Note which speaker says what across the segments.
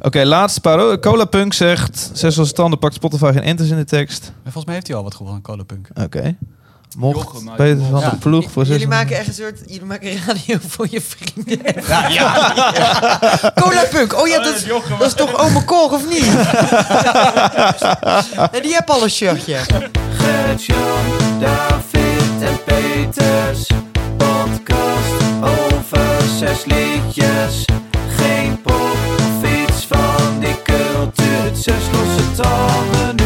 Speaker 1: Oké, laatste paar. Oh, Cola Punk zegt... Zes als tanden pakt Spotify geen enters in de tekst.
Speaker 2: Maar volgens mij heeft hij al wat gewonnen, Kolenpunk.
Speaker 1: Oké. Mocht
Speaker 3: Jochem uit
Speaker 1: Peter
Speaker 3: Mol.
Speaker 1: van
Speaker 2: Ja.
Speaker 1: de Ploeg voor
Speaker 4: Jullie
Speaker 1: 600
Speaker 4: maken echt een soort... Jullie maken radio voor je vrienden. Ja, ja. Cola Punk. Oh ja, dat is, dat is toch Ome Cor, of niet? en die heb al een shirtje.
Speaker 5: Gert-Jan, David en Peters. Podcast over zes liedjes. Geen pop of iets van die cultuur. Zes losse tanden nu.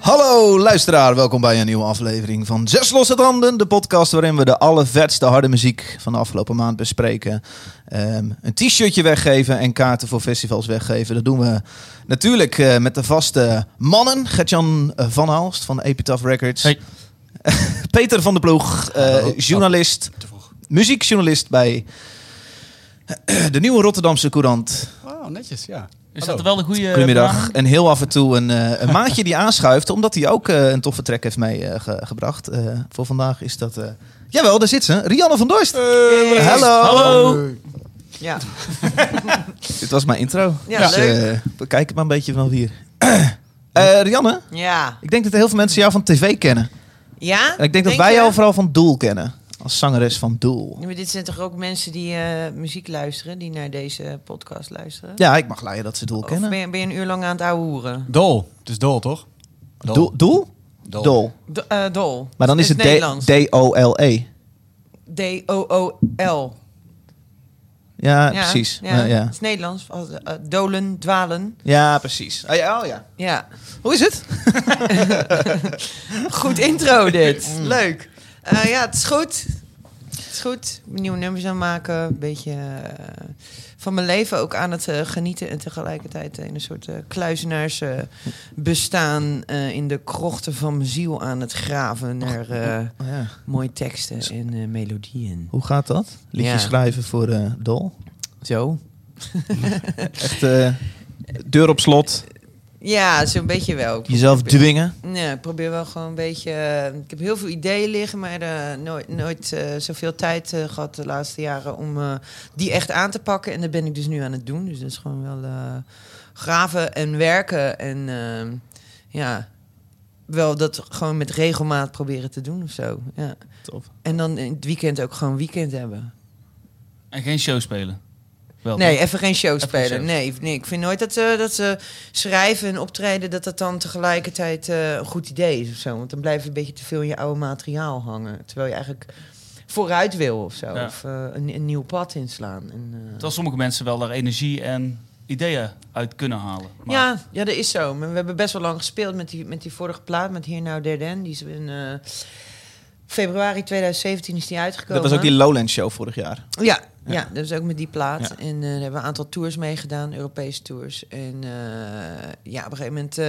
Speaker 1: Hallo luisteraar, welkom bij een nieuwe aflevering van Zes Losse Tanden, de podcast waarin we de allervetste harde muziek van de afgelopen maand bespreken. Ehm, een t-shirtje weggeven en kaarten voor festivals weggeven. Dat doen we natuurlijk eh, met de vaste mannen. Gertjan eh, van Haalst van Epitaph Records.
Speaker 2: Hey.
Speaker 1: Peter van de Ploeg, eh,
Speaker 2: Hallo.
Speaker 1: journalist,
Speaker 2: Te vroeg.
Speaker 1: muziekjournalist bij de Nieuwe Rotterdamse Courant.
Speaker 2: Oh, netjes, ja.
Speaker 3: Is
Speaker 2: Hallo.
Speaker 3: dat wel een goede...
Speaker 1: Goedemiddag. En heel af en toe een, eh, een maatje die aanschuift, omdat hij ook eh, een toffe track heeft eh, meegebracht. voor vandaag is dat. eh, jawel, daar zit ze. Rianne van Dorst.
Speaker 4: Hey.
Speaker 1: Hallo.
Speaker 3: Hallo.
Speaker 4: Ja,
Speaker 1: Dit was mijn intro.
Speaker 4: Ja,
Speaker 1: dus,
Speaker 4: leuk.
Speaker 1: eh, we kijken maar een beetje van hier. Eh Rianne,
Speaker 4: ja.
Speaker 1: ik denk dat heel veel mensen jou van tv kennen.
Speaker 4: Ja?
Speaker 1: En ik denk, dat
Speaker 4: je?
Speaker 1: wij jou vooral van Doel kennen. Als zangeres van Doel.
Speaker 4: Ja, maar dit zijn toch ook mensen die eh, muziek luisteren, die naar deze podcast luisteren?
Speaker 1: Ja, ik mag leiden dat ze Doel
Speaker 4: Of
Speaker 1: kennen.
Speaker 4: ben je, ben je een uur lang aan het ouwe hoeren?
Speaker 2: Dol. Het is Dol, toch?
Speaker 1: Doel? Doel?
Speaker 2: Dol.
Speaker 1: Doel.
Speaker 4: D- eh, dol.
Speaker 1: Maar dan is het D- E.
Speaker 4: Nederlands.
Speaker 1: D-O-L-E.
Speaker 4: D-O-O-L.
Speaker 1: Ja, precies.
Speaker 4: Ja,
Speaker 1: Ja, ja.
Speaker 4: Het is Nederlands. Als, eh, dolen, dwalen.
Speaker 1: ja precies. Ah, ja, oh ja.
Speaker 4: Ja.
Speaker 1: Hoe is het?
Speaker 4: Goed intro dit.
Speaker 1: Mm.
Speaker 4: Leuk. Eh, ja, het is goed. Het is goed. Nieuwe nummers aan maken. Een beetje eh, van mijn leven ook aan het eh, genieten. En tegelijkertijd in een soort eh kluizenaars eh, bestaan. eh, in de krochten van mijn ziel aan het graven. Naar eh,
Speaker 1: Oh ja.
Speaker 4: mooie teksten en eh, melodieën.
Speaker 1: Hoe gaat dat? Liedje
Speaker 4: Ja.
Speaker 1: schrijven voor eh Dol.
Speaker 4: Zo.
Speaker 1: Echt eh, deur op slot,
Speaker 4: Ja, zo'n beetje wel.
Speaker 1: jezelf dwingen.
Speaker 4: Nee, ik probeer wel gewoon een beetje. eh, Ik heb heel veel ideeën liggen, maar eh, nooit, nooit eh, zoveel tijd eh, gehad de laatste jaren om eh, die echt aan te pakken. En dat ben ik dus nu aan het doen. Dus dat is gewoon wel eh, graven en werken. En ehm, ja, wel dat gewoon met regelmaat proberen te doen of zo. Ja.
Speaker 1: Tof.
Speaker 4: En dan in het weekend ook gewoon weekend hebben.
Speaker 3: En geen show spelen. Wel,
Speaker 4: Nee, even geen show
Speaker 3: Even geen
Speaker 4: spelen.
Speaker 3: shows.
Speaker 4: nee, nee, ik vind nooit dat, ze dat ze schrijven en optreden... dat dat dan tegelijkertijd eh, een goed idee is of zo. Want dan blijf je een beetje te veel in je oude materiaal hangen. Terwijl je eigenlijk vooruit wil of zo.
Speaker 3: Ja.
Speaker 4: Of eh, een, een nieuw pad inslaan. En, eh,
Speaker 3: Terwijl sommige mensen wel daar energie en ideeën uit kunnen halen. Maar
Speaker 4: Ja, ja, dat is zo. Maar we hebben best wel lang gespeeld met die, met die vorige plaat, met Hier Nou Derden. Die is in eh, februari 2017 is die uitgekomen.
Speaker 1: Dat was ook die Lowland Show vorig jaar.
Speaker 4: Ja, ja. dat is ook met die plaat.
Speaker 1: Ja.
Speaker 4: En eh, daar hebben we een aantal tours mee gedaan, Europese tours. En eh, ja, op een gegeven moment eh,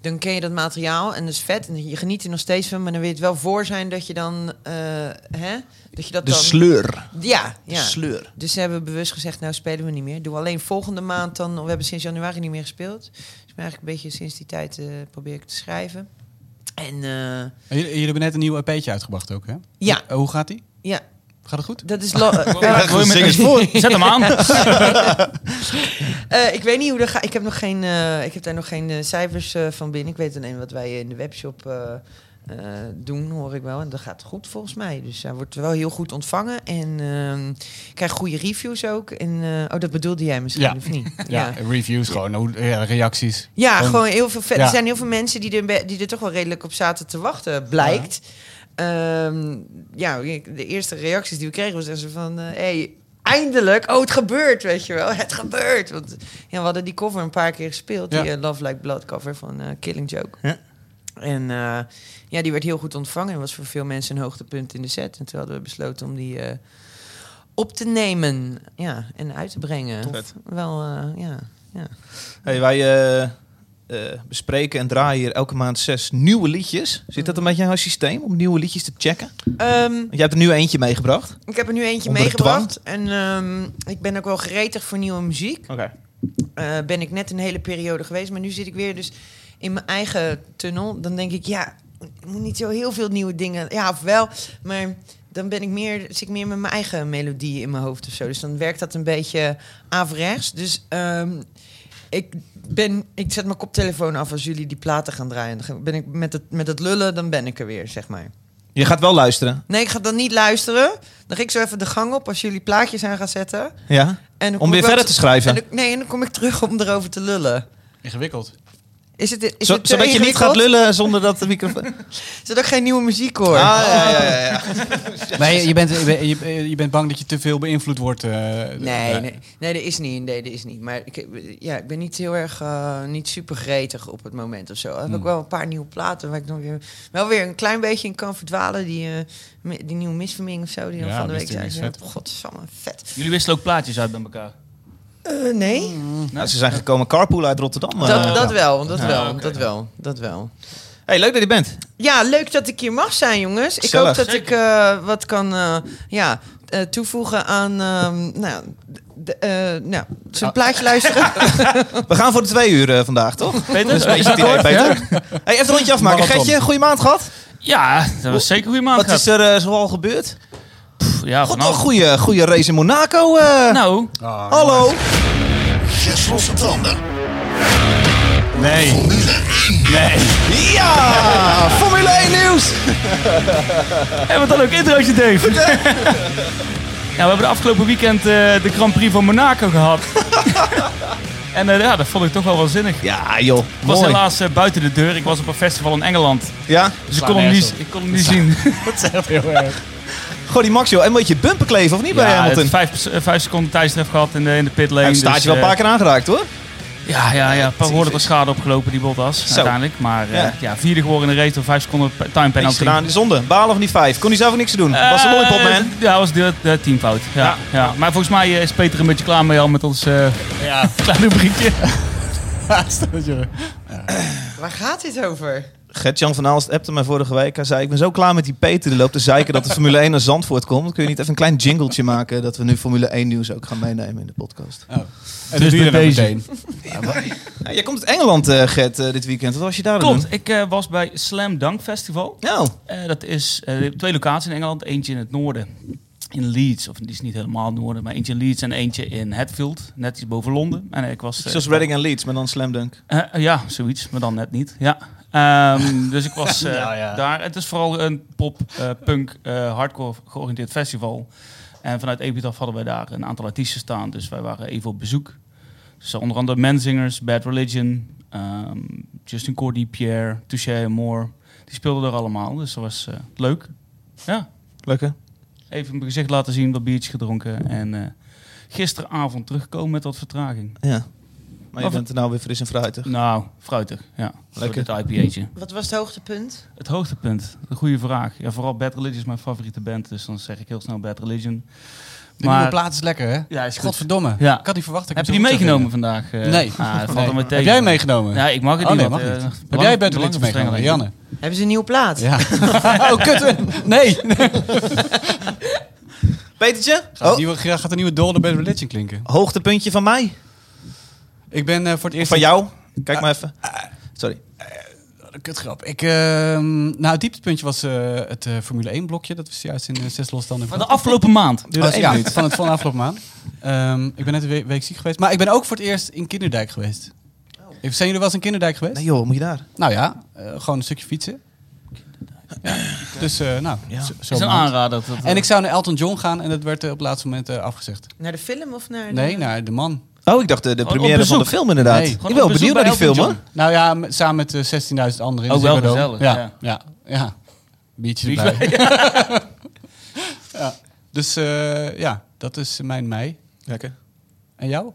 Speaker 4: dan ken je dat materiaal en dat is vet. En je geniet er nog steeds van, maar dan wil je het wel voor zijn dat je dan... eh, hè? Dat je dat
Speaker 1: De
Speaker 4: dan...
Speaker 1: sleur.
Speaker 4: ja,
Speaker 1: De
Speaker 4: ja.
Speaker 1: sleur.
Speaker 4: Dus ze hebben bewust gezegd, nou spelen we niet meer. Doen we alleen volgende maand dan. We hebben sinds januari niet meer gespeeld. Dus ik ben eigenlijk een beetje sinds die tijd eh, probeer ik te schrijven. En eh,
Speaker 2: En jullie, jullie hebben net een nieuw EP'tje uitgebracht ook, hè?
Speaker 4: Ja.
Speaker 2: Eh, hoe gaat die?
Speaker 4: ja,
Speaker 2: Gaat het goed?
Speaker 4: dat is... lo- eh,
Speaker 3: Wil je met- Zet hem aan.
Speaker 4: Eh, ik weet niet hoe dat gaat. Ik heb, nog geen, eh, ik heb daar nog geen eh, cijfers eh, van binnen. Ik weet alleen wat wij in de webshop eh, eh, doen, hoor ik wel. En dat gaat goed volgens mij. Dus hij wordt wel heel goed ontvangen. En ehm ik krijg goede reviews ook. En, eh, oh, dat bedoelde jij misschien,
Speaker 2: Ja.
Speaker 4: of niet?
Speaker 2: Ja, reviews gewoon, hoe- ja, reacties.
Speaker 4: Ja,
Speaker 2: Gewoon-
Speaker 4: gewoon, heel veel. vet-
Speaker 2: ja.
Speaker 4: Er zijn heel veel mensen die er, be- die er toch wel redelijk op zaten te wachten, blijkt. Ehm, Ja, de eerste reacties die we kregen was echt zo van... eh, hey, eindelijk! Oh, het gebeurt, weet je wel. Het gebeurt! Want ja, we hadden die cover een paar keer gespeeld.
Speaker 2: Ja.
Speaker 4: Die eh, Love Like Blood cover van eh, Killing Joke.
Speaker 1: Ja.
Speaker 4: En eh, ja, die werd heel goed ontvangen. En was voor veel mensen een hoogtepunt in de set. En toen hadden we besloten om die... eh, op te nemen ja, en uit te brengen.
Speaker 1: Vet.
Speaker 4: Wel, eh, ja, ja.
Speaker 1: Hey, wij eh, eh, bespreken en draaien hier elke maand zes nieuwe liedjes. Zit dat een beetje in jouw systeem om nieuwe liedjes te checken? Want
Speaker 4: Ehm,
Speaker 1: jij hebt er nu eentje meegebracht.
Speaker 4: Ik heb er nu eentje
Speaker 1: Onder de
Speaker 4: meegebracht. En ehm, ik ben ook wel gretig voor nieuwe muziek.
Speaker 1: Oké.
Speaker 4: Eh, ben ik net een hele periode geweest. Maar nu zit ik weer dus in mijn eigen tunnel. Dan denk ik, ja, ik moet niet zo heel veel nieuwe dingen. Ja, of wel. Maar dan ben ik meer, zit ik meer met mijn eigen melodie in mijn hoofd of zo. Dus dan werkt dat een beetje averechts. Dus ehm, ik, ben, ik zet mijn koptelefoon af als jullie die platen gaan draaien. Dan ben ik met, het, met het lullen, dan ben ik er weer, zeg maar.
Speaker 1: Je gaat wel luisteren.
Speaker 4: Nee, ik ga dan niet luisteren. Dan ga ik zo even de gang op als jullie plaatjes aan gaan zetten. En
Speaker 1: Ja?
Speaker 4: dan kom
Speaker 1: Om weer
Speaker 4: ik wel
Speaker 1: verder te schrijven.
Speaker 4: en dan- nee, en dan kom ik terug om erover te lullen.
Speaker 2: Ingewikkeld.
Speaker 4: Is het, is
Speaker 1: Zo-
Speaker 4: het
Speaker 1: zodat
Speaker 4: te
Speaker 1: je niet
Speaker 4: ingewikkeld?
Speaker 1: gaat lullen zonder dat de microfoon...
Speaker 4: Zodat ik geen nieuwe muziek hoor.
Speaker 1: Ah, ja, ja, ja, ja.
Speaker 2: Maar je, je bent, je, bent- je, je bent bang dat je te veel beïnvloed wordt. eh,
Speaker 4: Nee,
Speaker 2: ja.
Speaker 4: nee, nee, dat is niet. Nee, dat is niet. Maar ik, ja, ik ben niet heel erg, eh, niet super gretig op het moment of zo. Ik heb
Speaker 1: Hmm.
Speaker 4: ook wel een paar nieuwe platen waar ik nog weer, wel weer een klein beetje in kan verdwalen. Die, eh, mi- die nieuwe misverming of zo, die dan
Speaker 2: Ja,
Speaker 4: van de week
Speaker 2: Mr.
Speaker 4: zijn.
Speaker 2: Mix,
Speaker 4: Ja,
Speaker 2: vet.
Speaker 4: Godsamme, vet.
Speaker 3: Jullie wisselen ook plaatjes uit met elkaar.
Speaker 4: Eh, nee,
Speaker 1: Nou, ze zijn gekomen carpool uit Rotterdam. eh.
Speaker 4: dat, dat wel, dat
Speaker 1: Ja,
Speaker 4: wel,
Speaker 3: oké.
Speaker 4: dat wel, dat wel.
Speaker 1: Hey, leuk dat je bent.
Speaker 4: Ja, leuk dat ik hier mag zijn, jongens. Ik
Speaker 1: Gezellig.
Speaker 4: hoop dat ik
Speaker 3: Zeker.
Speaker 4: eh, wat kan eh, ja, eh, toevoegen aan, ehm, nou, de- eh, nou,
Speaker 1: Ah.
Speaker 4: zo'n plaatje luisteren.
Speaker 1: We gaan voor de twee uur eh, vandaag, toch?
Speaker 3: Peter?
Speaker 1: Dat is een beetje het idee, Peter. Hey, even een rondje afmaken.
Speaker 2: Marathon.
Speaker 1: Getje, goede maand gehad.
Speaker 3: Ja, dat was zeker hoe je maand
Speaker 1: Wat
Speaker 3: gaat.
Speaker 1: is er eh, zoal gebeurd?
Speaker 3: Pff, Ja,
Speaker 1: God,
Speaker 3: van
Speaker 1: wel een
Speaker 3: alles.
Speaker 1: goede, goede race in Monaco. eh.
Speaker 3: Nou,
Speaker 2: Ah,
Speaker 1: Hallo.
Speaker 6: Zes losse tanden.
Speaker 2: Nee.
Speaker 1: Ja, Formule 1 nieuws.
Speaker 3: en wat dan ook introotje, Dave. ja, we hebben de afgelopen weekend eh, de Grand Prix van Monaco gehad. en eh, ja, dat vond ik toch wel wel zinnig.
Speaker 1: Ja, joh.
Speaker 3: Ik was
Speaker 1: Mooi.
Speaker 3: helaas eh, buiten de deur. Ik was op een festival in Engeland.
Speaker 1: Ja?
Speaker 3: Dus ik
Speaker 2: Sla
Speaker 3: kon hem
Speaker 2: nergens
Speaker 3: niet, ik kon hem niet zien.
Speaker 2: Heel erg.
Speaker 1: Goh, die Max, joh. En moet je bumper kleven, of niet, bij
Speaker 3: Ja,
Speaker 1: Hamilton?
Speaker 3: het vijf, pers- eh, vijf seconden tijdstraf gehad in de, in de pitlane.
Speaker 1: Hij staat
Speaker 3: dus,
Speaker 1: je wel een
Speaker 3: eh,
Speaker 1: paar keer aangeraakt, hoor.
Speaker 3: Ja, ja, ja. Behoorlijk wat schade opgelopen, die Bottas.
Speaker 1: Zo.
Speaker 3: Uiteindelijk. Maar eh,
Speaker 1: Ja.
Speaker 3: ja. vierde geworden in de race door vijf seconden pe- time
Speaker 1: Niks
Speaker 3: penalty.
Speaker 1: gedaan, die zonde. Balen of niet vijf. Kon hij zelf niks te doen. was een
Speaker 3: Eh,
Speaker 1: lollipop, man.
Speaker 3: d- Ja, dat was de, de teamfout. Ja,
Speaker 1: Ja.
Speaker 3: ja. Maar volgens mij eh, is Peter een beetje klaar mee al met ons eh,
Speaker 2: Ja,
Speaker 3: kleine briefje.
Speaker 2: haast dat, jongen.
Speaker 4: Waar gaat dit over?
Speaker 1: Gert-Jan van Aalst appte mij vorige week. Hij zei, ik ben zo klaar met die Peter. Die loopt te zeiken dat de Formule 1 naar Zandvoort komt. Kun je niet even een klein jingletje maken... dat we nu Formule 1 nieuws ook gaan meenemen in de podcast?
Speaker 2: En dat doe je dan
Speaker 3: bij deze.
Speaker 2: meteen.
Speaker 1: Ja, jij komt uit Engeland, eh, Gert, eh, dit weekend. Wat was je daar aan
Speaker 3: Klopt,
Speaker 1: doen?
Speaker 3: ik eh, was bij Slam Dunk Festival.
Speaker 1: Nou,
Speaker 3: Eh, dat is eh, twee locaties in Engeland. Eentje in het noorden, in Leeds. Of die is niet helemaal het noorden, maar eentje in Leeds en eentje in Hatfield. Net iets boven Londen. En eh, ik was... eh,
Speaker 1: zoals Reading en Leeds, maar dan slam dunk.
Speaker 3: Eh, ja, zoiets, maar dan net niet. Ja. Ehm, dus ik was eh,
Speaker 2: Ja, ja.
Speaker 3: daar. Het is vooral een pop, eh, punk, eh, hardcore georiënteerd festival. En vanuit Epitaph hadden wij daar een aantal artiesten staan. Dus wij waren even op bezoek. Dus onder andere Menzingers, Bad Religion, ehm, Justin Cordy, Pierre, Touché Moore. Die speelden er allemaal, dus dat was eh, leuk. Ja,
Speaker 1: Leuk, hè?
Speaker 3: even mijn gezicht laten zien, wat biertjes gedronken. En eh, gisteravond terugkomen met wat vertraging.
Speaker 1: Ja. Maar je
Speaker 3: Of-
Speaker 1: bent er nou weer fris en fruitig.
Speaker 3: Nou, fruitig, ja.
Speaker 1: Lekker.
Speaker 3: Lekker. Het IPA'tje.
Speaker 4: Wat was het hoogtepunt?
Speaker 3: Het hoogtepunt, een goede vraag. Ja, vooral Bad Religion is mijn favoriete band, dus dan zeg ik heel snel Bad Religion.
Speaker 2: De nieuwe plaat is lekker, hè?
Speaker 3: ja, is goed.
Speaker 2: Godverdomme.
Speaker 3: Ja.
Speaker 2: Ik had niet verwacht. dat ik
Speaker 3: Heb je
Speaker 2: hem
Speaker 3: die
Speaker 2: zo goed zou
Speaker 3: meegenomen vandaag? eh?
Speaker 2: vinden. Nee.
Speaker 3: Ah, dat valt
Speaker 2: Nee.
Speaker 3: er meteen.
Speaker 2: Heb jij hem meegenomen?
Speaker 3: Ja, ik mag het
Speaker 2: Oh,
Speaker 3: niet.
Speaker 2: nee,
Speaker 3: want,
Speaker 2: mag
Speaker 3: eh,
Speaker 2: niet. Heb
Speaker 3: belang-
Speaker 2: jij Bad Religion meegenomen?
Speaker 3: belangenverstrengeling.
Speaker 2: Janne.
Speaker 4: Hebben ze een nieuwe plaat?
Speaker 2: Ja. oh, kut. Nee.
Speaker 1: Petertje?
Speaker 2: Gaat,
Speaker 1: Oh,
Speaker 2: een nieuwe, gaat een nieuwe Dolder Bad Religion klinken?
Speaker 1: hoogtepuntje van mij?
Speaker 2: Ik ben eh, voor het
Speaker 1: Of
Speaker 2: eerst...
Speaker 1: van jou? Kijk maar even. Sorry.
Speaker 2: Een Kutgrap. Ik, ehm, nou, het dieptepuntje was eh, het eh, Formule 1 blokje. Dat was juist in eh, zes losstanden.
Speaker 3: Van de afgelopen maand.
Speaker 1: Duurde
Speaker 2: Oh,
Speaker 1: één
Speaker 2: ja,
Speaker 1: minuut.
Speaker 2: van het van de afgelopen maand. Ehm, ik ben net een we- week ziek geweest. Maar ik ben ook voor het eerst in Kinderdijk geweest. Even- Zijn jullie wel eens in Kinderdijk geweest?
Speaker 1: Nee joh, wat moet je daar?
Speaker 2: Nou ja, eh, gewoon een stukje fietsen. Ja. Dus eh, nou,
Speaker 1: Ja.
Speaker 2: zo,
Speaker 3: is een aanrader. Dat,
Speaker 2: En ik zou naar Elton John gaan en dat werd eh, op het laatste moment eh, afgezegd.
Speaker 4: Naar de film of naar... de-
Speaker 3: eh,
Speaker 2: Nee, naar de man.
Speaker 1: Oh, ik dacht de, de
Speaker 3: op
Speaker 1: première van de
Speaker 3: bezoek.
Speaker 1: film inderdaad.
Speaker 2: Nee.
Speaker 1: Ik
Speaker 3: Gewoon
Speaker 1: ben
Speaker 3: op
Speaker 1: wel
Speaker 3: bezoek
Speaker 1: benieuwd naar die
Speaker 3: bij
Speaker 1: film,
Speaker 3: Elton
Speaker 1: hoor.
Speaker 2: Nou ja, m- samen met eh, 16.000 anderen. in
Speaker 3: Oh,
Speaker 2: de
Speaker 3: wel
Speaker 2: Ziggo Dome.
Speaker 3: gezellig,
Speaker 2: Ja,
Speaker 3: ja.
Speaker 2: ja, ja. Biertje
Speaker 3: Biertje
Speaker 2: erbij. ja. Dus eh, ja, dat is mijn mei.
Speaker 1: Lekker.
Speaker 2: En jou?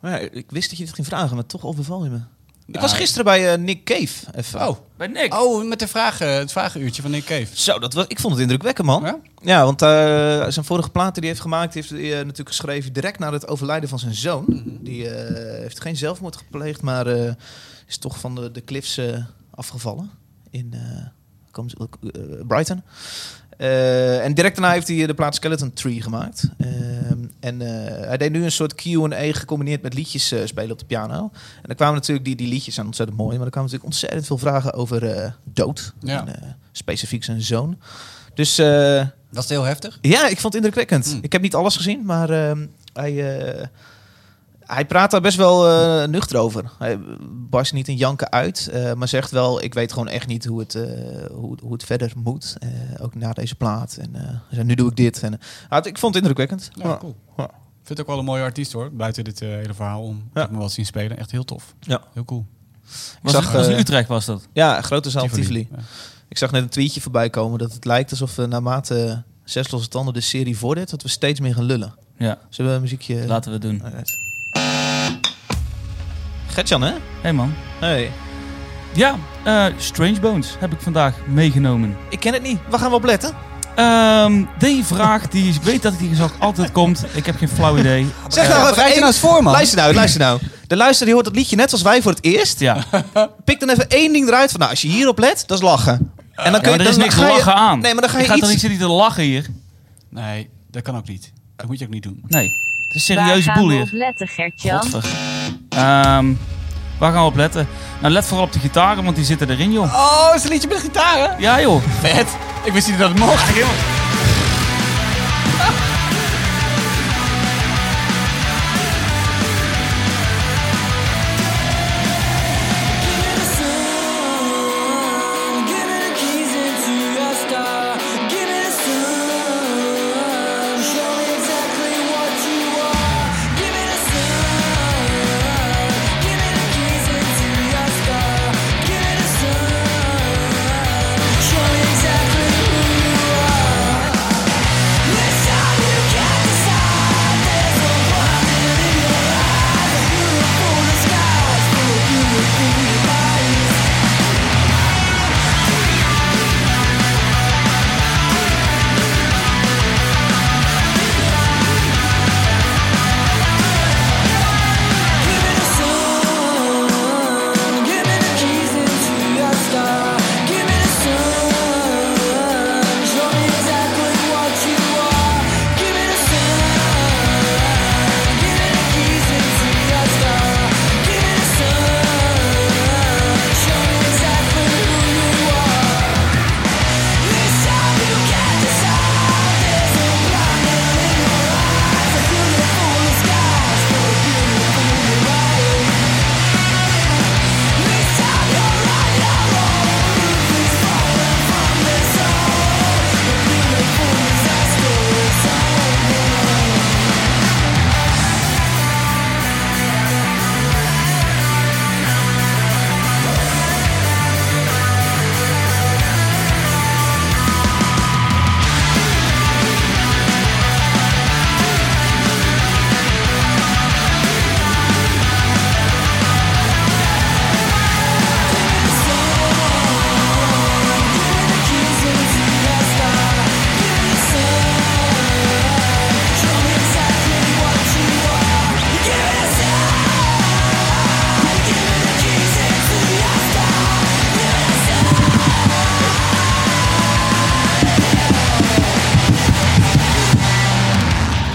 Speaker 1: Maar ja, ik wist dat je dit ging vragen, maar toch overval je me. Ik
Speaker 2: Nou,
Speaker 1: was gisteren bij eh, Nick Cave. Even.
Speaker 2: Oh,
Speaker 3: bij Nick.
Speaker 2: oh met de vragen, het vragenuurtje van Nick Cave.
Speaker 1: Zo, dat was, ik vond het indrukwekkend, man. Ja,
Speaker 2: Ja?
Speaker 1: want eh, zijn vorige platen die hij heeft gemaakt, die heeft hij eh, natuurlijk geschreven direct na het overlijden van zijn zoon. Die eh, heeft geen zelfmoord gepleegd, maar eh, is toch van de, de cliffs eh, afgevallen in eh, komen ze ook, eh, Brighton. Eh, en direct daarna heeft hij eh, de plaat Skeleton Tree gemaakt. Ehm, en eh, hij deed nu een soort Q&A gecombineerd met liedjes eh, spelen op de piano. En er kwamen natuurlijk, die, die liedjes zijn ontzettend mooi, maar er kwamen natuurlijk ontzettend veel vragen over eh, dood.
Speaker 2: Ja.
Speaker 1: En, eh, specifiek zijn zoon. Dus eh,
Speaker 2: Dat is heel heftig.
Speaker 1: Ja, ik vond het indrukwekkend.
Speaker 2: Mm.
Speaker 1: Ik heb niet alles gezien, maar ehm, hij, eh, hij praat daar best wel eh, nuchter over. Hij barst niet in janken uit, eh, maar zegt wel... ik weet gewoon echt niet hoe het, eh, hoe, hoe het verder moet. Eh, ook na deze plaat. En eh, zo, nu doe ik dit. En, eh, ah, ik vond het indrukwekkend.
Speaker 2: Ja, cool.
Speaker 1: Ja.
Speaker 2: Ik vind het ook wel een mooie artiest hoor. Buiten dit eh, hele verhaal om. Ik
Speaker 1: Ja.
Speaker 2: heb me wel zien spelen. Echt heel tof.
Speaker 1: Ja.
Speaker 2: Heel cool.
Speaker 3: Was,
Speaker 1: zag,
Speaker 3: het- was in
Speaker 1: eh,
Speaker 3: Utrecht was dat.
Speaker 1: Ja, grote zaal Tivoli.
Speaker 2: Ja.
Speaker 1: Ik zag net een tweetje voorbij komen dat het lijkt alsof we naarmate eh, Zes Losse Tanden de serie vordert... dat we steeds meer gaan lullen.
Speaker 3: Ja,
Speaker 1: Zullen we een muziekje...
Speaker 3: laten we het doen.
Speaker 1: Alright. Gertjan, hè?
Speaker 3: Hey man.
Speaker 1: Hey.
Speaker 3: Ja, eh, Strange Bones heb ik vandaag meegenomen.
Speaker 1: Ik ken het niet. Waar gaan we op letten?
Speaker 3: Ehm, die vraag, die, ik weet dat die gezag altijd komt. Ik heb geen flauw idee.
Speaker 1: Zeg nou even
Speaker 2: Bereid je
Speaker 1: één-
Speaker 2: nou eens voor man.
Speaker 1: Luister nou, luister nou. De luisteraar die hoort het liedje net zoals wij voor het eerst.
Speaker 3: Ja,
Speaker 1: Pik dan even één ding eruit van, nou, als je hierop let, dat is lachen. En dan
Speaker 3: Ja, maar er
Speaker 1: dan
Speaker 3: is niks
Speaker 1: ga
Speaker 3: te
Speaker 1: je-
Speaker 3: lachen aan.
Speaker 1: Nee, maar dan ga
Speaker 3: je
Speaker 1: je
Speaker 3: gaat toch niet
Speaker 1: iets...
Speaker 3: zitten te lachen hier?
Speaker 2: Nee, dat kan ook niet. Dat moet je ook niet doen.
Speaker 3: Nee, het is een serieuze
Speaker 7: Waar gaan
Speaker 3: boel
Speaker 7: we
Speaker 3: hier.
Speaker 7: op letten, Gertjan?
Speaker 3: Godver. Ehm, waar gaan we op letten? Nou, let vooral op de gitaren, want die zitten erin, joh.
Speaker 2: Oh, is een liedje met gitaren?
Speaker 3: Ja, joh.
Speaker 2: Vet. Ik wist niet dat het mocht.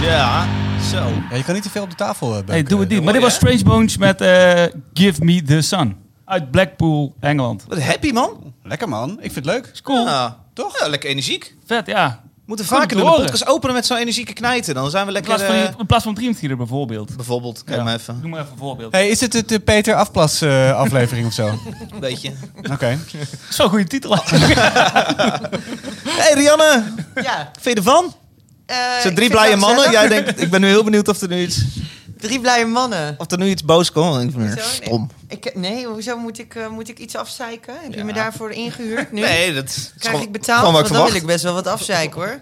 Speaker 1: Ja, zo.
Speaker 2: Ja, je kan niet te veel op de tafel eh, hebben.
Speaker 3: Hey, doe het niet. Maar dit was Strange Bones met eh, Give Me The Sun. Uit Blackpool, Engeland.
Speaker 1: Wat happy, man.
Speaker 2: Lekker man. Ik vind het leuk.
Speaker 3: Is cool.
Speaker 1: Ja, toch? Ja, lekker energiek.
Speaker 3: Vet, ja.
Speaker 1: We moeten
Speaker 3: Goed
Speaker 1: vaker doen.
Speaker 3: te
Speaker 1: De
Speaker 3: horen.
Speaker 1: podcast openen met zo'n energieke knijten. Dan zijn we
Speaker 3: In
Speaker 1: lekker...
Speaker 3: plaats van,
Speaker 1: eh,
Speaker 3: die- in plaats van Dreamtheater bijvoorbeeld.
Speaker 1: bijvoorbeeld, kijk
Speaker 3: Ja.
Speaker 1: maar even.
Speaker 3: Doe maar even een voorbeeld.
Speaker 2: Hey, is dit het de Peter Afplas eh, aflevering of zo? Oké.
Speaker 1: Een beetje.
Speaker 3: Zo'n goede titel.
Speaker 1: Hey, Rianne.
Speaker 4: Ja.
Speaker 1: Vind je ervan?
Speaker 4: Eh,
Speaker 1: Het zijn
Speaker 4: ik
Speaker 1: drie
Speaker 4: vind
Speaker 1: blije
Speaker 4: dat
Speaker 1: mannen.
Speaker 4: zelf-
Speaker 1: Jij denkt, ik ben nu heel benieuwd of er nu iets,
Speaker 4: Drie blije mannen.
Speaker 1: of er nu iets boos komt. Ik vind het
Speaker 4: Hoezo? Nee.
Speaker 1: stom.
Speaker 4: Ik, eh, nee, hoezo moet ik, eh, moet ik iets afzeiken? Heb
Speaker 1: Ja.
Speaker 4: je me daarvoor ingehuurd nu?
Speaker 1: Nee, dat is
Speaker 4: Krijg
Speaker 1: gewoon-
Speaker 4: ik betaald?
Speaker 1: gewoon
Speaker 4: Want
Speaker 1: wat ik
Speaker 4: dan wil ik
Speaker 1: verwacht.
Speaker 4: best wel wat afzeiken hoor.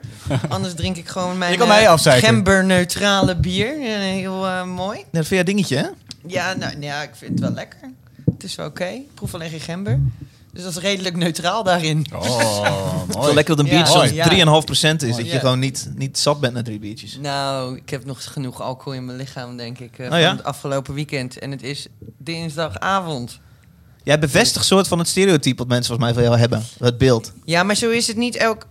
Speaker 4: Anders drink ik gewoon mijn
Speaker 2: Je kan mij
Speaker 4: eh,
Speaker 2: afzeiken.
Speaker 4: genderneutrale bier. Eh, heel eh, mooi.
Speaker 1: Ja, dat vind jij dingetje, hè?
Speaker 4: Ja, nou, nou ja, ik vind het wel lekker. Het is wel oké. Ik proef alleen geen gember. Dus dat is redelijk neutraal daarin.
Speaker 2: Oh,
Speaker 1: Het is wel lekker dat een
Speaker 4: Ja.
Speaker 1: biertje
Speaker 4: Mooi.
Speaker 1: soms
Speaker 4: Ja.
Speaker 1: 3,5% is. Dat je
Speaker 4: Ja.
Speaker 1: gewoon niet, niet zat bent na drie biertjes.
Speaker 4: Nou, ik heb nog genoeg alcohol in mijn lichaam, denk ik. eh,
Speaker 1: Oh ja?
Speaker 4: Van het afgelopen weekend. En het is dinsdagavond.
Speaker 1: Jij bevestigt soort van het stereotype wat mensen volgens mij van jou hebben. Het beeld.
Speaker 4: Ja, maar zo is het niet elk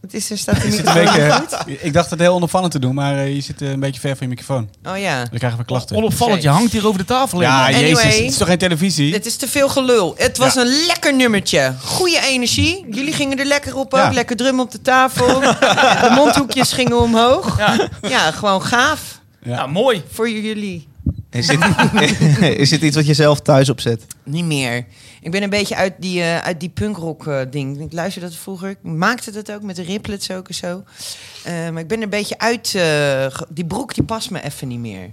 Speaker 4: Het is, er staat een
Speaker 2: Je zit een
Speaker 4: microfoon.
Speaker 2: beetje, ik dacht het heel onopvallend te doen, maar eh, je zit eh, een beetje ver van je microfoon.
Speaker 4: Oh ja.
Speaker 2: Dan krijgen we klachten.
Speaker 3: Onopvallend, je hangt hier over de tafel heen.
Speaker 2: Ja,
Speaker 3: man.
Speaker 4: Anyway.
Speaker 2: jezus. Het is toch geen televisie?
Speaker 4: Dit is te veel gelul. Het was
Speaker 2: Ja.
Speaker 4: een lekker nummertje. Goede energie. Jullie gingen er lekker op ook.
Speaker 2: Ja.
Speaker 4: Lekker drum op de tafel. de mondhoekjes gingen omhoog. Ja. gewoon gaaf
Speaker 3: Ja, mooi.
Speaker 4: voor jullie.
Speaker 1: Is dit, is dit iets wat je zelf thuis opzet?
Speaker 4: Niet meer. Ik ben een beetje uit die, eh, uit die punkrock eh, ding. Ik luisterde dat vroeger. Ik maakte dat ook met de riplets ook en zo. Eh, maar ik ben er een beetje uit. eh, ge- die broek die past me even niet meer.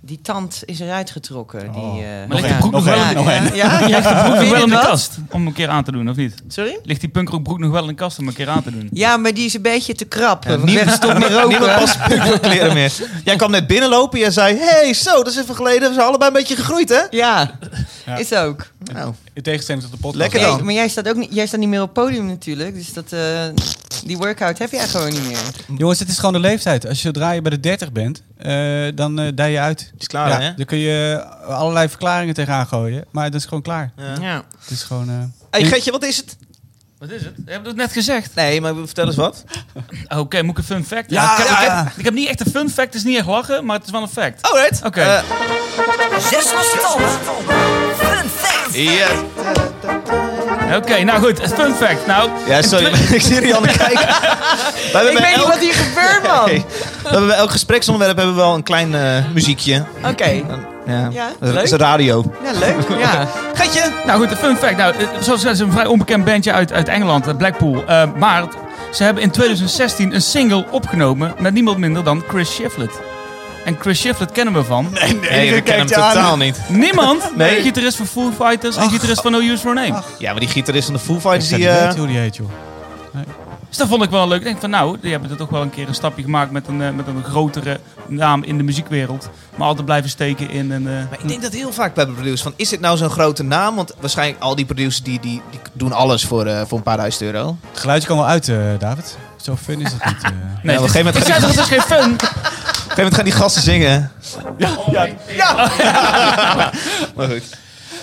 Speaker 4: Die tand is eruit getrokken. Die, eh,
Speaker 3: Maar ligt
Speaker 4: ja.
Speaker 3: de broek nog wel in de-
Speaker 4: Ja, ja, ja.
Speaker 3: Broek nog
Speaker 4: Vind
Speaker 3: wel
Speaker 4: je
Speaker 3: in de
Speaker 4: dat?
Speaker 3: kast, om een keer aan te doen, of niet?
Speaker 4: Sorry?
Speaker 3: Ligt die punkrockbroek nog wel in de kast om een keer aan te doen?
Speaker 4: Ja, maar die is een beetje te krap.
Speaker 1: Ja,
Speaker 4: Want
Speaker 1: niemand-
Speaker 4: we stoppen met roken.
Speaker 1: Niemand past punkrockkleren meer. Jij kwam net binnenlopen. Jij zei, hey, zo, dat is even geleden. We zijn allebei een beetje gegroeid, hè?
Speaker 4: Ja,
Speaker 2: Ja.
Speaker 4: is ook.
Speaker 1: Nou,
Speaker 2: In tegenstelling tot de podcast.
Speaker 1: Lekker
Speaker 4: Hey,
Speaker 1: dan.
Speaker 4: maar jij staat ook niet, jij staat niet meer op het podium natuurlijk. Dus dat, eh, die workout heb jij gewoon niet meer.
Speaker 2: Jongens, het is gewoon de leeftijd. Als je zodra je bij de 30 bent, eh, dan eh dij je uit.
Speaker 1: is klaar,
Speaker 2: Ja,
Speaker 1: hè?
Speaker 2: Dan kun je eh, allerlei verklaringen tegenaan gooien. Maar dat is gewoon klaar.
Speaker 1: Ja.
Speaker 4: Ja.
Speaker 2: Het is gewoon... eh,
Speaker 1: hey, Gertje, wat is het?
Speaker 3: Wat is het? Je hebt het net gezegd. Oh,
Speaker 1: Nee, maar vertel eens wat.
Speaker 3: Oké, moet ik een fun fact?
Speaker 2: Ja,
Speaker 3: ik, heb,
Speaker 2: ja,
Speaker 3: ik,
Speaker 2: ja.
Speaker 3: heb, ik heb niet echt een fun fact, het is niet echt lachen, maar het is wel een fact.
Speaker 1: Alright.
Speaker 3: Oké.
Speaker 1: Eh,
Speaker 5: Zes losse Fun fact.
Speaker 1: ja.
Speaker 3: Oké, nou goed, het fun fact. Nou,
Speaker 1: Ja, sorry. ik zie Rianne kijken. We hebben
Speaker 4: Ik
Speaker 1: bij
Speaker 4: weet niet
Speaker 1: elk-
Speaker 4: wat hier gebeurt, man.
Speaker 1: Hey, we hebben bij elk gespreksonderwerp hebben we wel een klein eh, muziekje.
Speaker 4: Oké.
Speaker 1: Ja,
Speaker 4: Ja,
Speaker 1: dat is
Speaker 4: leuk.
Speaker 1: radio.
Speaker 4: Ja, leuk. Ja.
Speaker 1: Gertje.
Speaker 3: nou goed, een fun fact. Nou, eh, zoals gezegd, het is een vrij onbekend bandje uit, uit Engeland, eh, Blackpool. Eh, maar het- ze hebben in 2016 een single opgenomen met niemand minder dan Chris Shiflett. En Chris Shiflett kennen we van.
Speaker 1: Nee, we kennen hem totaal niet.
Speaker 3: Niemand?
Speaker 1: Nee.
Speaker 3: Nee. Gitarist van Foo Fighters en gitarist van No Use For Name.
Speaker 1: Ja, maar die gitarist van de Foo
Speaker 2: ik
Speaker 1: Fighters,
Speaker 2: zou
Speaker 1: die...
Speaker 2: niet
Speaker 1: eh,
Speaker 2: weten hoe die heet, joh.
Speaker 3: Dus dat vond ik wel leuk. Ik denk van nou, die hebben er toch wel een keer een stapje gemaakt met een, eh, met een grotere naam in de muziekwereld. Maar altijd blijven steken in een... eh,
Speaker 1: Maar ik denk dat heel vaak bij de producers van, is dit nou zo'n grote naam? Want waarschijnlijk al die producers die, die, die doen alles voor, eh, voor een paar duizend euro.
Speaker 2: Het geluidje kan wel uit, eh, David. Zo fun is het niet. eh.
Speaker 1: Ja, op een gegeven moment-
Speaker 3: ik zei toch, het is geen fun?
Speaker 1: Op een gegeven moment gaan die gasten zingen.
Speaker 3: Ja.
Speaker 1: Maar goed.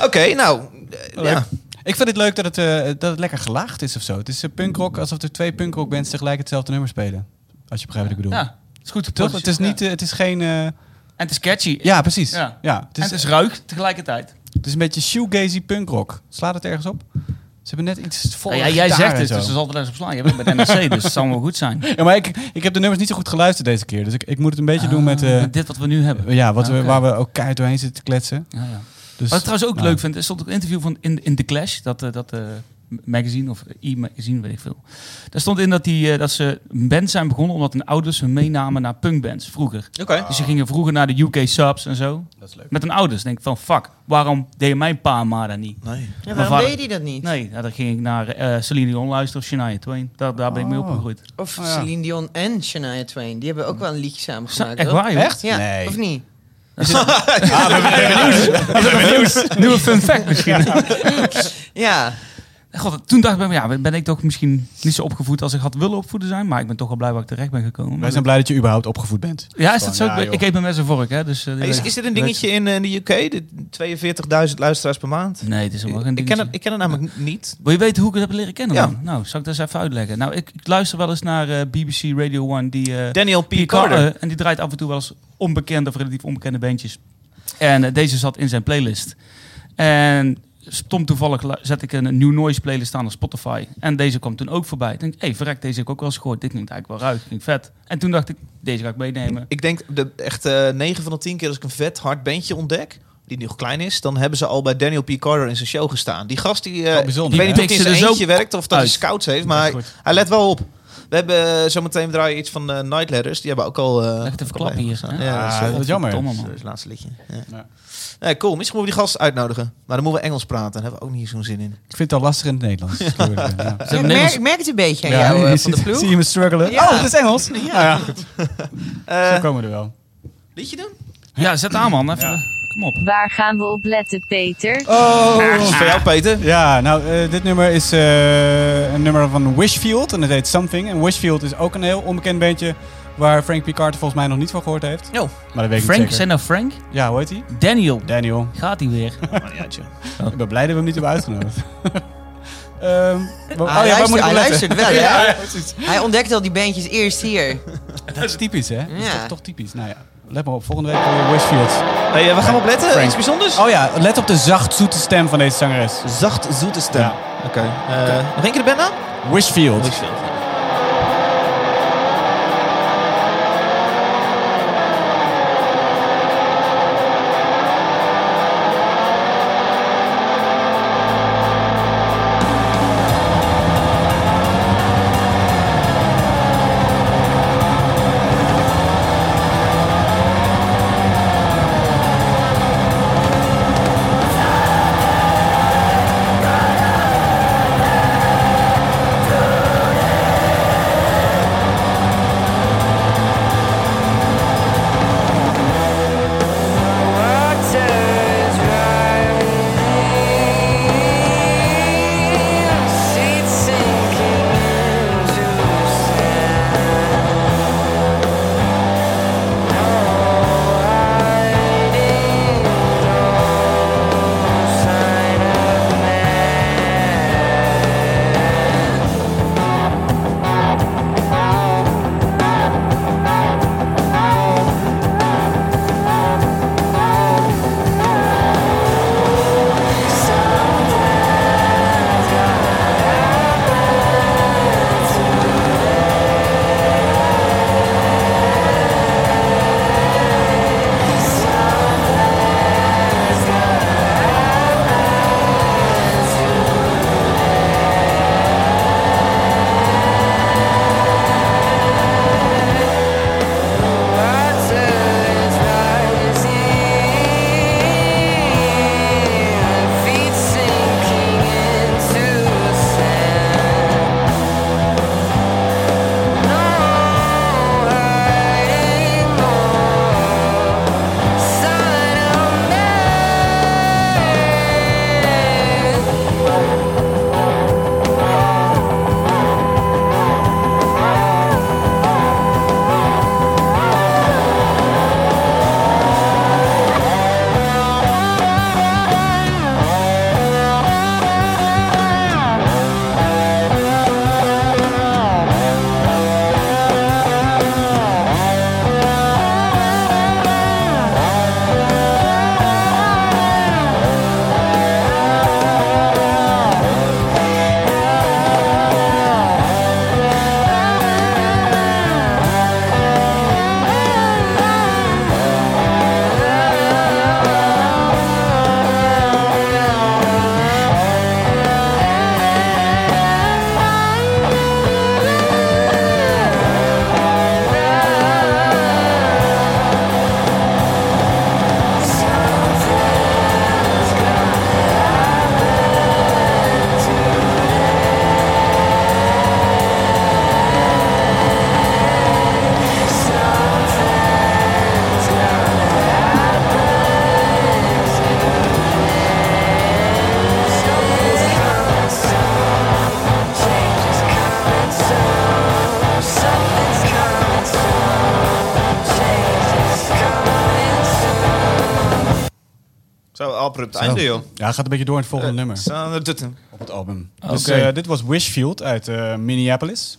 Speaker 1: Oké, nou. eh,
Speaker 2: Leuk.
Speaker 1: ja.
Speaker 2: Ik vind het leuk dat het, eh, dat het lekker gelaagd is of zo. Het is eh, punkrock alsof er twee punkrockbands tegelijk hetzelfde nummer spelen. Als je begrijpt wat ik bedoel.
Speaker 3: ja, het is goed
Speaker 2: Toch? Het is, niet, eh, het is geen... eh,
Speaker 3: En het is catchy.
Speaker 2: ja, precies. Ja.
Speaker 3: Ja.
Speaker 2: het,
Speaker 3: En
Speaker 2: is,
Speaker 3: het is ruik tegelijkertijd.
Speaker 2: het is een beetje shoegazy punkrock. Slaat het ergens op? Ze hebben net iets vol
Speaker 3: Ja, ja, jij zegt het, dus er zal er eens op slaan. Je bent bij NRC, dus het zal wel goed zijn.
Speaker 2: Ja, maar ik, ik heb de nummers niet zo goed geluisterd deze keer. Dus ik, ik moet het een beetje doen met... eh,
Speaker 3: Ah, dit wat we nu hebben.
Speaker 2: ja, wat we,
Speaker 3: Oké.
Speaker 2: waar we ook keihard doorheen zitten te kletsen.
Speaker 3: Ja, ja.
Speaker 2: Dus,
Speaker 3: Wat ik trouwens ook
Speaker 2: nou.
Speaker 3: leuk vind, er stond ook een interview van in, in The Clash, dat, eh, dat eh, magazine of e-magazine, weet ik veel. Daar stond in dat, die, eh, dat ze een band zijn begonnen omdat hun ouders hun meenamen naar punkbands vroeger.
Speaker 1: Oké.
Speaker 3: Dus ze gingen vroeger naar de UK subs en zo.
Speaker 2: Dat is leuk.
Speaker 3: Met hun ouders. denk ik van, fuck, waarom deed mijn pa en ma dat niet?
Speaker 1: Nee.
Speaker 4: Ja,
Speaker 3: Mijn
Speaker 4: waarom
Speaker 3: vader-
Speaker 4: deed hij dat niet?
Speaker 3: Nee, nou, dan ging ik naar eh Celine Dion luisteren, Shania Twain. Daar, daar ben ik mee
Speaker 2: Oh.
Speaker 3: opgegroeid.
Speaker 4: Of
Speaker 2: Oh, ja.
Speaker 4: Celine Dion en Shania Twain. Die hebben ook wel een liedje samen
Speaker 3: Zo,
Speaker 4: gemaakt.
Speaker 3: echt
Speaker 4: hoor.
Speaker 3: waar, joh.
Speaker 2: Echt?
Speaker 4: Ja,
Speaker 2: Nee.
Speaker 4: of niet?
Speaker 3: Nieuwe fun fact misschien.
Speaker 4: Ja.
Speaker 3: God, toen dacht ik bij me, ja, ben ik toch misschien niet zo opgevoed als ik had willen opvoeden zijn. Maar ik ben toch wel blij waar ik terecht ben gekomen.
Speaker 2: Wij zijn blij dat je überhaupt opgevoed bent.
Speaker 3: Ja, is dat zo?
Speaker 2: Ja,
Speaker 3: ik,
Speaker 2: joh.
Speaker 3: ik eet mijn mes en vork, hè. Dus, eh, die
Speaker 1: Hey, is,
Speaker 3: weet-
Speaker 1: is dit een dingetje in, eh, de UK? De 42.000 luisteraars per maand?
Speaker 3: Nee, het is helemaal geen
Speaker 1: ik, ken
Speaker 3: dingetje.
Speaker 1: het, ik ken het namelijk niet.
Speaker 3: Wil je weten hoe ik het heb leren kennen?
Speaker 1: Ja.
Speaker 3: man? Nou, zal ik dat eens even uitleggen. Nou, ik, ik luister wel eens naar eh, BBC Radio 1, die... eh,
Speaker 1: Daniel P.
Speaker 3: Pete
Speaker 1: Carter.
Speaker 3: Carter. En die draait af en toe wel eens onbekende of relatief onbekende bandjes. En eh, deze zat in zijn playlist. En stom toevallig lu- zet ik een New Noise playlist aan op Spotify. En deze kwam toen ook voorbij. Ik denk, hé, hey, verrek, deze heb ik ook wel eens gehoord. Dit klinkt eigenlijk wel ruik, klinkt vet. En toen dacht ik, deze ga ik meenemen.
Speaker 1: Ik denk de, echt eh 9 van de 10 keer als ik een vet hard bandje ontdek, die nog klein is, dan hebben ze al bij Daniel P. Carter in zijn show gestaan. Die gast die, eh,
Speaker 2: Wel bijzonder,
Speaker 1: ik dus weet
Speaker 3: hè?
Speaker 1: niet of hij in
Speaker 3: Pikt ze
Speaker 1: zijn
Speaker 3: er zo
Speaker 1: eentje werkt of dat
Speaker 3: uit.
Speaker 1: hij scouts heeft, maar
Speaker 3: goed.
Speaker 1: hij let wel op. We hebben eh, zometeen draaien iets van eh Night Letters. Die hebben ook al... eh,
Speaker 3: Leg het even
Speaker 1: ook al
Speaker 3: klappen hier,
Speaker 1: bijgestaan.
Speaker 3: hè?
Speaker 1: Ja,
Speaker 2: Ah,
Speaker 1: dat is wel-
Speaker 2: dat is jammer.
Speaker 3: Verdomme,
Speaker 1: dat
Speaker 3: man.
Speaker 1: is het laatste liedje. Ja.
Speaker 2: Ja.
Speaker 1: Nee, cool, misschien moeten we die gast uitnodigen. Maar dan moeten we Engels praten. Daar hebben we ook niet zo'n zin in.
Speaker 2: Ik vind het al lastig in het Nederlands. als ik eerlijk ben, ja.
Speaker 3: Ze
Speaker 4: Ja, ik,
Speaker 3: hebben
Speaker 4: merk,
Speaker 3: Nederlands-
Speaker 4: ik merk het een beetje aan
Speaker 2: Ja,
Speaker 4: jou eh,
Speaker 2: je
Speaker 4: van
Speaker 2: ziet-
Speaker 4: de ploeg.
Speaker 2: Zie je me struggelen?
Speaker 4: Ja.
Speaker 2: Oh, het is Engels. Ja, ja.
Speaker 1: Eh,
Speaker 2: Zo komen we er wel.
Speaker 1: liedje doen?
Speaker 3: Ja, zet aan, man. Even, eh, Kom op.
Speaker 7: Waar gaan we op letten, Peter?
Speaker 1: Dat is voor jou, Peter.
Speaker 2: Ja, nou, eh, dit nummer is eh, een nummer van Wishfield en het heet Something. En Wishfield is ook een heel onbekend bandje waar Frank P. Carter volgens mij nog niet van gehoord heeft.
Speaker 4: Oh.
Speaker 1: Jo.
Speaker 2: Maar dat weet ik
Speaker 3: Frank,
Speaker 2: niet
Speaker 3: zijn
Speaker 2: zeker.
Speaker 3: nou Frank?
Speaker 2: Ja, hoe heet hij?
Speaker 3: Daniel.
Speaker 2: Daniel.
Speaker 3: Gaat hij weer?
Speaker 1: Oh, ja, tjoh.
Speaker 2: Ehm, Ik ben blij dat we hem niet hebben uitgenodigd. Eh, Ehm, wa-
Speaker 4: hij,
Speaker 2: waar moet
Speaker 4: luistert,
Speaker 2: ik
Speaker 4: hij
Speaker 2: op letten?
Speaker 4: luistert ah, wel, hè?
Speaker 2: Ja, ja, precies.
Speaker 4: Hij ontdekt al die bandjes eerst hier.
Speaker 2: Dat is typisch, hè? Dat is
Speaker 4: Ja.
Speaker 2: toch, toch typisch. Nou ja, let maar op. Volgende week weer Westfields.
Speaker 1: Nee, eh, we gaan opletten. Iets bijzonders?
Speaker 2: Oh ja, let op de zacht zoete stem van deze zangeres.
Speaker 1: Zacht zoete stem.
Speaker 2: Ja.
Speaker 1: Oké. Eh, Nog één keer de band naam?
Speaker 2: Wishfield.
Speaker 5: Ah,
Speaker 1: Zo, abrupt einde, joh. Eh,
Speaker 2: Ja, gaat een beetje door in het volgende nummer
Speaker 1: Zo, nou, dat- dat-
Speaker 2: op het album.
Speaker 3: Oké.
Speaker 2: Dus eh, dit was Wishfield uit eh, Minneapolis.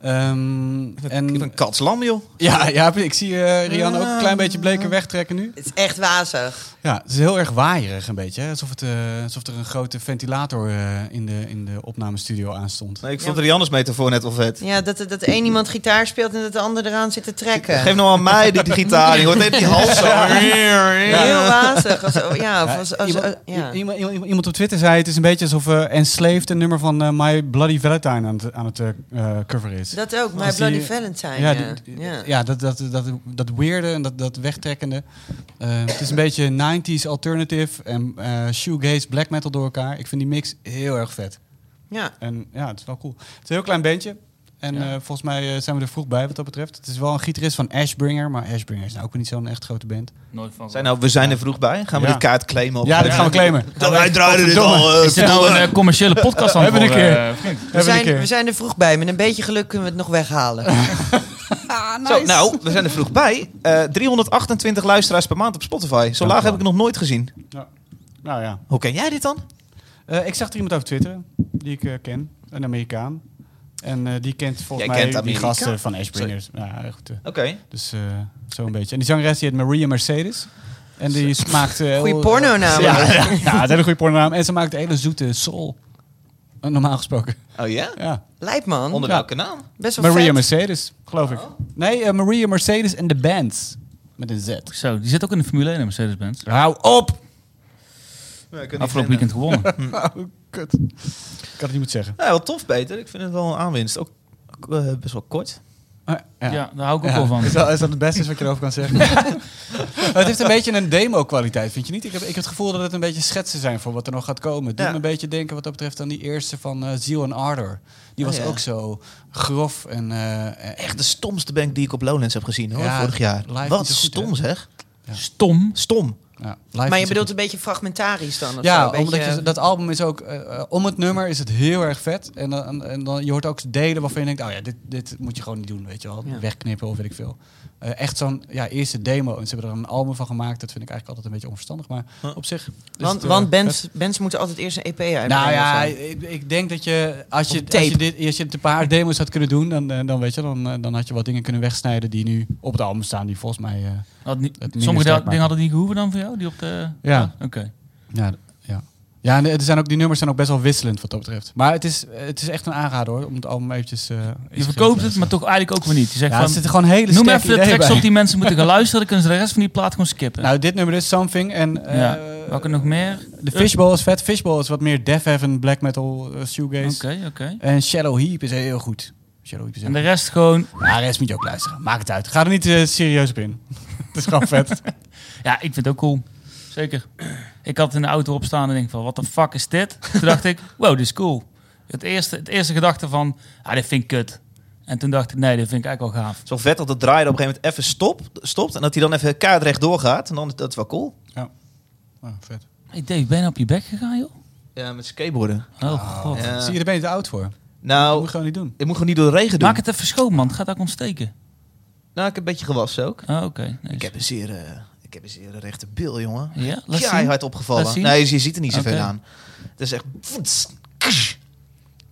Speaker 2: Ehm,
Speaker 1: Ik ben
Speaker 2: en,
Speaker 1: katslam, joh.
Speaker 2: ja, ja, ik zie eh Rianne ook een klein beetje bleker wegtrekken nu.
Speaker 4: Het is echt wazig.
Speaker 2: Ja, het is heel erg waaierig een beetje. hè. Alsof, het, eh, alsof er een grote ventilator eh, in, de, in de opnamestudio aanstond.
Speaker 1: Nee, ik vond Rianne's metafoor net wel vet.
Speaker 4: Ja, dat, dat de een iemand gitaar speelt en dat de ander eraan zit te trekken.
Speaker 1: Geef nou aan mij die, die gitaar. Je hoort even die hals zo.
Speaker 4: Heel wazig. Als, ja, of als, als,
Speaker 2: Iemand,
Speaker 4: Oh, eh, ja.
Speaker 2: iemand, iemand- iemand op Twitter zei het is een beetje alsof en Enslaved een nummer van eh, My Bloody Valentine aan het, aan het eh, eh, cover is.
Speaker 4: Dat ook, My
Speaker 2: Als die-
Speaker 4: Bloody Valentine.
Speaker 2: ja,
Speaker 4: Ja,
Speaker 2: die- die- ja. dat, dat, dat, dat weirde en dat, dat wegtrekkende. Eh, het is een beetje 90s alternative en eh shoegaze black metal door elkaar. Ik vind die mix heel erg vet.
Speaker 4: Ja.
Speaker 2: En ja, het is wel cool. Het is een heel klein bandje. En eh, volgens mij eh, zijn we er vroeg bij wat dat betreft. Het is wel een gitarist van Ashbringer, maar Ashbringer is nou ook weer niet zo'n echt grote band.
Speaker 3: Nooit van.
Speaker 1: Zijn nou, we zijn er vroeg bij. Gaan we
Speaker 2: Ja.
Speaker 1: die kaart claimen? Op
Speaker 2: Ja, dat gaan we claimen.
Speaker 1: Dan Oh, wij draaiden dit al. eh,
Speaker 3: is dit nou een eh, commerciële podcast aan het
Speaker 2: Hebben we een
Speaker 3: worden,
Speaker 2: keer.
Speaker 3: eh, vriend?
Speaker 4: We,
Speaker 2: Hebben we
Speaker 4: zijn,
Speaker 2: een keer.
Speaker 4: we zijn er vroeg bij. Met een beetje geluk kunnen we het nog weghalen.
Speaker 1: Zo, nou, we zijn er vroeg bij. Eh, 328 luisteraars per maand op Spotify. Zo laag heb ik nog nooit gezien.
Speaker 2: Nou ja.
Speaker 1: Hoe ken jij dit dan?
Speaker 2: Eh, ik zag er iemand over twitteren. die ik eh, ken, een Amerikaan. En eh, die kent
Speaker 1: Jij
Speaker 2: volgens mij
Speaker 1: kent
Speaker 2: die
Speaker 1: Amerika?
Speaker 2: gasten van Ashbringers. Ja, goed. eh,
Speaker 1: Oké.
Speaker 2: dus eh, zo een beetje. En die zangeres die heet Maria Mercedes. En die maakt... eh,
Speaker 4: Goeie
Speaker 2: heel-
Speaker 4: pornonaam.
Speaker 2: Ja, ja, dat is een goede pornonaam. En ze maakt een hele zoete soul. Eh, Normaal gesproken.
Speaker 1: Oh ja?
Speaker 2: Ja.
Speaker 4: Lijpman.
Speaker 1: Onder
Speaker 2: Ja.
Speaker 1: welke naam?
Speaker 4: Best wel
Speaker 2: Maria
Speaker 4: vet.
Speaker 2: Mercedes, geloof ik. Nee, eh, Maria Mercedes en de band. Met een Z.
Speaker 3: Eh, Zo, die zit ook in de Formule 1 in Mercedes-Benz.
Speaker 2: Hou op!
Speaker 3: Afgelopen weekend gewonnen.
Speaker 4: Oh,
Speaker 2: Kut. Ik had het niet moeten zeggen.
Speaker 1: Ja, wel tof, Peter. Ik vind het wel een aanwinst. Ook ook, eh, best wel kort.
Speaker 3: ja. daar hou ik ook wel van.
Speaker 2: Is dat, is dat het beste wat je erover kan zeggen? het heeft een beetje een demo-kwaliteit, vind je niet? Ik heb, ik heb het gevoel dat het een beetje schetsen zijn voor wat er nog gaat komen. Het doet
Speaker 1: Ja.
Speaker 2: me een beetje denken wat dat betreft aan die eerste van eh Zeal and Ardor. Die
Speaker 1: Oh,
Speaker 2: was
Speaker 1: ja.
Speaker 2: ook zo grof en... eh, eh,
Speaker 1: Echt de stomste bank die ik op Lowlands heb gezien hoor,
Speaker 2: Ja,
Speaker 1: vorig jaar.
Speaker 2: live
Speaker 1: Wat
Speaker 2: niet zo goed,
Speaker 1: stom
Speaker 2: hè?
Speaker 1: zeg.
Speaker 3: Stom.
Speaker 1: Stom.
Speaker 2: ja,
Speaker 4: Maar je bedoelt een beetje fragmentarisch dan? Of
Speaker 2: Ja,
Speaker 4: zo, een
Speaker 2: omdat
Speaker 4: beetje-
Speaker 2: je, dat album is ook... eh, eh, om het nummer is het heel erg vet. En, dan, en dan, je hoort ook delen waarvan je denkt... Oh ja, dit, dit moet je gewoon niet doen, weet je wel.
Speaker 4: Ja.
Speaker 2: Wegknippen of weet ik veel. Eh, echt zo'n ja, eerste demo. En ze hebben er een album van gemaakt. Dat vind ik eigenlijk altijd een beetje onverstandig. Maar op zich... is
Speaker 4: want
Speaker 2: het, eh,
Speaker 4: want
Speaker 2: vet.
Speaker 4: bands, bands moeten altijd eerst een EP uitbrengen.
Speaker 2: Nou ja,
Speaker 4: of zo.
Speaker 2: ik, ik denk dat je als je,
Speaker 4: Of
Speaker 2: als je,
Speaker 4: tape.
Speaker 2: dit, als je een paar demos had kunnen doen, dan, eh, dan, weet je, dan, eh, dan had je wat dingen kunnen wegsnijden die nu op het album staan, die volgens mij... eh,
Speaker 3: Had niet-
Speaker 2: minder
Speaker 3: sommige
Speaker 2: sterk
Speaker 3: da-
Speaker 2: maken.
Speaker 3: dingen hadden niet gehoeven dan voor jou? Die op de...
Speaker 2: Ja.
Speaker 3: Oké.
Speaker 2: ja, d- ja. ja en er zijn ook, die nummers zijn ook best wel wisselend wat dat betreft. Maar het is, het is echt een aanrader hoor, om het album eventjes... eh,
Speaker 3: Je
Speaker 2: eens
Speaker 3: verkoopt
Speaker 2: geheel
Speaker 3: het,
Speaker 2: te
Speaker 3: maar toch eigenlijk ook weer niet. Je zegt
Speaker 2: Ja, er
Speaker 3: van,
Speaker 2: zitten gewoon hele
Speaker 3: noem
Speaker 2: sterke
Speaker 3: even de
Speaker 2: ideeën
Speaker 3: tracks
Speaker 2: bij.
Speaker 3: op die mensen moeten gaan luisteren. Dan kunnen ze de rest van die plaat gewoon skippen.
Speaker 2: Nou, dit nummer is Something en eh,
Speaker 3: ja. Welke nog meer?
Speaker 2: de Fishbowl is vet. Fishbowl is wat meer death heaven, black metal, eh,
Speaker 3: Oké,
Speaker 2: shoegaze.
Speaker 3: oké.
Speaker 2: En Shallow Heap is heel goed. Shallow Heap is heel
Speaker 3: En de rest gewoon...
Speaker 2: Ja, de rest moet je ook luisteren. Maak het uit. Ga er niet eh, serieus op in. Het is gewoon vet.
Speaker 3: Ja, ik vind het ook cool. Zeker. Ik had in de auto opstaan en denk van, wat de fuck is dit? Toen dacht ik, wow, dit is cool. Het eerste, het eerste gedachte van, ah, dit vind ik kut. En toen dacht ik, nee, dit vind ik eigenlijk wel gaaf.
Speaker 1: Zo vet dat het draaien op een gegeven moment even stopt, stopt en dat hij dan even kaart rechtdoor gaat. En dan dat is wel cool.
Speaker 2: vet.
Speaker 3: Hey Dave, ben je nou op je bek gegaan, joh?
Speaker 1: Ja, met skateboarden.
Speaker 3: Oh, god.
Speaker 1: Ja.
Speaker 2: Zie je, daar ben je te oud voor. Dat moet
Speaker 1: Nou,
Speaker 2: je gewoon niet doen.
Speaker 1: ik moet gewoon niet door de regen doen.
Speaker 3: Maak het even schoon, man. Het gaat ook ontsteken.
Speaker 1: Nou, ik heb een beetje gewassen ook.
Speaker 3: Oh, oké. nice.
Speaker 1: Ik heb een zeer, eh, ik heb een zeer rechte bil, jongen.
Speaker 3: Ja, laat zien. Oh,
Speaker 1: Keihard
Speaker 3: Laat
Speaker 1: opgevallen.
Speaker 3: zien.
Speaker 1: Nee, je, je ziet er niet zoveel
Speaker 3: Oké.
Speaker 1: aan. Het is echt...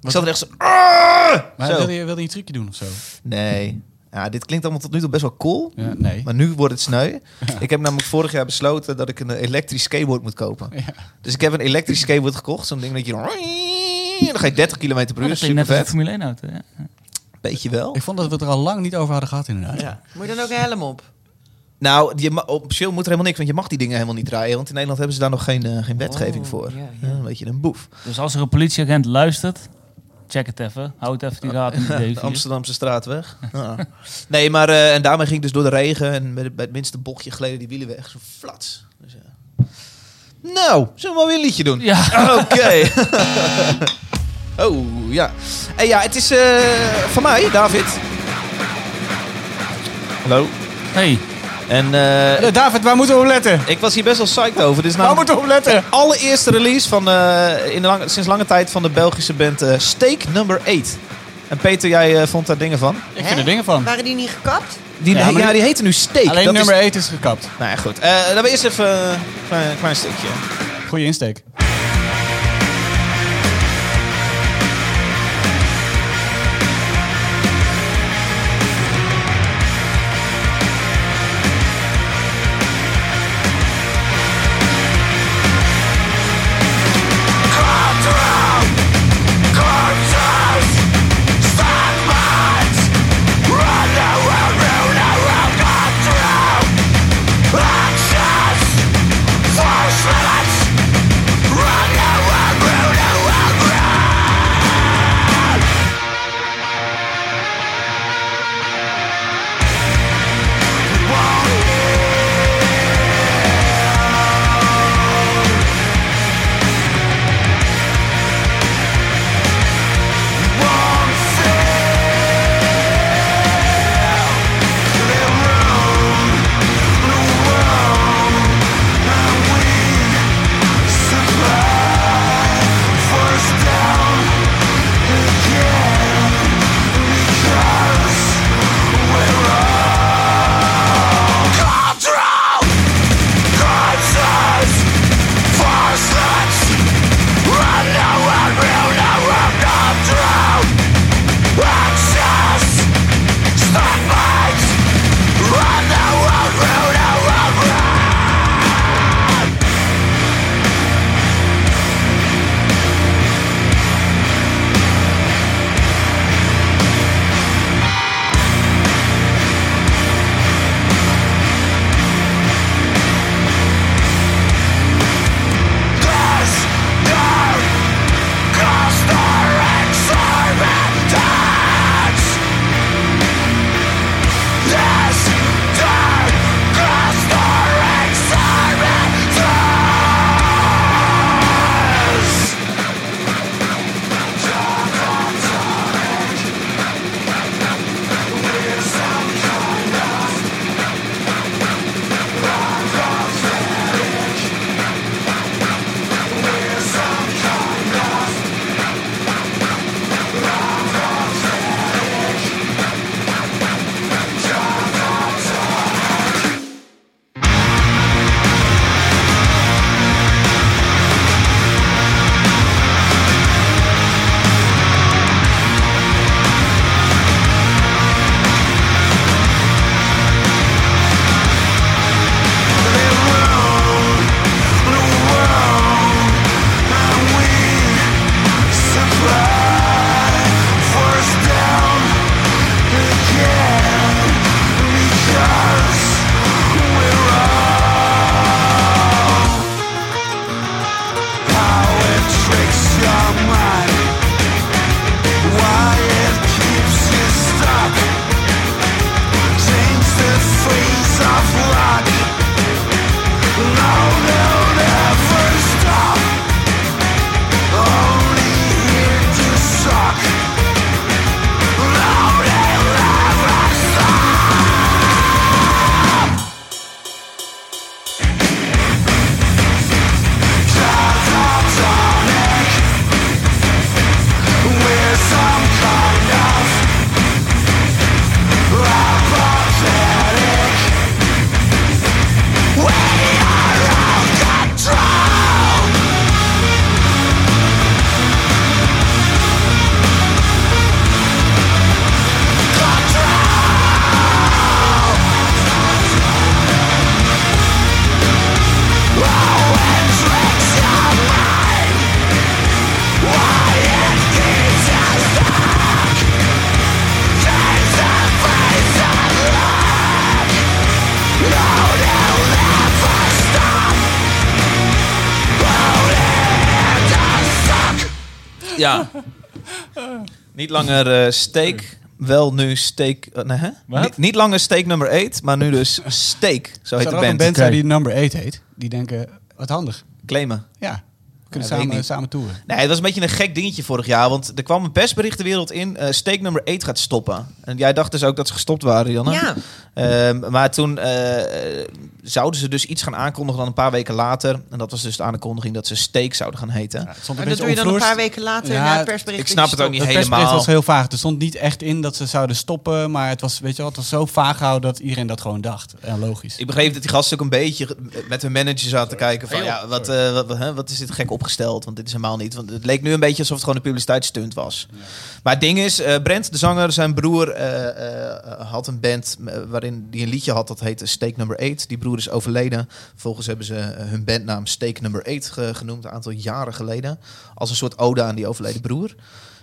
Speaker 1: Ik zat er echt zo... Ah!
Speaker 2: Maar
Speaker 1: Zo.
Speaker 2: wil je, wil je een trucje doen of zo?
Speaker 1: Nee. Ja, dit klinkt allemaal tot nu toe best wel cool.
Speaker 2: Ja, nee.
Speaker 1: Maar nu wordt het sneu. Ik heb namelijk vorig jaar besloten dat ik een elektrisch skateboard moet kopen.
Speaker 2: Ja.
Speaker 1: Dus ik heb een elektrisch skateboard gekocht. Zo'n ding dat je... en Dan ga je 30 km per
Speaker 3: Oh,
Speaker 1: uur.
Speaker 3: dat klinkt net
Speaker 1: Super
Speaker 3: als een
Speaker 1: vet.
Speaker 3: Formule 1 auto, ja.
Speaker 1: Beetje wel.
Speaker 2: Ik vond dat we het er al lang niet over hadden gehad inderdaad.
Speaker 1: Ja.
Speaker 4: Moet je dan ook een helm op?
Speaker 1: Nou, je ma- officieel moet er helemaal niks. Want je mag die dingen helemaal niet draaien. Want in Nederland hebben ze daar nog geen, eh, geen wetgeving
Speaker 4: Oh,
Speaker 1: voor. Ja,
Speaker 4: ja,
Speaker 1: een beetje een boef.
Speaker 3: Dus als er een politieagent luistert, check het even. Houd het even
Speaker 1: Ah,
Speaker 3: die raad in de Dave
Speaker 1: De
Speaker 3: hier.
Speaker 1: Amsterdamse straatweg. Ja. Nee, maar eh, en daarmee ging ik dus door de regen en met, bij het minste bochtje gleden die wielen weg. Zo flats. Dus, eh. Nou, zullen we maar weer een liedje doen?
Speaker 3: Ja,
Speaker 1: Oké. oh, ja. En ja, het is eh, van mij, David. Hallo.
Speaker 3: hey.
Speaker 1: En eh,
Speaker 2: Eh, David, waar moeten we op letten?
Speaker 1: ik was hier best wel psyched over. Dit is
Speaker 2: Waar
Speaker 1: namelijk
Speaker 2: moeten we op letten?
Speaker 1: de allereerste release van, eh, in de lang- sinds lange tijd van de Belgische band eh, Steak Number 8. En Peter, jij eh, vond daar dingen van?
Speaker 2: Ik vind er dingen van.
Speaker 4: Waren die niet gekapt?
Speaker 1: Die,
Speaker 2: Ja,
Speaker 1: ja,
Speaker 2: maar die-
Speaker 1: die heten nu Steak.
Speaker 2: Alleen
Speaker 1: Dat
Speaker 2: nummer
Speaker 1: is-
Speaker 2: 8 is gekapt.
Speaker 1: Nou ja, goed. Eh dan we eerst even eh, een klein, klein stukje.
Speaker 2: Goeie insteek.
Speaker 6: False relics,
Speaker 1: Ja. Niet langer eh, steak, wel nu steak... eh, nee, hè?
Speaker 3: Wat?
Speaker 1: Niet, niet langer steak nummer 8, maar nu dus steak. Zo heet
Speaker 2: Zou
Speaker 1: de
Speaker 2: er ook een
Speaker 1: band.
Speaker 2: band zijn
Speaker 3: Oké.
Speaker 2: die number 8 heet? Die denken, wat handig.
Speaker 1: Claimen.
Speaker 2: Ja, we
Speaker 1: Ja, weet ik
Speaker 2: kunnen samen,
Speaker 1: niet.
Speaker 2: samen toeren.
Speaker 1: Nee, het was een beetje een gek dingetje vorig jaar. Want er kwam een persbericht de wereld in. eh steak nummer 8 gaat stoppen. En jij dacht dus ook dat ze gestopt waren, Janne.
Speaker 4: Ja,
Speaker 1: Ehm, maar toen eh, zouden ze dus iets gaan aankondigen dan een paar weken later. En dat was dus de aankondiging dat ze steak zouden gaan heten.
Speaker 2: Stond
Speaker 4: maar
Speaker 2: een
Speaker 4: dat
Speaker 2: beetje
Speaker 4: doe je dan een
Speaker 2: onvloers.
Speaker 4: paar weken later
Speaker 2: Ja,
Speaker 4: na het persbericht.
Speaker 1: ik
Speaker 4: dat
Speaker 1: snap
Speaker 4: je
Speaker 1: het ook
Speaker 4: stopt.
Speaker 1: niet.
Speaker 2: Dat
Speaker 1: helemaal.
Speaker 2: persbericht was heel vaag. Er stond niet echt in dat ze zouden stoppen. Maar het was, weet je wel, het was zo vaag gehouden dat iedereen dat gewoon dacht. En logisch.
Speaker 1: Ik begreep dat die gasten ook een beetje met hun manager zaten te kijken van ja, wat, eh, wat, wat, hè, wat is dit gek opgesteld? Want dit is helemaal niet. Want het leek nu een beetje alsof het gewoon een publiciteitsstunt was. Maar het ding is, eh, Brent, de zanger, zijn broer eh, eh, had een band eh, waarin die een liedje had dat heette Steak Number 8. Die broer is overleden. Vervolgens hebben ze eh, hun bandnaam Steak Number 8 ge- genoemd een aantal jaren geleden. Als een soort ode aan die overleden broer.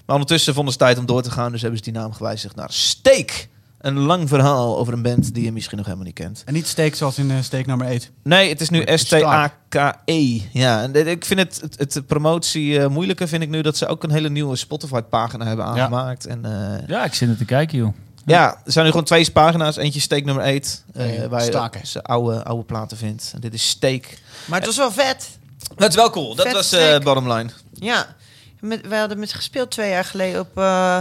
Speaker 1: Maar ondertussen vonden ze tijd om door te gaan, dus hebben ze die naam gewijzigd naar Steak. Een lang verhaal over een band die je misschien nog helemaal niet kent.
Speaker 2: En niet steek zoals in eh, steek nummer 8.
Speaker 1: Nee, het is nu
Speaker 2: Maar het is
Speaker 1: S-T-A-K-E. E. Ja, en dit- ik vind het, het, het de promotie eh, moeilijker vind ik nu dat ze ook een hele nieuwe Spotify-pagina hebben aangemaakt. En, eh,
Speaker 3: Ja, ik zit er te kijken, joh.
Speaker 1: ja, er zijn nu gewoon twee pagina's. Eentje steek nummer 8, eh
Speaker 2: Hey,
Speaker 1: waar je
Speaker 2: staken.
Speaker 1: ze oude, oude platen vindt. En dit is steek.
Speaker 4: Maar het was wel vet.
Speaker 1: Dat is wel cool. Dat
Speaker 4: Vet
Speaker 1: was
Speaker 4: steak.
Speaker 1: eh bottom line.
Speaker 4: Ja. Met, wij hadden met ze gespeeld twee jaar geleden op eh,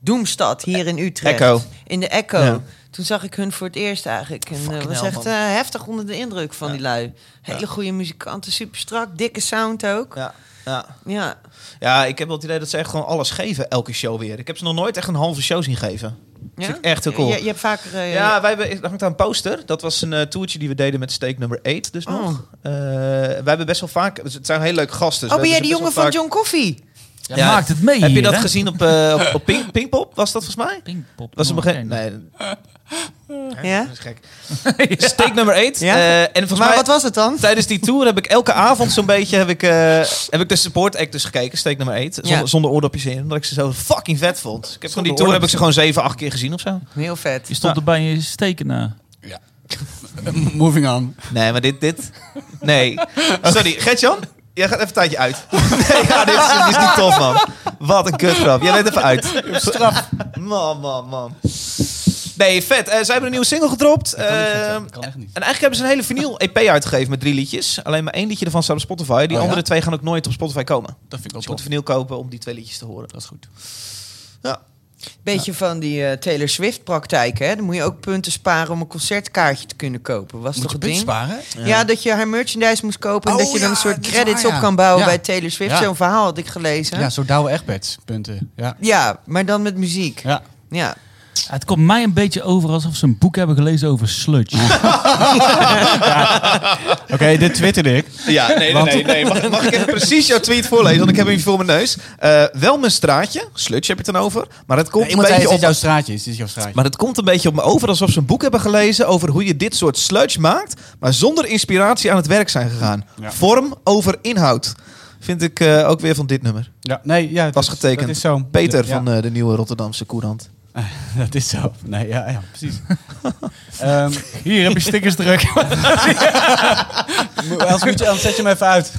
Speaker 4: Doemstad hier in Utrecht.
Speaker 1: Echo.
Speaker 4: In de Echo.
Speaker 1: Ja.
Speaker 4: Toen zag ik hun voor het eerst eigenlijk. En eh,
Speaker 1: Fucking
Speaker 4: was
Speaker 1: hell,
Speaker 4: echt
Speaker 1: man.
Speaker 4: eh, heftig onder de indruk van die lui. Hele goede muzikanten, super strak, dikke sound ook.
Speaker 1: Ja. Ja.
Speaker 4: Ja,
Speaker 1: ja, ik heb wel het idee dat ze echt gewoon alles geven elke show weer. Ik heb ze nog nooit echt een halve show zien geven.
Speaker 4: ja?
Speaker 1: vind ik echt heel cool.
Speaker 4: Je, je hebt vaker... eh,
Speaker 1: Ja, wij hebben, er hangt aan een poster. Dat was een eh, toertje die we deden met steek nummer 8 dus
Speaker 4: Oh.
Speaker 1: nog. Eh, wij hebben best wel vaak... Het zijn hele leuke gasten. dus
Speaker 4: oh,
Speaker 1: we
Speaker 4: ben jij
Speaker 1: hebben
Speaker 4: die
Speaker 1: ze best
Speaker 4: jongen van
Speaker 1: wel vaak-
Speaker 4: John Coffee?
Speaker 3: Ja,
Speaker 1: Ja,
Speaker 3: maakt het mee
Speaker 1: Heb je
Speaker 3: hier,
Speaker 1: dat
Speaker 3: hè?
Speaker 1: gezien op, eh, op, op Pink, Pinkpop? Was dat volgens mij?
Speaker 3: Pinkpop.
Speaker 1: Was het
Speaker 3: nog
Speaker 1: begin?
Speaker 3: geen.
Speaker 1: Nee,
Speaker 4: Ja.
Speaker 1: dat is gek. Steek nummer 8.
Speaker 4: Ja.
Speaker 1: en volgens
Speaker 4: Maar
Speaker 1: mij...
Speaker 4: wat was het dan?
Speaker 1: Tijdens die tour heb ik elke avond zo'n beetje heb ik, eh, heb ik de support act dus gekeken, steek nummer 8. Zonder,
Speaker 4: Ja.
Speaker 1: zonder oordopjes in, omdat ik ze zo fucking vet vond. Ik heb gewoon die
Speaker 3: Zonder
Speaker 1: tour heb ik
Speaker 3: oordopjes.
Speaker 1: ze gewoon 7, 8 keer gezien of zo.
Speaker 4: Heel vet.
Speaker 3: Je stond
Speaker 1: Ja.
Speaker 3: er bij je steken eh. na.
Speaker 2: Moving on.
Speaker 1: Nee, maar dit, dit. Nee. Sorry, Gertjan, jij gaat even een tijdje uit. Nee, ja, dit, is, dit is niet tof, man. Wat een kutgrap. Jij bent even uit. Straf. Man, man, man. Nee, vet. Eh, zij hebben een nieuwe single gedropt.
Speaker 2: kan niet
Speaker 1: Eh,
Speaker 2: vet zijn. Dat kan echt niet.
Speaker 1: en eigenlijk hebben ze een hele vinyl EP uitgegeven met drie liedjes. Alleen maar één liedje ervan staat op Spotify. Die
Speaker 2: ja?
Speaker 1: andere twee gaan ook nooit op Spotify komen.
Speaker 2: Dat vind ik wel
Speaker 1: Dus je moet
Speaker 2: tof.
Speaker 1: vinyl kopen om die twee liedjes te horen.
Speaker 2: Dat is goed.
Speaker 4: Beetje van die eh, Taylor Swift praktijk, hè? Dan moet je ook punten sparen om een concertkaartje te kunnen kopen. Was
Speaker 2: Moet
Speaker 4: toch
Speaker 2: je
Speaker 4: het
Speaker 2: punt
Speaker 4: ding?
Speaker 2: sparen?
Speaker 4: Ja. dat je haar merchandise moest kopen en
Speaker 2: Oh
Speaker 4: dat je dan een
Speaker 2: ja,
Speaker 4: soort
Speaker 2: dat is
Speaker 4: credits
Speaker 2: waar, ja.
Speaker 4: op kan bouwen
Speaker 2: Ja.
Speaker 4: bij Taylor Swift.
Speaker 2: Ja.
Speaker 4: Zo'n verhaal had ik gelezen.
Speaker 2: Ja,
Speaker 4: Ja.
Speaker 2: zo Douwe Egberts punten. Ja.
Speaker 4: maar dan met muziek. Ja.
Speaker 2: ja.
Speaker 3: Ja, het komt mij een beetje over alsof ze een boek hebben gelezen over sludge.
Speaker 2: Oké, dit twitterde ik.
Speaker 1: Ja, nee, nee,
Speaker 2: Want-
Speaker 1: nee. nee. Mag, mag ik even precies jouw tweet voorlezen? Want ik heb hem hier voor mijn neus. Eh, wel mijn straatje. Sludge heb je het dan over. Maar het komt
Speaker 2: Nee,
Speaker 1: een
Speaker 2: iemand zei,
Speaker 1: beetje op
Speaker 2: dit is jouw straatje. Dit is jouw straatje.
Speaker 1: Maar het komt een beetje op me over alsof ze een boek hebben gelezen over hoe je dit soort sludge maakt, maar zonder inspiratie aan het werk zijn gegaan.
Speaker 2: Ja.
Speaker 1: Vorm over inhoud. Vind ik eh, ook weer van dit nummer.
Speaker 2: Ja, nee, ja,
Speaker 1: Was
Speaker 2: dat-
Speaker 1: getekend.
Speaker 2: Dat is zo.
Speaker 1: Peter
Speaker 2: Ja, ja.
Speaker 1: van eh, de nieuwe Rotterdamse Courant.
Speaker 2: Dat is zo. Nee, ja, ja precies. Ehm,
Speaker 3: Hier heb je stickers druk.
Speaker 2: Mo- Als moet je, anders zet je hem even uit.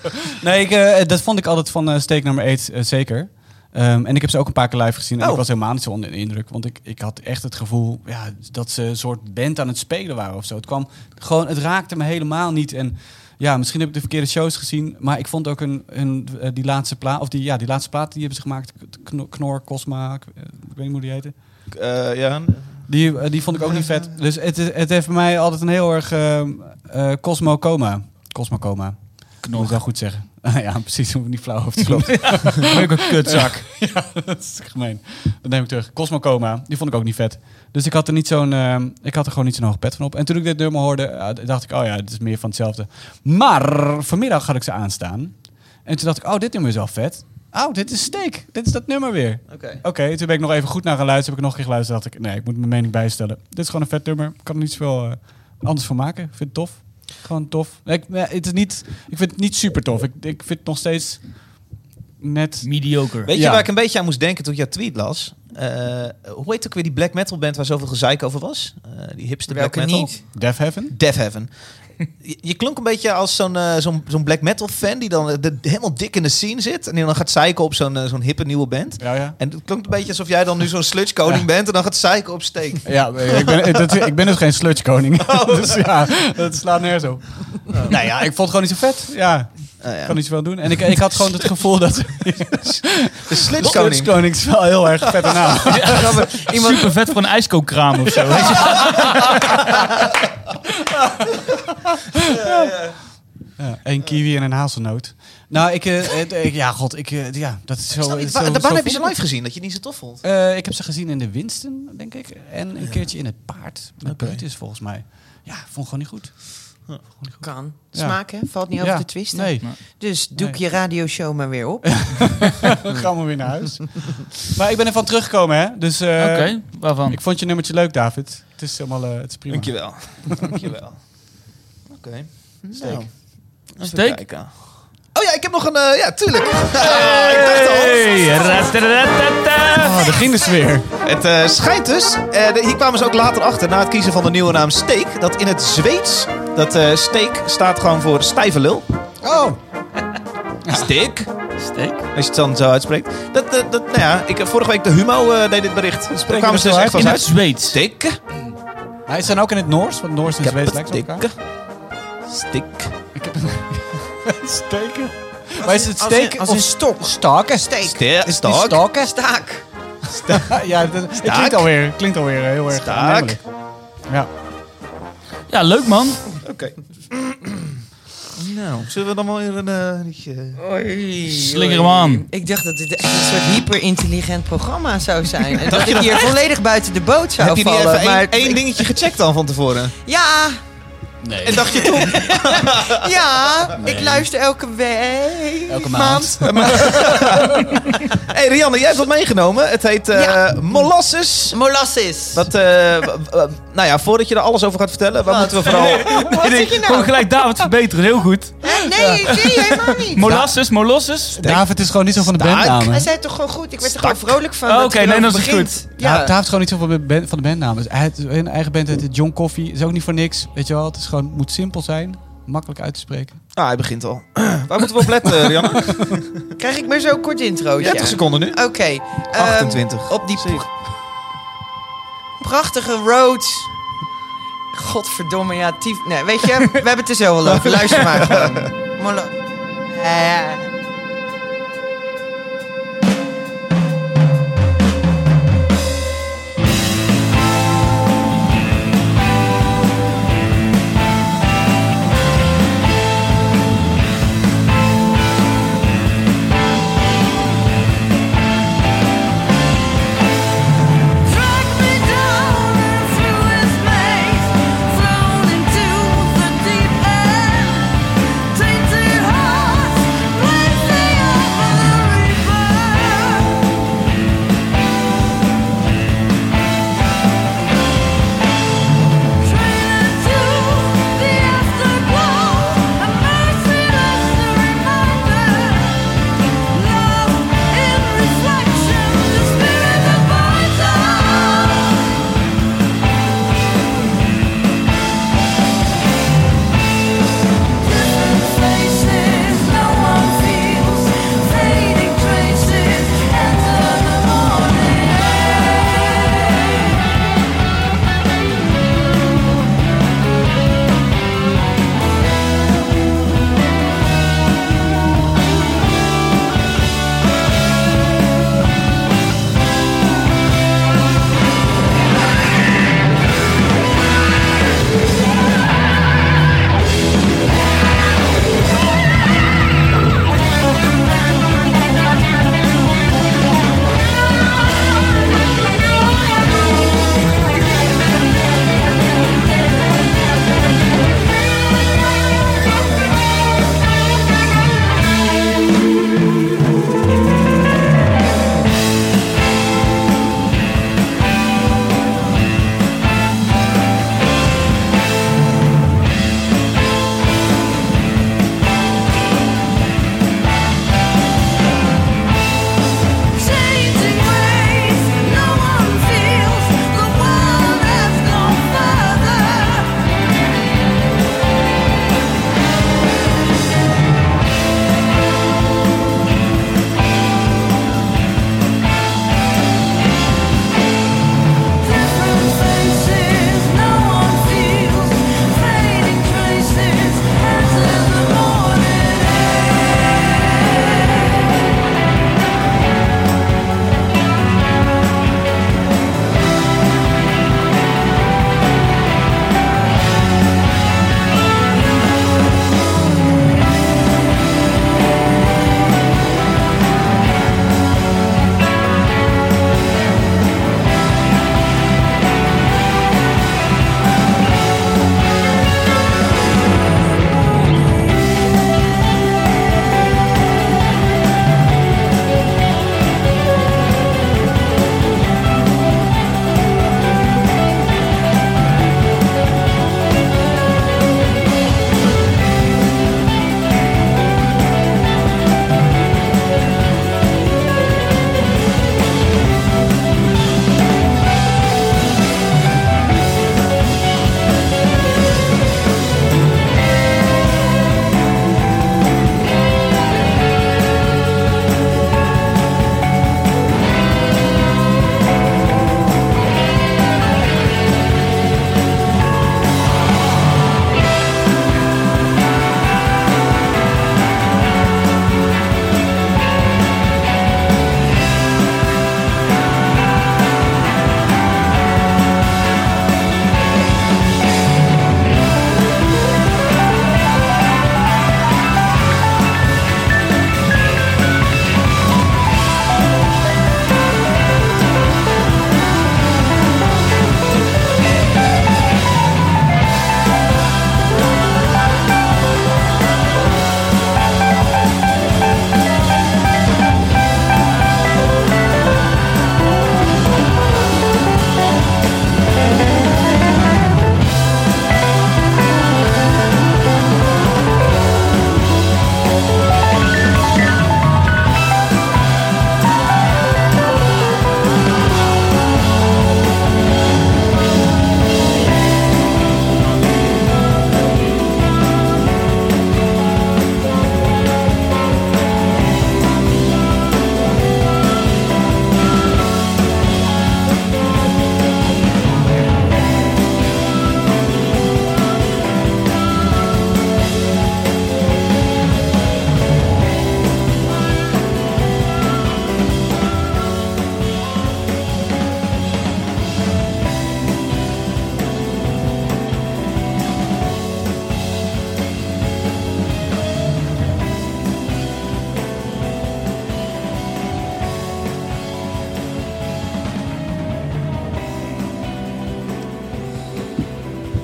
Speaker 2: nee, ik, eh, dat vond ik altijd van eh, steek nummer 8 eh, zeker. Ehm, en ik heb ze ook een paar keer live gezien. En
Speaker 1: Oh.
Speaker 2: ik was helemaal niet zo onder de indruk. Want ik, ik had echt het gevoel ja, dat ze een soort band aan het spelen waren of zo. Het, kwam, gewoon, het raakte me helemaal niet. En ja, misschien heb ik de verkeerde shows gezien. Maar ik vond ook een, een, eh, die laatste plaat. Of die, ja, die laatste plaat die hebben ze gemaakt. Knor, Knor Cosma. Ik, eh, ik weet niet hoe die heette.
Speaker 1: Eh, ja.
Speaker 2: Die, eh, die vond ik ook niet vet. Dus het, is- het heeft voor mij altijd een heel erg ehm, eh, cosmocoma. Cosmocoma. Knor. Moet ik wel goed zeggen. ja, precies. Hoef ik niet flauw over te kloppen.
Speaker 3: Leuke kutzak.
Speaker 2: ja, dat is gemeen. Dat neem ik terug. Cosmocoma. Die vond ik ook niet vet. Dus ik had er niet zo'n... ehm, ik had er gewoon niet zo'n hoge pet van op. En toen ik dit nummer hoorde, eh, dacht ik... Oh ja, dit is meer van hetzelfde. Maar vanmiddag had ik ze aanstaan. En toen dacht ik... Oh, dit nummer is wel vet. Oh, dit is Steak. Dit is dat nummer weer.
Speaker 1: Oké.
Speaker 2: Oké, toen ben ik nog even goed naar geluisterd. Heb ik nog een keer geluisterd. Dacht ik, nee, ik moet mijn mening bijstellen. Dit is gewoon een vet nummer. Ik kan er niet zoveel eh, anders van maken. Ik vind het tof. Gewoon tof. Nee, Ik, nee, het is niet, ik vind het niet super tof. Ik, ik vind het nog steeds net...
Speaker 3: Mediocre.
Speaker 1: Weet je
Speaker 2: Ja.
Speaker 1: waar ik een beetje aan moest denken toen ik jouw tweet las? Eh, hoe heet ook weer die black metal band waar zoveel gezeik over was? Eh, die hipster
Speaker 4: Welke
Speaker 1: black metal?
Speaker 4: niet?
Speaker 2: Death Heaven?
Speaker 1: Death Heaven. Je, je klonk een beetje als zo'n eh, zo'n zo'n black metal fan die dan eh, de- helemaal dik in de scene zit. En die dan gaat zeiken op zo'n eh, zo'n hippe nieuwe band.
Speaker 2: Ja, ja.
Speaker 1: En het klonk een beetje alsof jij dan nu zo'n sludgekoning bent en dan gaat zeiken op steek.
Speaker 2: Ja, ik ben, dat- ik ben dus geen sludgekoning. dus ja, dat slaat nergens op. Nou ja, ik vond het gewoon niet zo vet. Oh Ja,
Speaker 1: Nou ja.
Speaker 2: kan niet zoveel doen. En ik, ik had gewoon het gevoel dat...
Speaker 1: De sludgekoning.
Speaker 2: Sludgekoning is wel heel erg vet naam.
Speaker 3: Iemand... Super vet voor een ijskookkraam of zo. weet je.
Speaker 2: Ja, een kiwi en een hazelnoot. Nou, ik... eh, eh, ik- ja, god, ik... eh, ja, dat is zo...
Speaker 1: Is dat niet
Speaker 2: zo-
Speaker 1: waar?
Speaker 2: zo
Speaker 1: Waar heb
Speaker 2: vond
Speaker 1: je ze
Speaker 2: ik
Speaker 1: live gezien dat je het niet zo tof vond?
Speaker 2: Eh, ik heb ze gezien in de Winston, denk ik. En een keertje in het paard. Met
Speaker 1: Oké.
Speaker 2: Brutus, volgens mij. Ja, vond ik gewoon niet goed.
Speaker 4: Kan.
Speaker 2: Ja.
Speaker 4: Smaak, hè? Valt niet
Speaker 2: ja.
Speaker 4: over te twisten.
Speaker 2: Nee,
Speaker 4: Dus doe ik
Speaker 2: Nee.
Speaker 4: je radioshow maar weer op.
Speaker 2: we gaan maar weer naar huis. maar ik ben ervan teruggekomen, hè. Dus eh,
Speaker 3: Oké, waarvan?
Speaker 2: ik vond je nummertje leuk, David. Het is helemaal... eh, het is prima.
Speaker 1: Dankjewel. Dankjewel. Oké. Nou, even
Speaker 3: Steek.
Speaker 1: kijken. Oh ja, ik heb nog een... eh, ja, tuurlijk. ik dacht al.
Speaker 3: Hey, ratatatatata.
Speaker 2: Ah, daar ging de sfeer.
Speaker 1: Het eh, schijnt dus, eh, de- hier kwamen ze ook later achter na het kiezen van de nieuwe naam Steek, dat in het Zweeds, dat eh, steek staat gewoon voor stijve lul.
Speaker 2: Oh,
Speaker 1: Steek?
Speaker 3: Steek.
Speaker 1: Als je het dan zo uitspreekt. Dat, eh, dat, nou ja, ik, heb vorige week de Humo eh, deed dit bericht. Dus Daar kwamen
Speaker 2: dat
Speaker 1: ze dus echt
Speaker 2: zo uit?
Speaker 1: van
Speaker 3: In het
Speaker 1: uit.
Speaker 3: Zweeds.
Speaker 1: Steek.
Speaker 2: hij is dan ook in het Noors, want Noors en
Speaker 1: Ik heb
Speaker 2: Zweeds
Speaker 1: het
Speaker 2: lijken op elkaar.
Speaker 1: dikke. Steek.
Speaker 2: Steken. Maar is het
Speaker 4: als in-
Speaker 2: steken
Speaker 4: als
Speaker 2: of
Speaker 4: in
Speaker 2: stok? Staken.
Speaker 4: Steek.
Speaker 1: Ste-
Speaker 2: Is het
Speaker 1: Staak.
Speaker 2: staken?
Speaker 4: Staak.
Speaker 2: ja, dat het
Speaker 1: Staak.
Speaker 2: klinkt alweer, klinkt alweer eh, heel erg
Speaker 1: Staak.
Speaker 2: aannemelijk. Ja.
Speaker 3: Ja, leuk man.
Speaker 1: Oké. nou, zullen we dan wel weer een eh, liedje...
Speaker 3: Slinger hem aan.
Speaker 4: Ik dacht dat dit echt een soort hyperintelligent programma zou zijn. En dat ik hier volledig buiten de boot zou
Speaker 1: heb je niet
Speaker 4: vallen.
Speaker 1: even
Speaker 4: maar
Speaker 1: één, één dingetje gecheckt dan van tevoren?
Speaker 4: Ja,
Speaker 2: Nee.
Speaker 1: En dacht je toen...
Speaker 4: ja. Ik luister elke week.
Speaker 2: Elke maand.
Speaker 1: hey, Rianne, jij hebt wat meegenomen. Het heet eh,
Speaker 4: Ja.
Speaker 1: Molasses.
Speaker 4: Molasses.
Speaker 1: Wat, eh, w- w- nou ja, voordat je er alles over gaat vertellen, waar
Speaker 4: Wat?
Speaker 1: moeten we vooral...
Speaker 4: Wat zeg je
Speaker 3: Gewoon
Speaker 4: nou?
Speaker 3: gelijk David verbeteren, heel goed.
Speaker 4: Hè? Nee, nee, helemaal niet.
Speaker 3: Molasses, molasses.
Speaker 2: David is gewoon niet zo van de
Speaker 1: Staak.
Speaker 4: Hij
Speaker 2: bandnamen.
Speaker 4: zei toch gewoon goed. Ik werd er gewoon vrolijk van.
Speaker 3: Oh,
Speaker 4: dat
Speaker 3: oké,
Speaker 4: hij
Speaker 3: nee,
Speaker 4: erover
Speaker 3: dat is
Speaker 4: begint.
Speaker 3: goed.
Speaker 2: Ja.
Speaker 4: Ja.
Speaker 2: David is gewoon niet zo van de, band, van de bandnamen. Dus hij heeft een eigen band, het John Coffee. Is ook niet voor niks, weet je wel. Het is gewoon, moet simpel zijn, makkelijk uit te spreken.
Speaker 1: Ah, hij begint al. Waar moeten we op letten, Rianne?
Speaker 4: Krijg ik maar zo'n kort introotje?
Speaker 1: 30 seconden nu.
Speaker 4: Oké.
Speaker 1: Eh,
Speaker 4: ehm,
Speaker 1: 28.
Speaker 4: op die prachtige roads. Godverdomme, ja, tief. Nee, weet je, we hebben het er zo al over. Luister maar gewoon. Molo- Eh.
Speaker 5: Drag me down and through his maze, thrown into the deep end. Tainted hearts,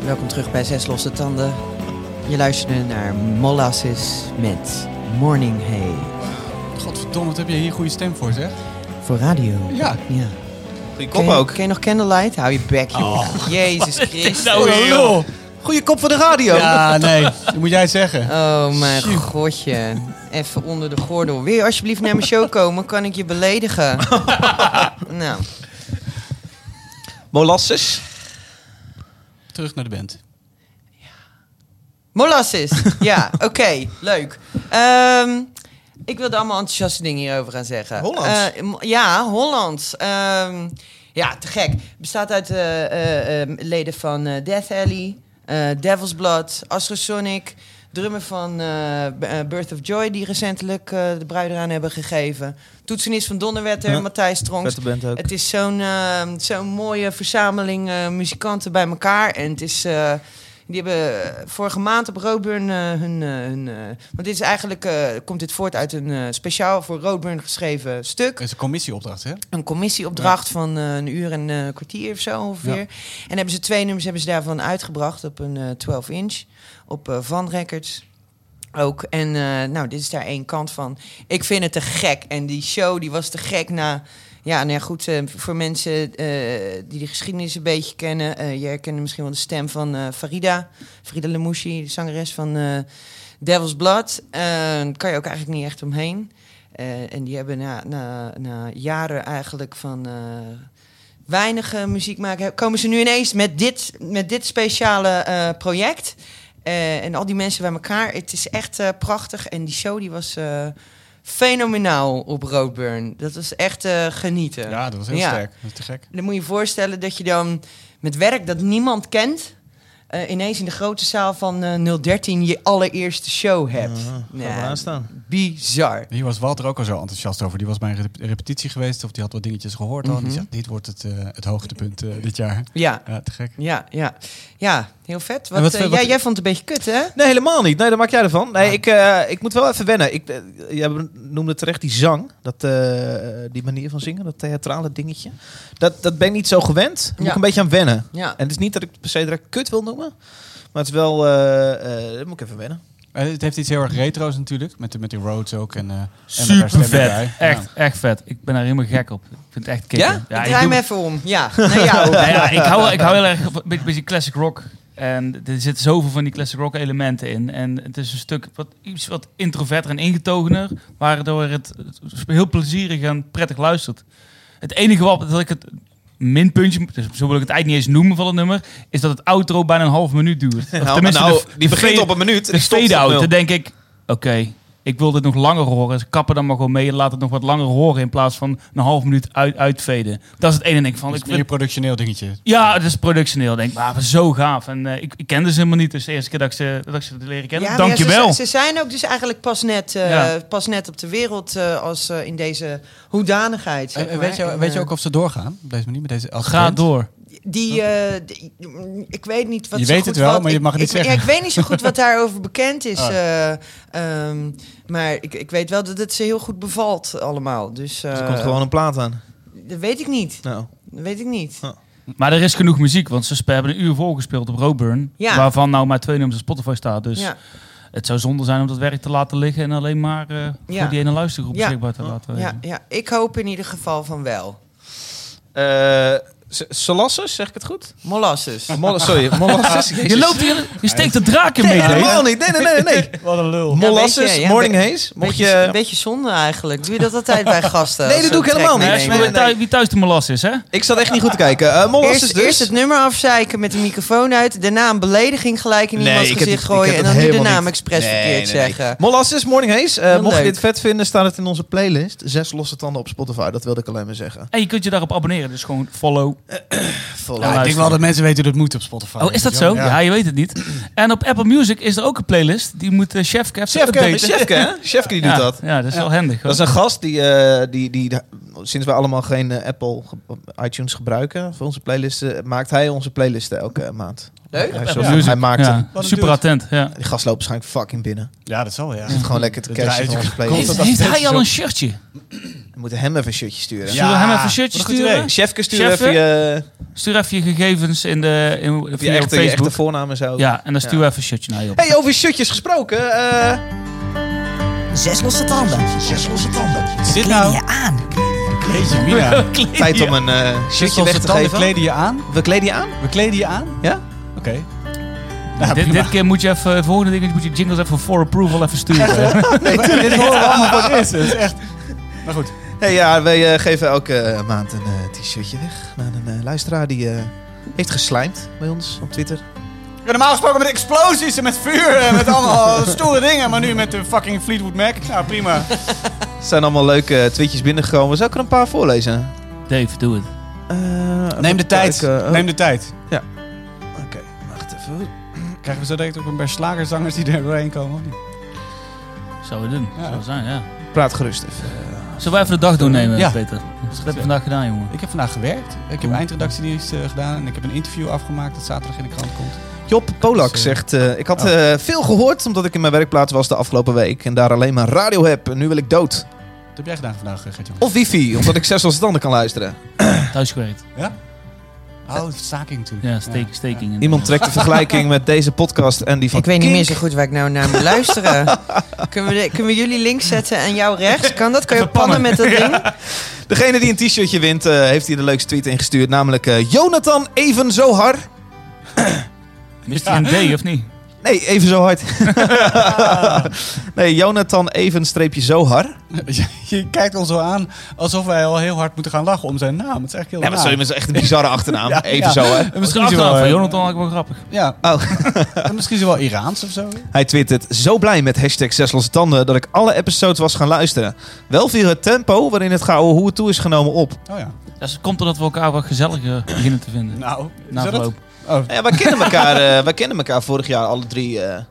Speaker 4: Welkom terug bij Zes Losse Tanden. Je luisterde naar Molasses met Morning Hay
Speaker 2: Godverdomme, wat heb je hier goede stem voor, zeg?
Speaker 4: voor radio.
Speaker 2: Ja.
Speaker 4: ja.
Speaker 1: Goeie
Speaker 4: Ken
Speaker 1: kop
Speaker 4: je,
Speaker 1: ook.
Speaker 4: Ken je nog Candlelight? Hou je bek, joh.
Speaker 3: Oh,
Speaker 4: Jezus
Speaker 3: nou
Speaker 4: Christus.
Speaker 1: Nou, Goeie kop voor de radio.
Speaker 2: Ja, nee, dat moet jij zeggen.
Speaker 4: Oh mijn godje. Even onder de gordel. Wil je alsjeblieft naar mijn show komen? Kan ik je beledigen? nou,
Speaker 1: Molasses.
Speaker 2: Terug naar de band.
Speaker 4: molasses. Ja, oké. leuk. Ehm, ik wilde allemaal enthousiaste dingen hierover gaan zeggen.
Speaker 1: Hollands.
Speaker 4: Eh, mo- ja, Hollands. Ehm, ja, te gek. Bestaat uit eh, eh, eh, leden van eh, Death Alley, eh, Devil's Blood, Astrosonic... Drummer van eh, B- eh, Birth of Joy, die recentelijk eh, de bruid eraan hebben gegeven. Toetsenist van Donnerwetter,
Speaker 1: Ja.
Speaker 4: Matthijs Tronks.
Speaker 1: Vette band ook.
Speaker 4: Het is zo'n eh, zo'n mooie verzameling eh, muzikanten bij elkaar. En het is. eh, die hebben eh, vorige maand op Roadburn eh, hun. eh, hun, eh, want dit is eigenlijk. eh, komt dit voort uit een eh, speciaal voor Roadburn geschreven stuk.
Speaker 2: Het is een commissieopdracht, hè?
Speaker 4: Een commissieopdracht van eh, een uur en eh, een kwartier of zo ongeveer.
Speaker 2: Ja.
Speaker 4: En hebben ze twee nummers hebben ze daarvan uitgebracht op een eh 12-inch. Op eh, Van Records ook. En eh, nou, dit is daar één kant van. Ik vind het te gek. En die show die was te gek na... Ja, nou ja, goed, eh, voor mensen eh, die de geschiedenis een beetje kennen... eh je herkende misschien wel de stem van eh, Farida. Farida Lemouchi, de zangeres van eh, Devil's Blood. Eh, kan je ook eigenlijk niet echt omheen. Eh, en die hebben na, na, na jaren eigenlijk van... eh, weinige muziek maken, komen ze nu ineens met dit, met dit speciale eh, project. Eh, en al die mensen bij elkaar. Het is echt eh, prachtig. En die show die was eh, fenomenaal op Roadburn. Dat was echt eh, genieten.
Speaker 2: Ja, dat was heel
Speaker 4: Ja.
Speaker 2: sterk. Dat is te gek.
Speaker 4: Dan moet je je voorstellen dat je dan met werk dat niemand kent... eh, ineens in de grote zaal van eh, 013 je allereerste show hebt.
Speaker 1: Ah,
Speaker 2: Mhm,
Speaker 1: Gaan we
Speaker 4: Nou,
Speaker 1: aanstaan.
Speaker 4: bizar.
Speaker 2: Hier was Walter ook al zo enthousiast over. Die was bij een rep- repetitie geweest of die had wat dingetjes gehoord al. Die
Speaker 4: Mhm.
Speaker 2: zegt, dit wordt het, eh, het hoogtepunt eh, dit jaar.
Speaker 4: Ja,
Speaker 2: Ja, te gek.
Speaker 4: ja, ja. Ja, heel vet. Wat,
Speaker 2: En wat-
Speaker 4: eh,
Speaker 2: wat-
Speaker 4: jij, jij vond het een beetje kut, hè?
Speaker 1: Nee, helemaal niet. Nee, daar maak jij ervan. Nee, ik, eh, ik moet wel even wennen. Ik, eh, jij noemde terecht die zang. Dat, eh, die manier van zingen, dat theatrale dingetje. Dat, dat ben ik niet zo gewend. Daar moet
Speaker 4: Ja.
Speaker 1: ik een beetje aan wennen.
Speaker 4: Ja.
Speaker 1: En het is niet dat ik het per se direct kut wil noemen. Maar het is wel... eh, eh, daar moet ik even wennen.
Speaker 2: Eh, het heeft iets heel erg retro's natuurlijk. Met, de- met die roads ook. En, eh, en met haar
Speaker 3: Super
Speaker 2: stem
Speaker 3: vet.
Speaker 2: erbij.
Speaker 3: Echt,
Speaker 2: Ja.
Speaker 3: echt vet. Ik ben daar helemaal gek op. Ik vind het echt kicken.
Speaker 4: Ja?
Speaker 3: ik
Speaker 4: Draai
Speaker 3: doe-
Speaker 4: hem even om. Ja, naar jou.
Speaker 3: Nou ja, ik, hou, ik hou heel erg van een beetje classic rock. En er zitten zoveel van die classic rock elementen in. En het is een stuk wat, iets wat introverter en ingetogener. Waardoor het heel plezierig en prettig luistert. Het enige wat dat ik het minpuntje, dus zo wil ik het eigenlijk niet eens noemen van het nummer, is dat het outro bijna een half minuut duurt. Of tenminste,
Speaker 1: nou,
Speaker 3: de-
Speaker 1: die
Speaker 3: de
Speaker 1: begint
Speaker 3: fade-
Speaker 1: op een minuut. en
Speaker 3: de
Speaker 1: die stopt op
Speaker 3: fade-out.
Speaker 1: nul.
Speaker 3: Dan denk ik, oké, ik wil dit nog langer horen. Dus kappen dan maar gewoon mee en laat het nog wat langer horen in plaats van een half minuut uit, uitveden. Dat is het ene en ik van.
Speaker 2: Dat is
Speaker 3: Ik
Speaker 2: meer een
Speaker 3: vind,
Speaker 2: productioneel dingetje.
Speaker 3: ja, het is productioneel. Denk ik, maar zo gaaf. En eh, ik, ik kende ze helemaal niet. Dus de eerste keer dat ik ze, dat ik ze leren kennen.
Speaker 4: Ja, maar ja, ze-
Speaker 3: Dankjewel.
Speaker 4: Ze, ze zijn ook dus eigenlijk pas net, eh,
Speaker 3: Ja.
Speaker 4: pas net op de wereld eh, als eh, in deze hoedanigheid. zeg
Speaker 2: Eh, eh,
Speaker 4: maar.
Speaker 2: weet, je,
Speaker 4: En,
Speaker 2: weet je
Speaker 4: eh,
Speaker 2: ook of ze doorgaan? Op deze manier? Met deze, als
Speaker 3: Ga
Speaker 2: band?
Speaker 3: door.
Speaker 4: Die, eh, die- mm, ik weet niet wat
Speaker 2: Je
Speaker 4: zo
Speaker 2: weet
Speaker 4: goed
Speaker 2: het wel,
Speaker 4: wat-
Speaker 2: maar je
Speaker 4: ik-
Speaker 2: mag het niet
Speaker 4: ik,
Speaker 2: zeggen.
Speaker 4: Ja, ik weet niet zo goed wat daarover bekend is.
Speaker 2: Ah.
Speaker 4: eh, ehm, maar ik, ik weet wel dat het ze heel goed bevalt allemaal. Dus, eh,
Speaker 1: Dus er komt gewoon een plaat aan.
Speaker 4: Dat weet ik niet.
Speaker 1: Nou,
Speaker 4: Dat weet ik niet.
Speaker 3: Maar er is genoeg muziek. Want ze spe- hebben een uur volgespeeld op Roadburn.
Speaker 4: Ja.
Speaker 3: Waarvan nou maar twee nummers op Spotify staat. Dus
Speaker 4: ja,
Speaker 3: het zou zonde zijn om dat werk te laten liggen. En alleen maar eh,
Speaker 4: Ja.
Speaker 3: voor die ene luistergroep
Speaker 4: Ja.
Speaker 3: beschikbaar te laten.
Speaker 4: ja, ja, ik hoop in ieder geval van wel.
Speaker 1: eh, S- Solassus, zeg ik het goed?
Speaker 4: Molasses.
Speaker 1: Mol- sorry, molasses.
Speaker 3: Je
Speaker 1: Jezus.
Speaker 3: loopt hier, je steekt de draak in
Speaker 1: Nee,
Speaker 3: mee. Dave.
Speaker 1: helemaal niet. Nee, nee, nee, nee.
Speaker 2: Wat een lul.
Speaker 4: Ja,
Speaker 1: Molasses,
Speaker 4: Nou, weet je, ja,
Speaker 1: Morning
Speaker 4: be-
Speaker 1: Haze. Mocht
Speaker 4: beetje, een
Speaker 1: je...
Speaker 4: beetje zonde eigenlijk. Doe je dat altijd bij gasten?
Speaker 1: Nee,
Speaker 4: als
Speaker 1: dat
Speaker 4: ze
Speaker 1: doe ik
Speaker 4: een
Speaker 1: helemaal
Speaker 4: track
Speaker 1: niet.
Speaker 3: Nee,
Speaker 1: Nee,
Speaker 4: meenemen?
Speaker 1: nee, nee.
Speaker 3: Wie thuis de molas is, hè?
Speaker 1: Ik zat echt niet goed te kijken. Eh, molasses
Speaker 4: Eerst,
Speaker 1: dus.
Speaker 4: eerst het nummer afzeiken met de microfoon uit. Daarna een belediging gelijk in iemands
Speaker 1: ik heb
Speaker 4: gezicht
Speaker 1: die-
Speaker 4: gooien.
Speaker 1: ik heb
Speaker 4: En dan
Speaker 1: dat
Speaker 4: nu de
Speaker 1: helemaal
Speaker 4: naam
Speaker 1: niet.
Speaker 4: expres
Speaker 1: Nee,
Speaker 4: verkeerd
Speaker 1: nee, nee.
Speaker 4: zeggen.
Speaker 1: Molasses, Morning Haze. Eh,
Speaker 4: Heel
Speaker 1: mocht je
Speaker 4: leuk.
Speaker 1: dit vet vinden, staat het in onze playlist. Zes losse tanden op Spotify. Dat wilde ik alleen maar zeggen.
Speaker 3: En je kunt je daarop abonneren. Dus gewoon follow.
Speaker 1: Voilà.
Speaker 2: Ja, ik denk wel dat mensen weten dat het moet op Spotify.
Speaker 3: Oh, is dat zo? Ja, je weet het niet. En op Apple Music is er ook een playlist. Die moet eh, Chefke even
Speaker 1: Chefke,
Speaker 3: updaten.
Speaker 1: Chefke, hè? Chefke die doet
Speaker 3: Ja,
Speaker 1: dat.
Speaker 3: Ja, dat is wel handig.
Speaker 1: Dat
Speaker 3: hoor.
Speaker 1: is een gast die, eh, die, die, sinds wij allemaal geen eh, Apple ge- iTunes gebruiken voor onze playlisten, maakt hij onze playlisten elke eh, maand.
Speaker 4: Leuk.
Speaker 1: Hij, is zo-
Speaker 3: Ja.
Speaker 1: hij maakt hem.
Speaker 2: Wat een
Speaker 3: Super
Speaker 2: dude.
Speaker 3: attent, ja.
Speaker 1: Die gast loopt waarschijnlijk fucking binnen.
Speaker 2: Ja, dat zal ja.
Speaker 1: Hij zit gewoon lekker te
Speaker 2: Dat
Speaker 1: cashen
Speaker 2: draait-
Speaker 1: van onze
Speaker 2: Komt
Speaker 1: playlist.
Speaker 2: dat
Speaker 1: We
Speaker 2: af-
Speaker 3: Heeft hij
Speaker 2: steeds
Speaker 3: al
Speaker 2: zo.
Speaker 3: een shirtje?
Speaker 1: moeten hem even een shirtje sturen.
Speaker 2: Ja.
Speaker 3: Zullen we hem even een shirtje
Speaker 2: wat een goed
Speaker 3: sturen?
Speaker 2: idee.
Speaker 1: Chefke, stuur
Speaker 3: Chefke?
Speaker 1: even je,
Speaker 3: Stuur even je gegevens in de, in,
Speaker 1: je,
Speaker 3: via
Speaker 1: echte, je echte
Speaker 3: Facebook.
Speaker 1: voornaam en zo.
Speaker 3: ja, en dan stuur we even een shirtje naar je op.
Speaker 1: Hey, over shirtjes gesproken. eh,
Speaker 8: Zes losse tanden.
Speaker 6: Zes losse tanden.
Speaker 2: Zit
Speaker 8: Kleden
Speaker 2: nou...
Speaker 8: je aan.
Speaker 2: Jeetje, Mina.
Speaker 1: tijd om een eh
Speaker 2: Zit
Speaker 1: shirtje
Speaker 2: je
Speaker 1: weg te geven.
Speaker 2: kleden je aan?
Speaker 1: We kleden je aan.
Speaker 2: We kleden je aan?
Speaker 1: Ja?
Speaker 2: Oké. Nou,
Speaker 3: dit,
Speaker 2: prima.
Speaker 3: dit keer moet je even, volgende ding moet je jingles even voor approval even sturen.
Speaker 2: dit horen we allemaal voor het eerst. Dat is echt... Maar goed.
Speaker 1: Hey, ja, wij eh, geven elke eh, maand een eh, t-shirtje weg naar een eh, luisteraar die eh, heeft geslijmd bij ons op Twitter.
Speaker 2: Ja, normaal gesproken met explosies en met vuur en met allemaal stoere dingen. Maar nu met de fucking Fleetwood Mac. Nou, prima.
Speaker 1: Er zijn allemaal leuke eh, tweetjes binnengekomen. Zal ik er een paar voorlezen?
Speaker 3: Dave, doe het.
Speaker 1: Eh,
Speaker 2: Neem de
Speaker 1: even
Speaker 2: tijd.
Speaker 1: kijken. Oh,
Speaker 2: Neem de tijd.
Speaker 1: Oké, wacht even.
Speaker 2: Krijgen we zo direct ook een paar slagerzangers die er doorheen komen? of niet?
Speaker 3: Zou we doen.
Speaker 2: Ja.
Speaker 3: Zou zijn, ja.
Speaker 1: Praat gerust even.
Speaker 3: Zullen wij even de dag doornemen,
Speaker 2: Ja.
Speaker 3: Peter? Wat heb je vandaag gedaan, jongen?
Speaker 2: Ik heb vandaag gewerkt. Ik heb eindredactiedienst eh, gedaan. En ik heb een interview afgemaakt dat zaterdag in de krant komt.
Speaker 1: Job Polak
Speaker 2: Dus, eh,
Speaker 1: zegt... eh, ik had
Speaker 2: oh.
Speaker 1: eh, veel gehoord omdat ik in mijn werkplaats was de afgelopen week... en daar alleen maar radio heb. En nu wil ik dood.
Speaker 2: Wat heb jij gedaan vandaag, eh, Gert-Jan?
Speaker 1: Of wifi, omdat ik zes als tanden kan luisteren.
Speaker 3: Thuis gewerkt.
Speaker 2: Oh, staking natuurlijk.
Speaker 3: Ja, steek, staking. in.
Speaker 1: Iemand trekt de vergelijking met deze podcast en die van
Speaker 4: Ik weet niet meer
Speaker 1: Kink.
Speaker 4: zo goed waar ik nou naar moet luisteren. kunnen, we de- kunnen we jullie links zetten en jou rechts? Kan dat? Kan je
Speaker 3: Even pannen.
Speaker 4: pannen met dat ding?
Speaker 1: Degene die een t-shirtje wint, eh, heeft hier de leukste tweet ingestuurd. Namelijk eh, Jonathan Even Zo Hard.
Speaker 3: Mist hij een D, of niet?
Speaker 1: Nee, even zo hard. nee, Jonathan Even streepje Zo Hard.
Speaker 2: Je kijkt ons zo aan alsof wij al heel hard moeten gaan lachen om zijn naam. Het is echt heel
Speaker 1: Ja, maar sorry,
Speaker 2: raar.
Speaker 1: maar het is echt een bizarre achternaam.
Speaker 2: Ja,
Speaker 1: even
Speaker 2: ja.
Speaker 1: Zo hè.
Speaker 2: En
Speaker 3: Misschien
Speaker 2: Misschien
Speaker 3: de
Speaker 2: is hij
Speaker 3: achternaam
Speaker 2: wel,
Speaker 3: van
Speaker 2: eh,
Speaker 3: Jonathan had ik wel grappig.
Speaker 2: Ja.
Speaker 1: Oh.
Speaker 2: En misschien is hij wel Iraans of zo.
Speaker 1: Hij twittert, zo blij met hashtag Zes Losse Tanden dat ik alle episodes was gaan luisteren. Wel via het tempo waarin het gouden hoe het toe is genomen op.
Speaker 2: Oh ja.
Speaker 3: Dat komt omdat we elkaar wat gezelliger beginnen te vinden.
Speaker 2: Nou,
Speaker 3: Na
Speaker 2: is dat
Speaker 3: verloop.
Speaker 2: Oh.
Speaker 1: Nou Ja, wij kennen elkaar, eh, wij kennen elkaar vorig jaar alle drie. eh,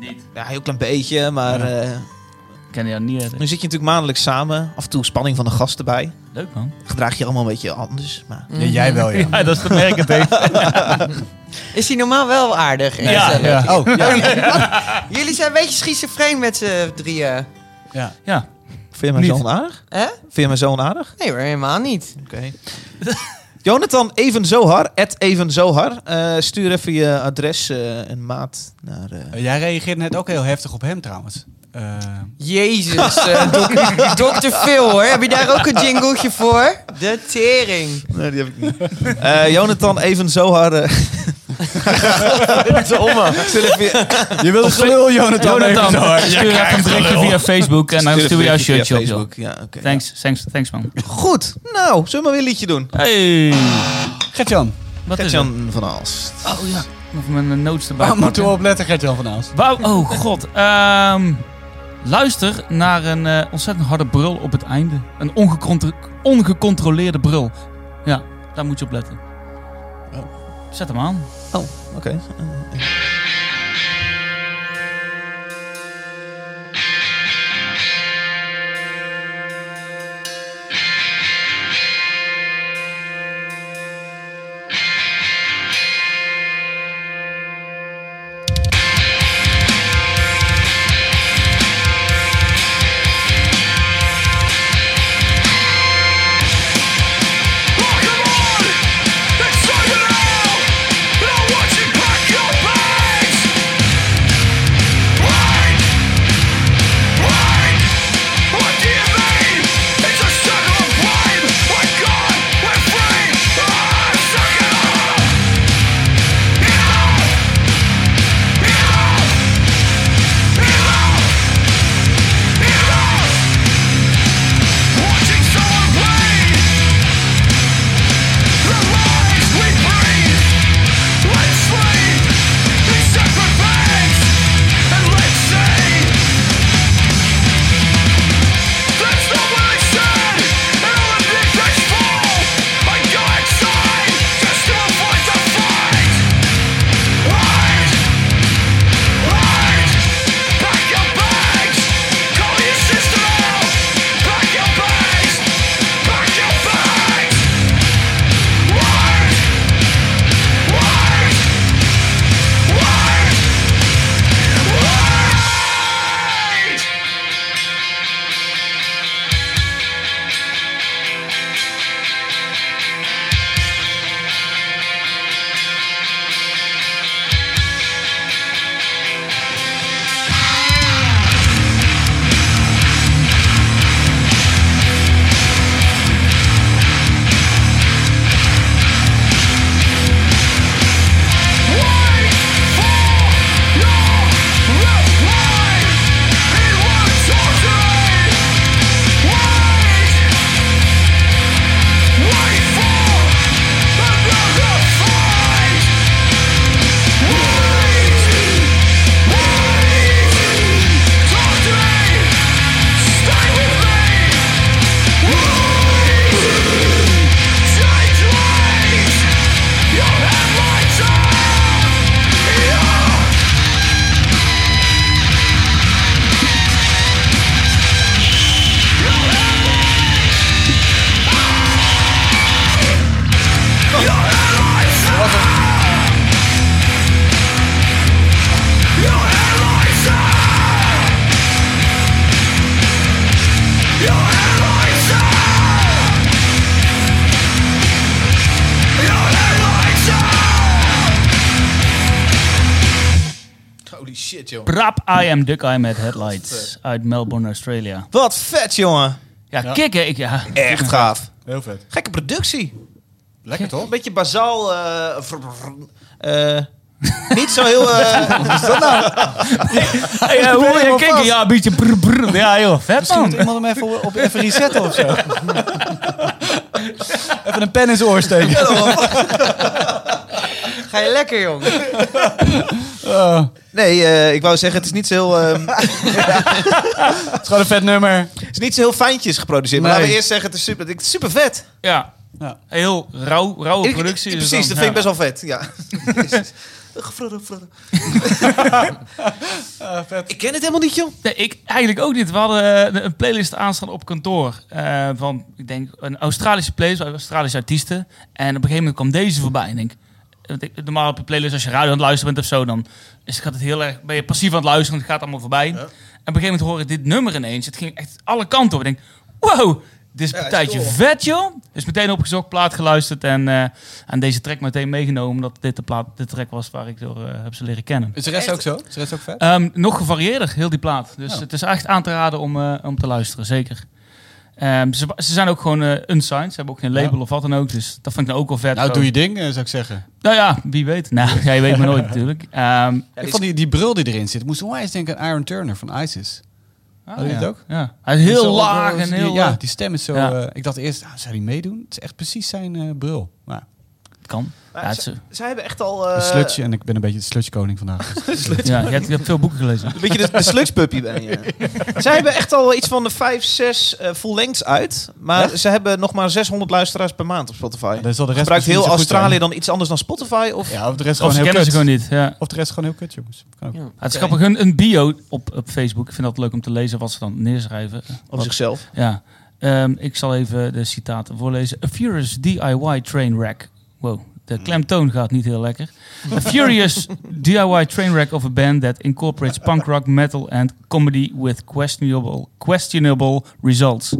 Speaker 3: Niet.
Speaker 1: ja, heel klein beetje, maar
Speaker 3: Ja.
Speaker 1: eh,
Speaker 3: Ik ken jou niet. hè.
Speaker 1: nu zit je natuurlijk maandelijks samen. Af en toe spanning van de gasten bij.
Speaker 3: Leuk, man.
Speaker 1: Gedraag je allemaal een beetje anders, maar...
Speaker 2: Ja, jij wel, ja.
Speaker 3: Ja, dat is te merken, Dave.
Speaker 4: Is hij normaal wel aardig? en
Speaker 3: Ja,
Speaker 4: gezellig?
Speaker 2: Ja. Oh, ja.
Speaker 4: Jullie zijn een beetje schizofreen met z'n drieën.
Speaker 2: ja.
Speaker 3: Ja.
Speaker 1: Vind je mijn
Speaker 2: Niet.
Speaker 1: zoon aardig?
Speaker 4: Hè?
Speaker 1: Vind je mijn zoon aardig?
Speaker 4: Nee, maar helemaal niet.
Speaker 1: Oké. Jonathan Even Zohar, at Even Zohar. eh, stuur even je adres eh, en maat naar... eh,
Speaker 2: Eh, Jij reageerde net ook heel heftig op hem trouwens. Eh,
Speaker 4: Jezus, eh, dok- dokter Phil hoor. Heb je daar ook een jingletje voor? De tering.
Speaker 1: Nee, die heb ik niet. Eh, Jonathan Even Zohar. eh, stuur even je-
Speaker 2: je wilde gelul, Jonathan.
Speaker 3: Jonathan,
Speaker 2: even zo hard.
Speaker 3: stuur even een berichtje via Facebook en dan
Speaker 1: stuur
Speaker 3: stuur je jouw
Speaker 1: even via
Speaker 3: shirtje op, joh.
Speaker 1: Facebook. Ja, oké.
Speaker 3: Thanks, thanks, thanks, man.
Speaker 1: Goed, nou, zullen we maar weer een liedje doen?
Speaker 3: Hey,
Speaker 2: Gert-Jan,
Speaker 3: wat is er?
Speaker 1: Gert-Jan van Aalst.
Speaker 3: Oh ja, even mijn eh, notes erbij.
Speaker 2: waar Ah, moeten
Speaker 3: pakken.
Speaker 2: we op letten, Gert-Jan van Aals?
Speaker 3: Wauw, oh god. Ehm, luister naar een eh, ontzettend harde brul op het einde. Een ongecontro- ongecontroleerde brul. Ja, daar moet je op letten.
Speaker 2: Oh.
Speaker 3: Zet hem aan.
Speaker 1: Oh,
Speaker 3: Ah,
Speaker 1: oké.
Speaker 5: Come on, it's so you know. Now watch it pack your bags.
Speaker 1: shit, joh.
Speaker 3: Prap I Am Duck Eye met Headlights uit Melbourne, Australia.
Speaker 1: Wat vet, jongen.
Speaker 3: Ja,
Speaker 2: Ja.
Speaker 3: kicken. Ik, ja.
Speaker 1: Echt gaaf.
Speaker 2: Heel vet.
Speaker 1: Gekke productie.
Speaker 2: Lekker toch?
Speaker 1: Een beetje bazaal. eh, vr- vr- eh, niet zo heel. eh, wat is dat nou?
Speaker 3: Hey, eh, hoe wil je
Speaker 1: helemaal
Speaker 3: kicken?
Speaker 1: vast.
Speaker 3: Ja, een beetje brr, brr. Ja, joh, vet
Speaker 2: Misschien moet
Speaker 3: man.
Speaker 2: iemand hem even op- op even resetten of zo. even een pen in zijn oor steken.
Speaker 4: Ga je lekker, jongen.
Speaker 1: Nee, eh, ik wou zeggen, het is niet zo heel, ehm,
Speaker 2: Het is gewoon een vet nummer.
Speaker 1: het is niet zo heel fijntjes geproduceerd. Maar
Speaker 2: Nee.
Speaker 1: laten we eerst zeggen, het is super, het is super vet.
Speaker 3: Ja,
Speaker 2: Ja.
Speaker 3: heel rauw, rauwe
Speaker 1: Ik-
Speaker 3: Oh, productie.
Speaker 1: ik-
Speaker 3: is het
Speaker 1: precies,
Speaker 3: dan.
Speaker 1: dat vind ik
Speaker 3: Ja.
Speaker 1: best wel vet. Ja. Gefrodder, frodder.
Speaker 3: Ah,
Speaker 1: Ik ken het helemaal niet, joh.
Speaker 3: Nee, ik eigenlijk ook niet. We hadden eh, een playlist aanstaan op kantoor. eh, van, ik denk, een Australische playlist, Australische artiesten. En op een gegeven moment kwam deze voorbij. En ik, want ik- normaal op een playlist, als je radio aan het luisteren bent of zo, dan is, gaat het heel erg, ben je passief aan het luisteren. Het gaat allemaal voorbij. En op een gegeven moment hoor ik dit nummer ineens. Het ging echt alle kanten op. Ik denk, wow, dit is een partijtje vet, joh. Dus meteen opgezocht, plaat geluisterd en eh, aan deze track meteen meegenomen. Omdat dit de, plaat, de track was waar ik door eh, heb ze leren kennen.
Speaker 2: Is de rest ook zo? Is de rest ook vet?
Speaker 3: Ehm, nog gevarieerder, heel die plaat. Dus het is echt aan te raden om, eh, om te luisteren, zeker. Ehm, ze, ze zijn ook gewoon eh unsigned. Ze hebben ook geen label of wat dan ook. Dus dat vind ik nou ook wel vet.
Speaker 2: Nou,
Speaker 3: Gewoon-
Speaker 2: doe je ding, eh, zou ik zeggen.
Speaker 3: Nou ja, wie weet. Nou, ja, je weet maar nooit natuurlijk. Ehm,
Speaker 2: ik vond die, die brul die erin zit. Ik moest onwijs denken aan Aaron Turner van ISIS. Had je
Speaker 3: ja.
Speaker 2: het ook?
Speaker 3: ah, Ja. Hij is heel
Speaker 2: Zo-
Speaker 3: laag en
Speaker 2: die-
Speaker 3: heel...
Speaker 2: Ja,
Speaker 3: eh,
Speaker 2: die stem is zo...
Speaker 3: Ja.
Speaker 2: eh, ik dacht eerst, ah, zou hij meedoen? Het is echt precies zijn eh, brul. Maar
Speaker 3: kan. Ja, het is-
Speaker 1: Zij hebben echt al... eh,
Speaker 2: een slutje en ik ben een beetje de slutjekoning vandaag. dus-
Speaker 3: ja, je, hebt, je hebt veel boeken gelezen.
Speaker 1: Een beetje de, de slugspuppy ben je. Zij hebben echt al iets van de 5, 6 eh full lengths uit. Maar ze hebben nog maar 600 luisteraars per maand op Spotify.
Speaker 2: dan zal de rest
Speaker 1: Gebruikt
Speaker 2: misschien
Speaker 1: heel
Speaker 2: niet zo goed
Speaker 1: Australië
Speaker 2: zijn.
Speaker 1: dan iets anders dan Spotify? Of?
Speaker 2: Ja, of de rest
Speaker 3: Of ze
Speaker 2: gewoon heel
Speaker 3: kennen
Speaker 2: kut.
Speaker 3: ze gewoon niet. Ja.
Speaker 2: Of de rest gewoon heel kut, jongens. Kan ook.
Speaker 4: Ja.
Speaker 3: Het is grappig, hun- een bio op, op Facebook. Ik vind dat leuk om te lezen wat ze dan neerschrijven.
Speaker 1: Op zichzelf.
Speaker 3: Ja, Ehm, ik zal even de citaten voorlezen. A furious DIY train wreck. Wow, de klemtoon gaat niet heel lekker. A furious DIY train wreck of a band that incorporates punk rock, metal and comedy with questionable, questionable results.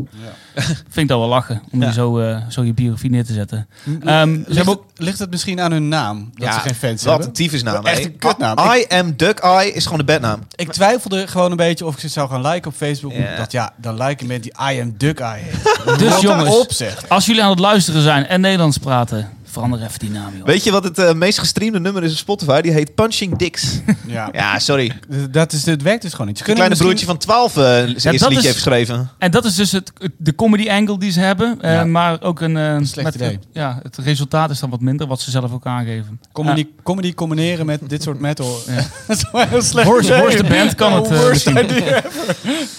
Speaker 3: Vind ik dat wel lachen, om
Speaker 1: Ja.
Speaker 3: die zo, eh, zo je biografie neer te zetten. Ehm, ze
Speaker 2: ligt,
Speaker 3: hebben ook...
Speaker 2: het, ligt het misschien aan hun naam? Dat ze geen fans
Speaker 1: wat
Speaker 2: hebben?
Speaker 1: een tyfusnaam.
Speaker 2: Echt
Speaker 1: hè?
Speaker 2: een kutnaam.
Speaker 1: I, am Duck Eye is gewoon de bednaam.
Speaker 2: Ik twijfelde gewoon een beetje of ik ze zou gaan liken op Facebook.
Speaker 1: Ja.
Speaker 2: Ik dacht, ja, dan like ik met die I am Duck Eye. heet.
Speaker 3: Dus
Speaker 2: Wat
Speaker 3: jongens.
Speaker 2: op zeg.
Speaker 3: Als jullie aan het luisteren zijn en Nederlands praten, verander even die naam, joh.
Speaker 1: Weet je wat het eh, meest gestreamde nummer is op Spotify? Die heet Punching Dicks.
Speaker 2: Ja.
Speaker 1: ja, sorry.
Speaker 2: D- Dat is, het werkt dus gewoon niet. Ze
Speaker 1: Een kleine
Speaker 2: kunnen
Speaker 1: broertje
Speaker 2: misschien-
Speaker 1: van 12 eh zijn eerste
Speaker 3: dat
Speaker 1: liedje
Speaker 3: is-
Speaker 1: heeft geschreven.
Speaker 3: En dat is dus het, de comedy angle die ze hebben. eh,
Speaker 2: Ja.
Speaker 3: Maar ook een... eh,
Speaker 2: slecht idee.
Speaker 3: ja, het resultaat is dan wat minder, wat ze zelf ook aangeven.
Speaker 2: Comedy, comedy combineren met dit soort metal. dat is wel heel slecht.
Speaker 3: Worst-
Speaker 2: idee.
Speaker 3: worst band kan het, eh,
Speaker 2: worst idea.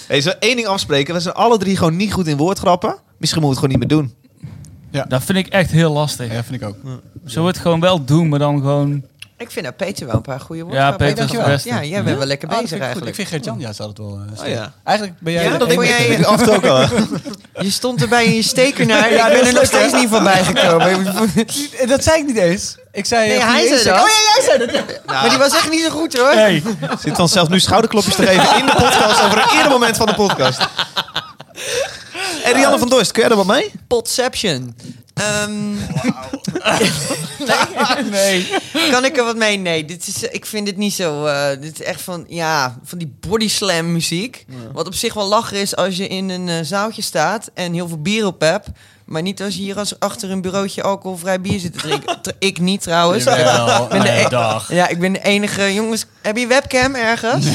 Speaker 1: Hey, zullen we één ding afspreken? We zijn alle drie gewoon niet goed in woordgrappen. Misschien moeten we het gewoon niet meer doen.
Speaker 3: Dat vind ik echt heel lastig.
Speaker 2: Ja, vind ik ook.
Speaker 3: Zo het gewoon wel doen, maar dan gewoon...
Speaker 4: Ik vind dat Peter wel een paar goede woorden.
Speaker 3: Ja, Peter is
Speaker 4: dankjewel.
Speaker 3: het beste.
Speaker 4: Ja, jij bent wel lekker
Speaker 2: Ah, dat vind ik
Speaker 4: bezig
Speaker 2: goed. Ik
Speaker 4: eigenlijk.
Speaker 2: vind Gert-Jan juist altijd wel... eh, sterk.
Speaker 1: Oh, ja.
Speaker 2: Eigenlijk ben jij...
Speaker 4: Ja,
Speaker 2: de
Speaker 4: dat
Speaker 2: enige-
Speaker 4: vond jij-
Speaker 1: Ik af en toe ook al.
Speaker 4: Je stond erbij in je steker naar. ik ben er nog steeds niet van bijgekomen.
Speaker 2: Eh, Dat zei ik niet eens. Ik zei...
Speaker 4: Nee,
Speaker 2: eh,
Speaker 4: hij
Speaker 2: goeie
Speaker 4: zei dat.
Speaker 2: inzet.
Speaker 4: Oh ja, jij zei dat. Maar die was echt niet zo goed hoor.
Speaker 3: Hey.
Speaker 1: Zit dan zelfs nu schouderklopjes te geven in de podcast over een eerder moment van de podcast. Hey, Rianne van Dorst, kun jij er wat mee?
Speaker 4: Potception. Ehm, nee. Kan ik er wat mee? Nee, dit is, ik vind dit niet zo. eh, dit is echt van, ja, van die body slam muziek. Wat op zich wel lachen is als je in een eh, zaaltje staat en heel veel bier op hebt. Maar niet als je hier als achter een bureautje alcoholvrij bier zit te drinken. Tr- Ik niet trouwens.
Speaker 2: Oh Jawel.
Speaker 4: ben de
Speaker 2: Nee,
Speaker 4: e-
Speaker 2: dag.
Speaker 4: Ja, ik ben de enige. Jongens, heb je webcam ergens?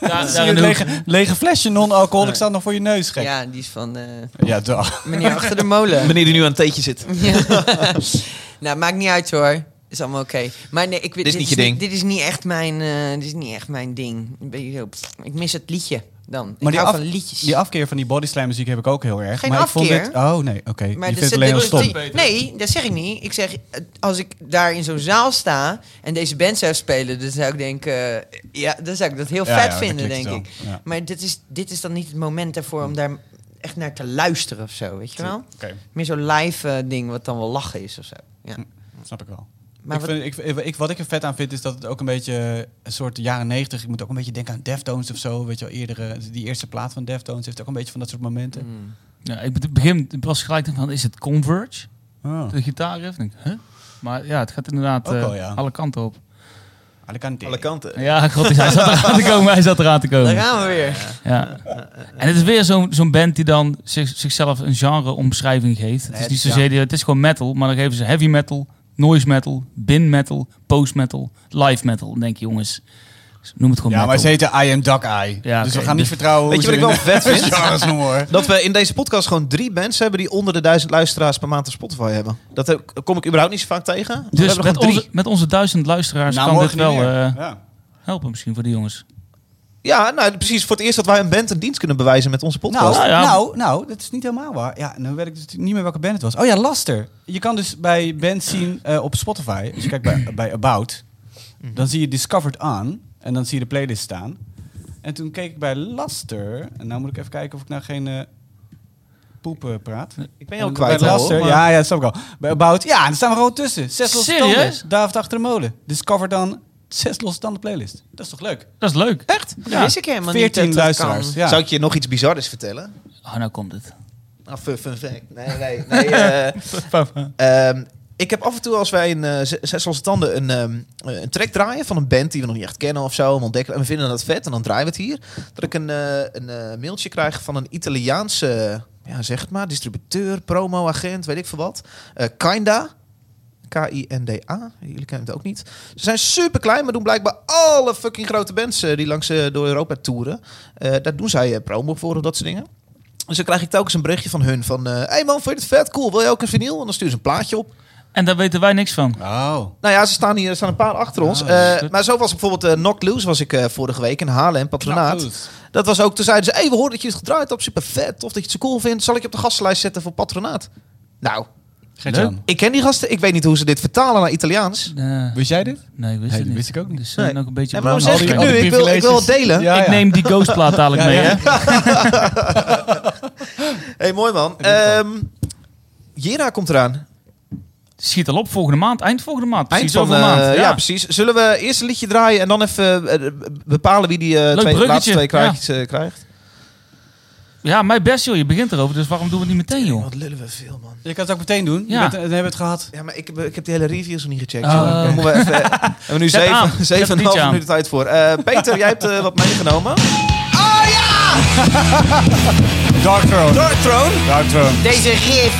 Speaker 3: Daar,
Speaker 2: Zie je het lege, lege flesje non-alcohol. Ik sta nog voor je neus, gek. Ja,
Speaker 4: Ja, die is van eh,
Speaker 2: dag.
Speaker 4: meneer achter de molen.
Speaker 1: Meneer die nu aan het theetje zit.
Speaker 4: Ja. nou, maakt niet uit hoor. Is allemaal oké. Maar nee, ik weet
Speaker 1: Dit is niet je ding.
Speaker 4: Dit is niet echt mijn, eh, dit is niet echt mijn ding. Een beetje zo, pff, ik mis het liedje
Speaker 2: Maar
Speaker 4: dan. Maar ik
Speaker 2: die,
Speaker 4: hou
Speaker 2: af-
Speaker 4: van liedjes.
Speaker 2: die afkeer van die bodyslam muziek heb ik ook heel erg.
Speaker 4: Geen
Speaker 2: maar ik
Speaker 4: afkeer.
Speaker 2: vond dit... Oh, nee, oké. Je
Speaker 4: maar
Speaker 2: vindt
Speaker 4: dit-
Speaker 2: het alleen
Speaker 4: dit-
Speaker 2: al stom.
Speaker 4: dit- Nee, dat zeg ik niet. Ik zeg, eh, als ik daar in zo'n zaal sta en deze band zou spelen, dan zou ik denken, eh, ja, dan zou ik dat heel
Speaker 2: Ja, ja,
Speaker 4: vet
Speaker 2: dat
Speaker 4: vinden,
Speaker 2: klikt
Speaker 4: denk ik.
Speaker 2: wel. Ja.
Speaker 4: Maar dit is, dit is dan niet het moment daarvoor om daar echt naar te luisteren of zo, weet je wel?
Speaker 2: Oké,
Speaker 4: Meer zo'n live eh, ding wat dan wel lachen is of zo. Ja.
Speaker 2: Mm. snap ik wel.
Speaker 4: Maar
Speaker 2: ik
Speaker 4: wat-
Speaker 2: vind, ik, ik, wat ik er vet aan vind is dat het ook een beetje een soort jaren negentig. Ik moet ook een beetje denken aan Deftones of zo. Weet je wel, eerdere, die eerste plaat van Deftones heeft ook een beetje van dat soort momenten.
Speaker 4: Mm.
Speaker 3: Ja, ik be- begin pas gelijk te denken van, is het Converge?
Speaker 2: Oh.
Speaker 3: De gitaar heeft? Denk ik, huh? Maar ja, het gaat inderdaad
Speaker 2: Ook
Speaker 3: eh,
Speaker 2: wel, ja.
Speaker 3: alle kanten op.
Speaker 2: Alicante.
Speaker 1: Alle kanten.
Speaker 3: Ja, god, hij zat eraan te komen. Hij zat eraan te
Speaker 4: Daar
Speaker 3: komen.
Speaker 4: gaan we weer.
Speaker 3: Ja. En het is weer zo'n zo'n band die dan zich, zichzelf een genre-omschrijving geeft. Het
Speaker 2: Nee,
Speaker 3: is
Speaker 2: het
Speaker 3: niet
Speaker 2: is-
Speaker 3: zozeer, die- het is gewoon metal, maar dan geven ze heavy metal, noise metal, bin metal, post metal, live metal. Dan denk je, jongens, noem het gewoon
Speaker 2: Ja, maar
Speaker 3: metal.
Speaker 2: ze heten I am Duck Eye.
Speaker 3: Ja,
Speaker 2: dus
Speaker 3: oké,
Speaker 2: we gaan
Speaker 3: dus-
Speaker 2: niet vertrouwen
Speaker 1: Weet
Speaker 2: hoe
Speaker 1: je wat
Speaker 2: ze
Speaker 1: ik wel
Speaker 2: hun-
Speaker 1: vet vind?
Speaker 2: genres noemen, hoor.
Speaker 1: Dat we in deze podcast gewoon drie mensen hebben die onder de duizend luisteraars per maand op Spotify hebben. Dat heb- kom ik überhaupt niet zo vaak tegen. we
Speaker 3: Dus
Speaker 1: hebben er
Speaker 3: met
Speaker 1: gewoon
Speaker 3: onze, met onze duizend luisteraars
Speaker 2: Nou,
Speaker 3: kan dit
Speaker 2: morgen
Speaker 3: wel
Speaker 2: niet meer.
Speaker 3: eh,
Speaker 2: Ja.
Speaker 3: helpen misschien voor die jongens.
Speaker 1: Ja, nou precies. Voor het eerst dat wij een band een dienst kunnen bewijzen met onze podcast.
Speaker 2: Nou,
Speaker 3: Nou ja.
Speaker 2: nou, nou, dat is niet helemaal waar. Ja, nu weet ik dus niet meer welke band het was. Oh ja, Laster. Je kan dus bij bands zien eh, op Spotify. Dus kijk bij, bij About.
Speaker 3: Mhm.
Speaker 2: Dan zie je Discovered aan. En dan zie je de playlist staan. En toen keek ik bij Laster. En nou moet ik even kijken of ik nou geen eh, poepen praat.
Speaker 1: ik ben je al
Speaker 2: En
Speaker 1: kwijt.
Speaker 2: Bij
Speaker 1: al,
Speaker 2: Laster,
Speaker 1: hoor, maar-
Speaker 2: ja, ja, dat snap ik al. Bij About, ja, en daar staan we gewoon tussen. Zes losse
Speaker 3: Serieus?
Speaker 2: tanden. David achter de molen. Discover dan zes losse tanden playlist. Dat is toch leuk?
Speaker 3: Dat is leuk. Echt?
Speaker 4: Dat
Speaker 3: Ja.
Speaker 4: wist ik helemaal niet.
Speaker 2: 14
Speaker 4: dat dat kan.
Speaker 2: luisteraars. Ja.
Speaker 1: Zou ik je nog iets bizarres vertellen?
Speaker 3: Oh, nou komt het.
Speaker 1: Ah, fun, fun fact. Nee, nee, nee. eh, Ehm, ik heb af en toe als wij een eh, z- Zes Losse Tanden een, ehm, eh, een track draaien van een band die we nog niet echt kennen of zo. En, ontdekken, en we vinden dat vet en dan draaien we het hier. Dat ik een, eh, een eh, mailtje krijg van een Italiaanse, ja, zeg het maar, distributeur, promo-agent, weet ik veel wat. Eh, Kinda. K-I-N-D-A. Jullie kennen het ook niet. Ze zijn super klein, maar doen blijkbaar alle fucking grote bands eh, die langs eh, door Europa toeren. Eh, daar doen zij eh, promo voor of dat soort dingen. Dus dan krijg ik telkens een berichtje van hun van... eh hey man, vond je het vet? Cool, wil je ook een vinyl? En dan sturen ze een plaatje op.
Speaker 3: En daar weten wij niks van.
Speaker 2: Oh.
Speaker 1: Nou ja, ze staan hier, er staan een paar achter ons.
Speaker 2: Ah, dat is
Speaker 1: Eh,
Speaker 3: goed.
Speaker 1: maar zo was bijvoorbeeld eh Knock Loose was ik eh, vorige week in Haarlem, patronaat.
Speaker 2: Knaploos.
Speaker 1: Dat was ook, toen zeiden ze... hey, we horen dat je het gedraaid hebt, super vet. Of dat je het zo cool vindt. Zal ik je op de gastenlijst zetten voor patronaat? Nou,
Speaker 2: Gert-Jan,
Speaker 1: ik ken die gasten. Ik weet niet hoe ze dit vertalen naar Italiaans.
Speaker 3: Eh,
Speaker 2: Wist jij dit?
Speaker 3: nee, ik
Speaker 2: Nee,
Speaker 3: wist het
Speaker 2: dat
Speaker 3: niet.
Speaker 2: wist ik ook niet.
Speaker 3: Dus eh,
Speaker 1: Nee.
Speaker 3: nog een beetje
Speaker 1: En waarom
Speaker 3: op-
Speaker 1: zeg ik het
Speaker 2: al die
Speaker 1: nu? Ik wil, ik wil het
Speaker 2: privileges.
Speaker 1: delen.
Speaker 2: Ja,
Speaker 3: ik
Speaker 2: ja.
Speaker 3: neem die Ghostplaat dadelijk
Speaker 2: Ja,
Speaker 3: mee,
Speaker 2: ja.
Speaker 3: hè?
Speaker 1: hey, mooi man. Ehm Jera komt eraan.
Speaker 3: Schiet al op volgende maand, eind volgende maand. Precies
Speaker 1: Eind van,
Speaker 3: over een
Speaker 1: eh,
Speaker 3: maand.
Speaker 1: ja. precies. Zullen we eerst een liedje draaien en dan even eh, bepalen wie die eh, twee,
Speaker 3: bruggetje,
Speaker 1: laatste twee
Speaker 3: ja.
Speaker 1: krijgt? eh, krijgt?
Speaker 3: Ja, mijn best joh, je begint erover, dus waarom doen we het niet meteen joh?
Speaker 1: Wat lullen we veel, man.
Speaker 2: Je kan het ook meteen doen.
Speaker 3: Ja.
Speaker 2: Je bent, dan hebben we het gehad.
Speaker 1: Ja, maar ik, heb- ik heb de hele reviews nog niet gecheckt.
Speaker 3: Oh.
Speaker 1: joh. Dan moeten we even, eh, hebben we nu
Speaker 3: Zet hem aan.
Speaker 1: zeven,
Speaker 3: Zet
Speaker 1: zeven
Speaker 3: het
Speaker 1: en een
Speaker 3: liedje
Speaker 1: half
Speaker 3: aan.
Speaker 1: minuten tijd voor. Eh, Peter, jij hebt eh, wat meegenomen.
Speaker 2: Dark Throne.
Speaker 1: Dark Throne.
Speaker 2: Dark Throne.
Speaker 4: Deze gif.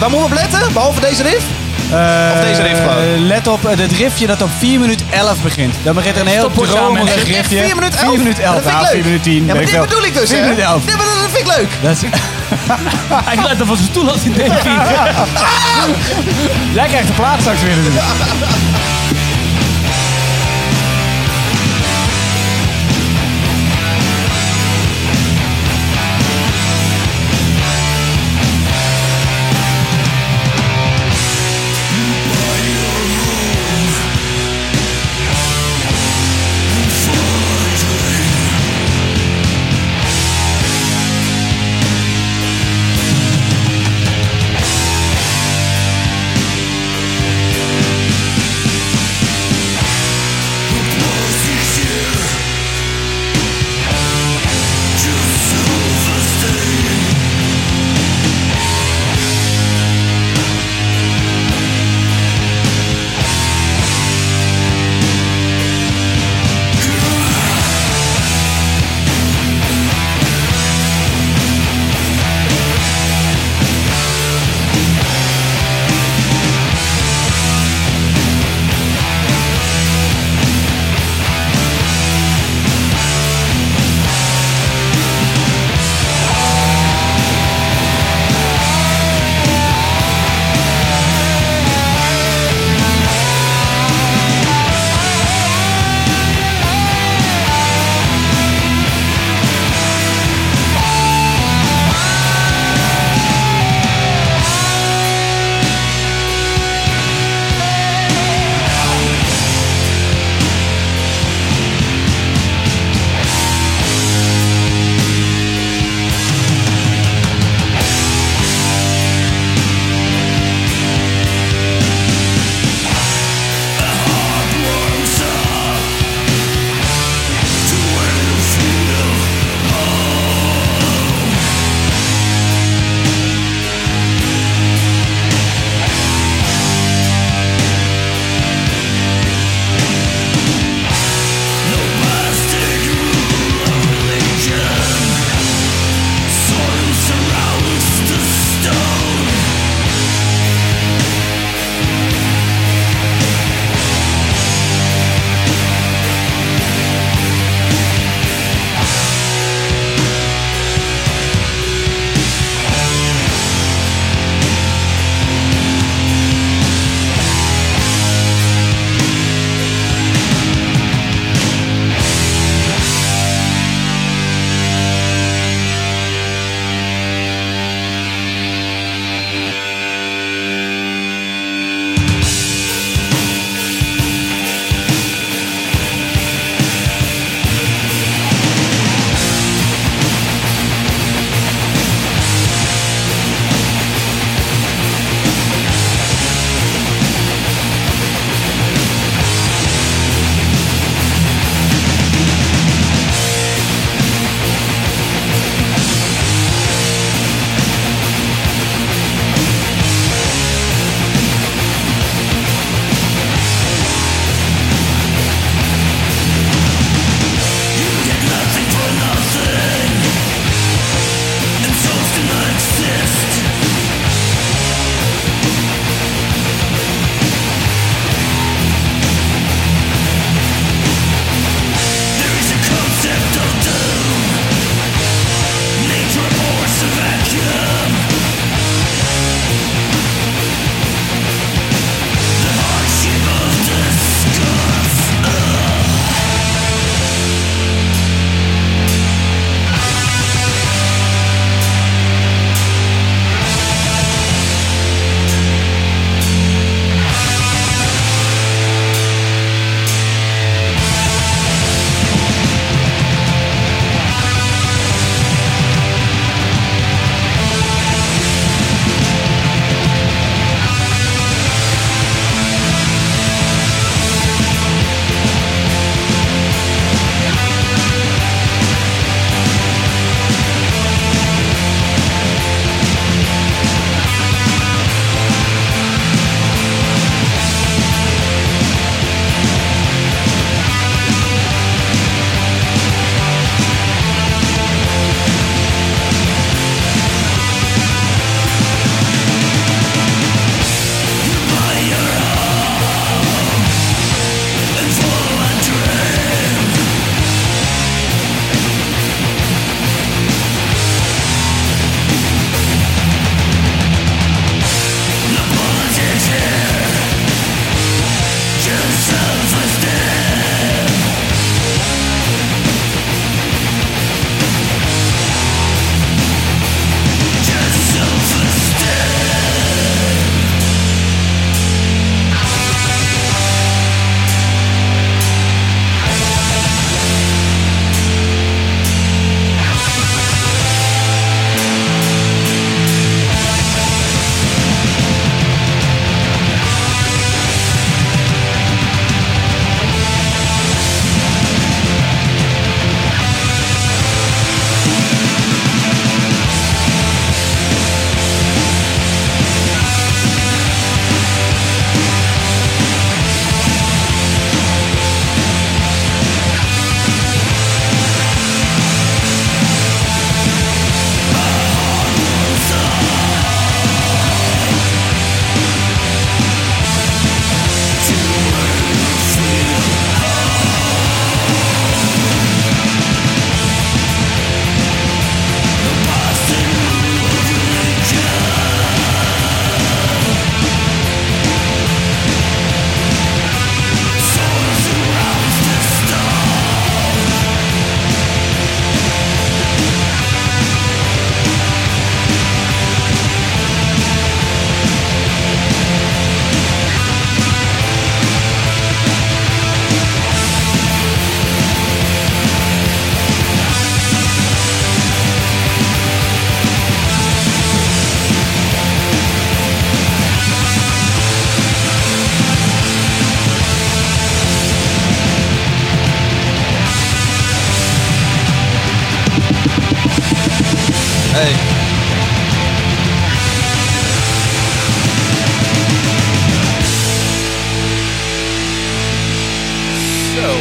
Speaker 1: Waar moeten we op letten? Behalve deze riff?
Speaker 2: Eh,
Speaker 1: Of deze riff gewoon.
Speaker 2: Let op het riffje dat op 4 minuten 11 begint. Dan begint er een heel
Speaker 3: Stopwoord aan, hè?
Speaker 2: dromerig
Speaker 3: Echt
Speaker 2: riffje.
Speaker 1: 4 minuten 11?
Speaker 2: 4 minuten 11.
Speaker 1: Dat vind ik
Speaker 2: Ja,
Speaker 1: leuk.
Speaker 2: 4 minuten 10.
Speaker 1: Ja, maar
Speaker 2: weet
Speaker 1: dit
Speaker 2: ik wel.
Speaker 1: bedoel ik dus,
Speaker 2: 4
Speaker 1: hè?
Speaker 2: minuten 11.
Speaker 1: Nee, maar dat vind ik leuk.
Speaker 2: Dat is
Speaker 3: Hij let op zijn stoel als hij denkt.
Speaker 2: Jij krijgt de plaat straks weer. dus- natuurlijk.
Speaker 5: Thank
Speaker 1: Hey. Zo.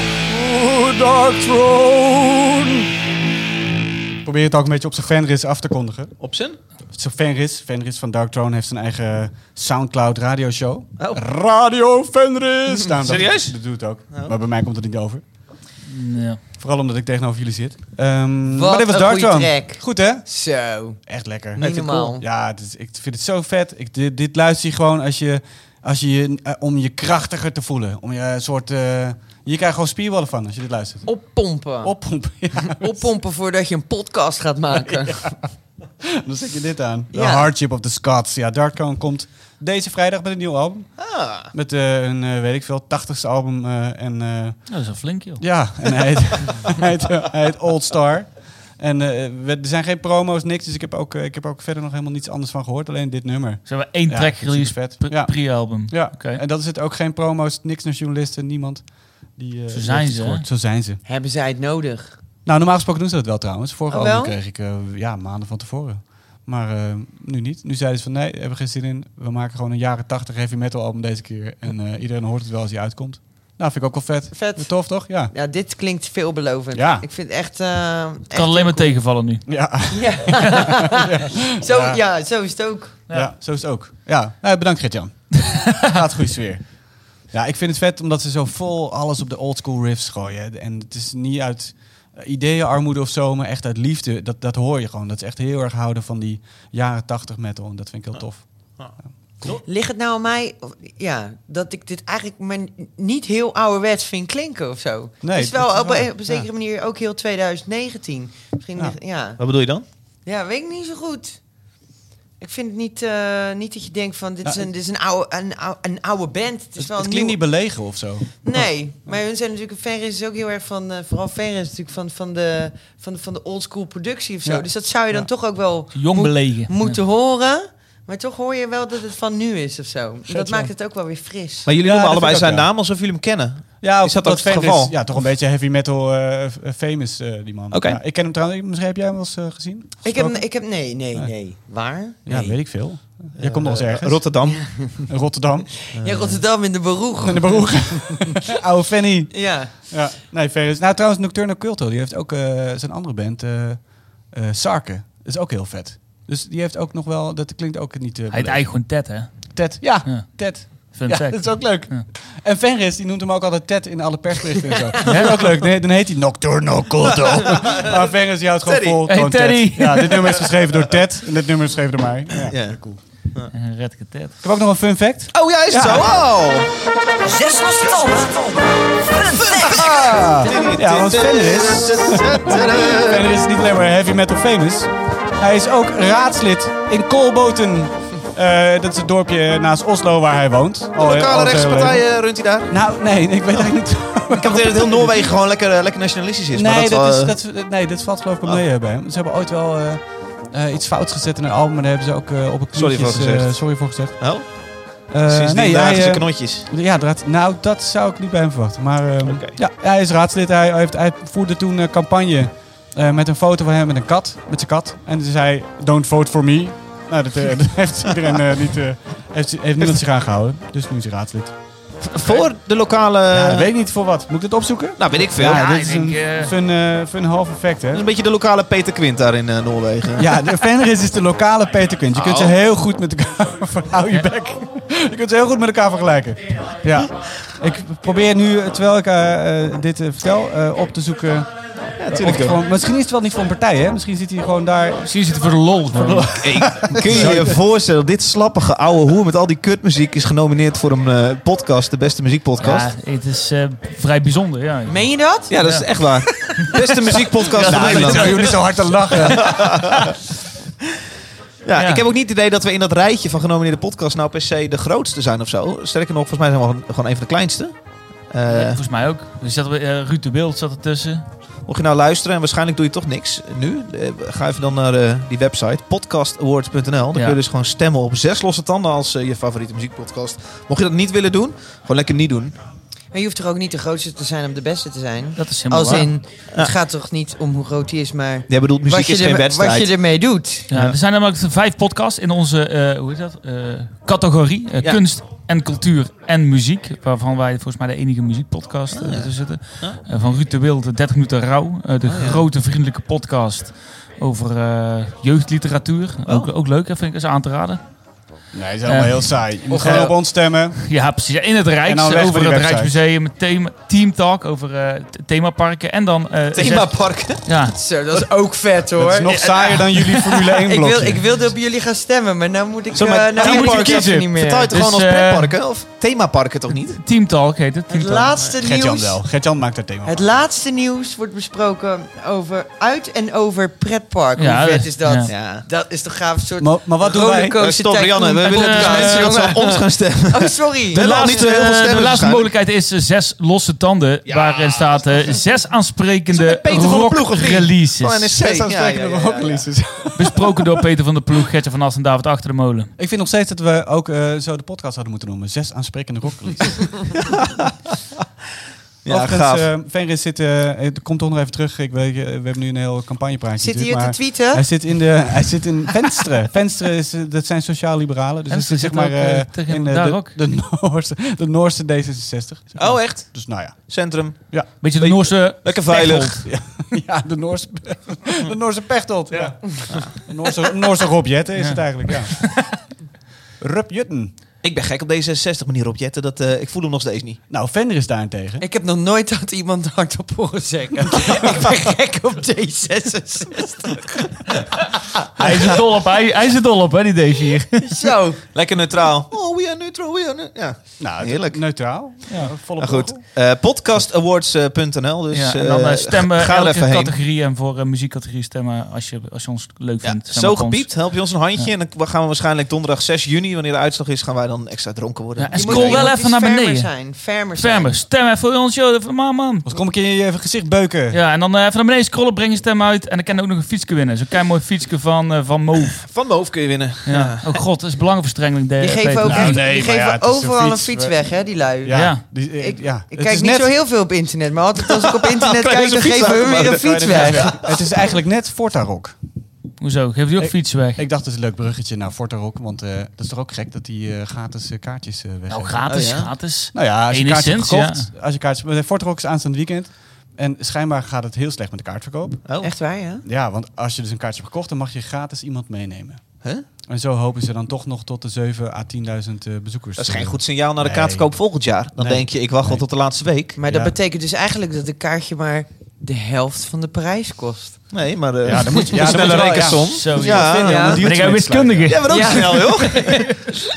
Speaker 1: Dark Throne.
Speaker 2: Probeer het ook een beetje op zijn fanris af te kondigen.
Speaker 1: Op z'n?
Speaker 2: Zijn fanris, fanris van Dark Throne heeft zijn eigen Soundcloud radioshow.
Speaker 4: Oh.
Speaker 2: Radio Fenris! Nou, dat-
Speaker 1: Serieus?
Speaker 2: Dat doet het ook. Maar bij mij komt het niet over.
Speaker 3: eh, Ja.
Speaker 2: Vooral omdat ik tegenover jullie zit. Ehm,
Speaker 4: Wat
Speaker 2: maar dit was
Speaker 4: een
Speaker 2: Dark
Speaker 4: goeie
Speaker 2: Throne.
Speaker 4: track.
Speaker 2: Goed hè?
Speaker 4: Zo.
Speaker 2: Echt lekker.
Speaker 4: Niet normaal.
Speaker 2: Ja, het is- ik vind het zo vet. Ik, dit, dit luister je gewoon als je, als je, je- eh, om je krachtiger te voelen. Om je eh, soort, eh, je krijgt gewoon spierballen van als je dit luistert.
Speaker 4: Oppompen.
Speaker 2: Oppompen. Ja,
Speaker 4: Oppompen voordat je een podcast gaat maken.
Speaker 2: dan zet je dit aan. The
Speaker 4: Ja.
Speaker 2: Hardship of the Scots. Ja, Dark Throne komt deze vrijdag met een nieuw album.
Speaker 4: Ah.
Speaker 2: Met eh, een, eh, weet ik veel, 80ste album. eh, en eh,
Speaker 3: Dat is een flink, joh.
Speaker 2: Ja, en hij heet, hij heet, eh, hij heet Old Star. En eh, we- er zijn geen promo's, niks. Dus ik heb, ook, eh, ik heb ook verder nog helemaal niets anders van gehoord. Alleen dit nummer.
Speaker 3: Ze hebben één
Speaker 2: Ja,
Speaker 3: track
Speaker 2: dat is
Speaker 3: released
Speaker 2: supervet.
Speaker 3: pre-
Speaker 2: Ja.
Speaker 3: pre-album.
Speaker 2: Ja,
Speaker 3: Oké.
Speaker 2: en dat is het ook. Geen promo's, niks naar journalisten, niemand. Die, eh,
Speaker 3: Zo zijn
Speaker 2: dat
Speaker 3: ze,
Speaker 2: hoort.
Speaker 3: hè?
Speaker 2: Zo zijn ze.
Speaker 4: Hebben zij het nodig?
Speaker 2: Nou, normaal gesproken doen ze dat wel trouwens. Vorige
Speaker 4: Oh,
Speaker 2: album
Speaker 4: wel?
Speaker 2: kreeg ik eh, ja, maanden van tevoren. Maar eh, nu niet. Nu zeiden ze van nee, hebben we geen zin in. We maken gewoon een jaren 80 heavy metal album deze keer. En eh, iedereen hoort het wel als die uitkomt. Nou, vind ik ook wel vet.
Speaker 4: Vet.
Speaker 2: Tof toch? Ja.
Speaker 4: Ja, dit klinkt veelbelovend.
Speaker 2: Ja.
Speaker 4: Ik vind echt... eh, echt
Speaker 3: Het kan alleen maar
Speaker 4: heel
Speaker 3: tegenvallen nu.
Speaker 2: Ja.
Speaker 4: cool. Ja. zo, ja. zo is het ook.
Speaker 2: Ja. zo is het ook. Ja, nou, bedankt Gert-Jan. Gaat goede sfeer. Ja, ik vind het vet omdat ze zo vol alles op de old school riffs gooien. En het is niet uit eh, ideeënarmoede of zo, maar echt uit liefde. Dat, dat hoor je gewoon. Dat is echt heel erg houden van die jaren tachtig metal. En dat vind ik heel tof.
Speaker 4: Ligt het nou aan mij of- ja, dat ik dit eigenlijk maar niet heel ouderwets vind klinken of zo?
Speaker 2: Nee,
Speaker 4: het is wel
Speaker 2: dat is
Speaker 4: op, een,
Speaker 2: waar.
Speaker 4: op een zekere
Speaker 2: Ja.
Speaker 4: manier ook heel 2019. Misschien
Speaker 2: Ja.
Speaker 4: ligt- ja.
Speaker 1: Wat bedoel je dan?
Speaker 4: Ja, weet ik niet zo goed. Ik vind het niet, eh, niet dat je denkt van dit
Speaker 2: Ja,
Speaker 4: is een, dit is een, oude, een, oude, een oude band. Het, is
Speaker 2: Nou, Het,
Speaker 4: wel
Speaker 2: het klinkt
Speaker 4: een nieuw-
Speaker 2: niet belegen of zo.
Speaker 4: Nee, maar hun zijn natuurlijk, Ferris is ook heel erg van, eh, vooral Ferris natuurlijk van, van, de, van, de- van de oldschool productie of zo.
Speaker 2: Ja.
Speaker 4: Dus dat zou je dan
Speaker 2: Ja.
Speaker 4: toch ook wel
Speaker 3: Jong
Speaker 4: moet-
Speaker 3: belegen.
Speaker 4: moeten horen. Maar toch hoor je wel dat het van nu is of zo. Dat
Speaker 2: ja.
Speaker 4: maakt het ook wel weer fris.
Speaker 1: Maar jullie
Speaker 2: Ja,
Speaker 1: noemen
Speaker 2: dat
Speaker 1: allebei
Speaker 2: vind ik
Speaker 1: zijn
Speaker 2: ook, ja.
Speaker 1: naam alsof jullie hem kennen.
Speaker 2: Ja,
Speaker 1: Is dat ook het
Speaker 2: Fender
Speaker 1: geval?
Speaker 2: ja, toch een beetje heavy metal eh, f- famous, eh, die man.
Speaker 1: Oké.
Speaker 2: Ja, ik ken hem trouwens. Misschien heb jij hem wel eens eh, gezien?
Speaker 4: Ik heb,
Speaker 2: Gesproken?
Speaker 4: ik heb, nee, nee, nee. Waar?
Speaker 2: Ja,
Speaker 4: Nee.
Speaker 2: weet ik veel. Jij komt nog eens
Speaker 1: Eh,
Speaker 2: ergens.
Speaker 1: Rotterdam.
Speaker 2: Rotterdam.
Speaker 4: Ja, Rotterdam in de beroeg.
Speaker 2: En de beroegen. Oude Fanny.
Speaker 4: Ja.
Speaker 2: Ja, nee, Ferris. Nou, trouwens, Nocturno Culto, die heeft ook eh, zijn andere band, eh eh, Sarke. Dat is ook heel vet. Dus die heeft ook nog wel, dat klinkt ook niet... eh,
Speaker 3: Hij heet eigenlijk gewoon Ted, hè?
Speaker 2: Ted. Ja,
Speaker 3: Ja.
Speaker 2: Ted.
Speaker 3: Fun
Speaker 2: ja,
Speaker 3: fact.
Speaker 2: dat is ook leuk.
Speaker 3: Ja.
Speaker 2: En Ferris, die noemt hem ook altijd Ted in alle persberichten en zo. Dat is ook leuk. Nee, dan heet hij Nocturno Culto. maar Ferris, die houdt gewoon
Speaker 1: Teddy.
Speaker 2: vol.
Speaker 3: Hey,
Speaker 2: gewoon Ted.
Speaker 3: Teddy.
Speaker 2: Ja, dit nummer is geschreven door Ted. En dit nummer is geschreven door mij. Ja,
Speaker 1: Ja.
Speaker 2: cool.
Speaker 3: Een redke Ted.
Speaker 2: Ik heb ook nog een fun fact.
Speaker 1: Oh ja, is het
Speaker 2: Ja.
Speaker 1: zo? Oh.
Speaker 8: Zes losse tanden.
Speaker 2: Ja, want Ferris... Verder is het niet alleen maar heavy metal famous. Hij is ook raadslid in Kolboten. Eh, dat is het dorpje naast Oslo waar hij woont. Al- al
Speaker 1: Lokale
Speaker 2: zijn leven.
Speaker 1: rechtspartijen runt hij daar.
Speaker 2: Nou, nee, ik weet eigenlijk niet.
Speaker 1: Ik heb het idee dat heel Noorwegen gewoon lekker, eh, lekker nationalistisch is. maar
Speaker 2: nee,
Speaker 1: dat,
Speaker 2: dat
Speaker 1: wel,
Speaker 2: is,
Speaker 1: eh, Oh.
Speaker 2: dat, is- nee, dit valt geloof ik wel mee eh, bij hem. Ze hebben ooit wel eh, eh, iets fouts gezet in een album, maar daar hebben ze ook eh, op een
Speaker 1: Sorry
Speaker 2: knietjes,
Speaker 1: voor
Speaker 2: eh,
Speaker 1: gezegd.
Speaker 2: sorry voor gezegd.
Speaker 1: Oh,
Speaker 2: Eh,
Speaker 1: sinds
Speaker 2: nee,
Speaker 1: die
Speaker 2: hij,
Speaker 1: dagen zijn
Speaker 2: eh,
Speaker 1: knotjes.
Speaker 2: Ja, draad, nou, dat zou ik niet bij hem verwachten. Maar ehm,
Speaker 1: Oké.
Speaker 2: ja, hij is raadslid. Hij, heeft, hij voerde toen eh, campagne eh, met een foto van hem met een kat. Met zijn kat. En ze zei, don't vote for me. Nou, dat, eh, dat heeft iedereen eh, niet... eh, heeft, heeft niemand zich aangehouden. Dus nu is hij raadslid.
Speaker 1: Voor de lokale...
Speaker 2: Ja, dat weet ik niet voor wat. Moet ik dit opzoeken?
Speaker 1: Nou, weet Eh. ik veel.
Speaker 2: Ja,
Speaker 1: dat
Speaker 2: dit is een fun, eh, fun half effect, hè?
Speaker 1: is een beetje de lokale Peter Quint daar in eh, Noorwegen.
Speaker 2: Ja, de Fenris is de lokale Peter Quint. Je kunt ze heel goed met elkaar... Hou je bek. Je kunt ze heel goed met elkaar vergelijken. Ja. Ik probeer nu, terwijl ik eh, eh, dit eh, vertel, eh, op te zoeken... eh,
Speaker 1: Ja,
Speaker 2: Of het gewoon- misschien is het wel niet voor een partij, hè? Misschien zit hij gewoon daar...
Speaker 3: Misschien zit het voor de lol. gewoon.
Speaker 1: Hey, kun je je voorstellen, dat dit slappige ouwe hoer met al die kutmuziek is genomineerd voor een eh, podcast, de beste muziekpodcast.
Speaker 3: Ja,
Speaker 1: Ja,
Speaker 3: het is eh, vrij bijzonder, ja.
Speaker 4: Meen je dat?
Speaker 1: dat is echt waar. Beste muziekpodcast van
Speaker 2: Nou,
Speaker 1: Nederland.
Speaker 2: jullie- jullie zo hard te lachen.
Speaker 1: Ja,
Speaker 3: Ja.
Speaker 1: ik heb ook niet het idee dat we in dat rijtje van genomineerde podcasts nou per se de grootste zijn of zo. Sterker nog, volgens mij zijn we gewoon- gewoon een van de kleinste. Eh,
Speaker 3: Ja, volgens mij ook. Dus zat, eh Ruud de Wild zat ertussen.
Speaker 1: mocht je nou luisteren en waarschijnlijk doe je toch niks nu, eh, ga even dan naar eh, die website podcastawards.nl. Dan kun je
Speaker 3: Ja.
Speaker 1: dus gewoon stemmen op zes losse tanden als eh, je favoriete muziekpodcast. Mocht je dat niet willen doen, gewoon lekker niet doen.
Speaker 4: Maar je hoeft er ook niet de grootste te zijn om de beste te zijn.
Speaker 3: Dat Oh, is helemaal
Speaker 4: Als
Speaker 3: waar.
Speaker 4: in, het gaat toch niet om hoe groot hij is, maar
Speaker 1: Jij bedoelt, muziek
Speaker 4: wat, je
Speaker 1: is geen
Speaker 4: er- wat
Speaker 1: wedstrijd.
Speaker 4: je ermee doet.
Speaker 3: Ja, Er zijn namelijk vijf podcasts in onze eh, hoe heet dat? eh, categorie eh,
Speaker 1: Ja.
Speaker 3: kunst en cultuur en muziek. Waarvan wij volgens mij de enige muziekpodcast
Speaker 2: Ah,
Speaker 3: eh, tussen zitten. Eh, van Ruud de Wild, 30 minuten rauw. Eh,
Speaker 2: Ah,
Speaker 3: de grote vriendelijke podcast over eh, jeugdliteratuur.
Speaker 2: Oh.
Speaker 3: Ook, ook leuk, hè, vind ik eens aan te raden.
Speaker 2: Nee, dat is allemaal
Speaker 3: Eh,
Speaker 2: heel saai. Je moet
Speaker 3: eh,
Speaker 2: gewoon op ons stemmen.
Speaker 3: Ja, precies. Ja, In het
Speaker 2: En
Speaker 3: Rijks,
Speaker 2: dan weg van
Speaker 3: over
Speaker 2: die
Speaker 3: het
Speaker 2: website.
Speaker 3: Rijksmuseum, thema, Team Talk over eh, th- themaparken en dan... eh, zes-
Speaker 1: Themaparken.
Speaker 3: ja,
Speaker 4: Zo, dat is ook vet hoor.
Speaker 2: Dat is nog saaier dan jullie Formule 1
Speaker 4: ik, wil,
Speaker 2: blokje.
Speaker 4: ik wilde op jullie gaan stemmen, maar nou moet ik,
Speaker 1: Zo,
Speaker 4: eh
Speaker 1: maar
Speaker 4: nou
Speaker 1: die
Speaker 4: weet
Speaker 1: moet
Speaker 4: ik
Speaker 1: je
Speaker 4: het
Speaker 3: kiezen.
Speaker 4: niet meer.
Speaker 1: Vertaal je het
Speaker 3: Dus,
Speaker 1: gewoon als
Speaker 3: eh,
Speaker 1: pretparken? Of themaparken toch niet?
Speaker 3: Team Talk heet het. Team
Speaker 4: Het
Speaker 3: Talk.
Speaker 4: laatste
Speaker 2: Gert-Jan
Speaker 4: nieuws.
Speaker 2: wel. Gert-Jan maakt daar thema
Speaker 4: Het laatste nieuws wordt besproken over uit en over pretpark.
Speaker 3: Ja,
Speaker 4: Hoe vet
Speaker 3: dat-
Speaker 4: is dat?
Speaker 3: ja.
Speaker 1: Ja.
Speaker 4: Dat is toch gaaf een soort
Speaker 2: Maar, maar wat doen wij?
Speaker 4: rollercoaster
Speaker 1: Eh, Stop,
Speaker 4: tycoon
Speaker 1: Rianne. We willen dus
Speaker 4: podcast,
Speaker 1: mensen dat ze
Speaker 4: jongen.
Speaker 1: op ons gaan stemmen.
Speaker 4: Oh, sorry.
Speaker 3: De
Speaker 1: Wel al
Speaker 3: laatste,
Speaker 1: niet zo heel veel
Speaker 3: eh,
Speaker 1: stemmen
Speaker 3: de laatste
Speaker 1: waarschijnlijk.
Speaker 3: mogelijkheid is eh, zes losse tanden.
Speaker 1: Ja.
Speaker 3: waarin staat eh, zes aansprekende
Speaker 1: Peter van der Ploeg, Oh, of niet? Van
Speaker 3: rock-releases.
Speaker 1: NSC. Ja, ja, ja, ja, ja.
Speaker 3: Besproken door Peter van der Ploeg, Gertje van As en David Achter de Molen.
Speaker 2: Ik vind nog steeds dat we ook eh, zo de podcast hadden moeten noemen. Zes aansprekende rockliedjes.
Speaker 1: Ja, gaaf.
Speaker 2: eh, Fenris zit, eh, het komt toch nog even terug. Ik weet, eh, we hebben nu een heel campagnepraatje.
Speaker 4: Zit
Speaker 2: natuurlijk,
Speaker 4: hier te
Speaker 2: maar
Speaker 4: tweeten?
Speaker 2: Hij zit in, de, hij zit in Venstre. Venstre is, eh, dat zijn sociaal-liberalen. Dus dat
Speaker 3: Venstre
Speaker 2: is zeg
Speaker 3: zit
Speaker 2: maar
Speaker 3: ook, eh,
Speaker 2: eh,
Speaker 3: tegen-
Speaker 2: in eh,
Speaker 3: daar
Speaker 2: de,
Speaker 3: ook.
Speaker 2: de, Noorse, de Noorse D66.
Speaker 1: Oh, echt?
Speaker 2: Dus nou ja.
Speaker 1: Centrum.
Speaker 3: Beetje de Noorse...
Speaker 1: Lekker veilig.
Speaker 2: ja, de Noorse, de Noorse pechtold. Ja. De Noorse, Noorse Rob Jetten is het eigenlijk, ja. Rup Jutten.
Speaker 1: Ik ben gek op D66, meneer Rob Jetten. Dat, eh, ik voel hem nog steeds niet.
Speaker 2: Nou, Fender is daarentegen.
Speaker 4: Ik heb nog nooit dat iemand hardop horen zeggen. ik ben gek op D66.
Speaker 3: Hij is er dol op, hij, hij is er dol op, hè, die deze hier.
Speaker 4: Zo.
Speaker 1: Lekker neutraal. Oh, we are neutral, we are ne- Ja,
Speaker 2: Nou, het-
Speaker 1: heerlijk.
Speaker 2: Neutraal. Ja, volop
Speaker 1: Nou goed,
Speaker 2: logo.
Speaker 1: eh, podcastawards.nl. Dus
Speaker 3: Ja, en dan
Speaker 1: eh,
Speaker 3: eh, stemmen
Speaker 1: ga er
Speaker 3: elke
Speaker 1: even heen.
Speaker 3: categorie en voor eh, muziekcategorie stemmen als je, als je ons leuk
Speaker 1: Ja,
Speaker 3: vindt. Stem
Speaker 1: zo
Speaker 3: op ons.
Speaker 1: gepiept, help je ons een handje. En dan gaan we waarschijnlijk donderdag 6 juni, wanneer de uitslag is, gaan wij dan extra dronken worden.
Speaker 3: Ja, en
Speaker 4: Je
Speaker 3: Scroll
Speaker 4: moet-
Speaker 3: wel
Speaker 4: je moet
Speaker 3: even
Speaker 4: iets
Speaker 3: naar
Speaker 4: fermer
Speaker 3: beneden.
Speaker 4: Zijn. Fermer zijn.
Speaker 3: Stemmen, stem even voor ons, joh. Man, man.
Speaker 2: Anders kom ik in je even gezicht beuken.
Speaker 3: Ja, en dan eh, even naar beneden scrollen, breng je stem uit. En dan kan je ook nog een fietsje winnen. Zo'n kei mooi fietsje van, eh, van Move.
Speaker 1: Van boven kun je winnen.
Speaker 3: Ja. Oh god, dat is belangenverstrengeling.
Speaker 4: Die geven, ook,
Speaker 2: Nou,
Speaker 4: die
Speaker 2: nee, maar
Speaker 4: geven
Speaker 2: ja, het is een
Speaker 4: overal
Speaker 2: fiets.
Speaker 4: een fiets weg, hè, die lui.
Speaker 2: Ja,
Speaker 3: Ja.
Speaker 2: die- eh,
Speaker 4: Ik,
Speaker 2: ja.
Speaker 4: ik
Speaker 2: Het
Speaker 4: kijk
Speaker 2: is
Speaker 4: niet
Speaker 2: net- dus
Speaker 4: zo heel veel op internet, maar altijd als ik op internet
Speaker 1: Kan je
Speaker 4: kijk,
Speaker 1: zo'n
Speaker 4: dan
Speaker 1: fiets
Speaker 4: geven hun weer
Speaker 1: laten
Speaker 4: een fiets weg.
Speaker 2: Ja, Het is eigenlijk net Fortarok.
Speaker 3: Hoezo? Geef die ook
Speaker 2: Ik-
Speaker 3: fiets weg?
Speaker 2: Ik dacht, het is een leuk bruggetje naar Fortarok. Want eh, dat is toch ook gek dat die eh, gratis eh, kaartjes eh weggeven.
Speaker 3: nou, gratis,
Speaker 1: Oh, ja.
Speaker 3: gratis.
Speaker 2: Nou ja, als je kaartjes hebt
Speaker 3: Enigszins,
Speaker 2: gekocht... Als je kaartjes, maar de Fortarok is aanstaand weekend. En schijnbaar gaat het heel slecht met de kaartverkoop.
Speaker 1: Oh.
Speaker 4: Echt waar, ja?
Speaker 2: Ja, want als je dus een kaartje hebt gekocht, dan mag je gratis iemand meenemen.
Speaker 1: Huh?
Speaker 2: En zo hopen ze dan toch nog tot de 7 à 10.000 eh, bezoekers.
Speaker 1: Dat is
Speaker 2: eh,
Speaker 1: geen goed signaal naar de
Speaker 2: Nee.
Speaker 1: kaartverkoop volgend jaar. Dan
Speaker 2: Nee.
Speaker 1: denk je, ik wacht wel
Speaker 2: Nee.
Speaker 1: tot de laatste week.
Speaker 4: Maar dat
Speaker 2: Ja.
Speaker 4: betekent dus eigenlijk dat een kaartje maar de helft van de prijs kost.
Speaker 1: Nee, maar eh,
Speaker 2: Ja, dan moet je- ja, dan
Speaker 1: snelle
Speaker 2: moet je wel-
Speaker 1: rekensom.
Speaker 3: ja. Zo,
Speaker 1: ja,
Speaker 2: vinden,
Speaker 1: ja.
Speaker 2: want die-
Speaker 3: Ben ik een wiskundige?
Speaker 1: Jij bent ook
Speaker 4: Ja.
Speaker 1: snel, joh.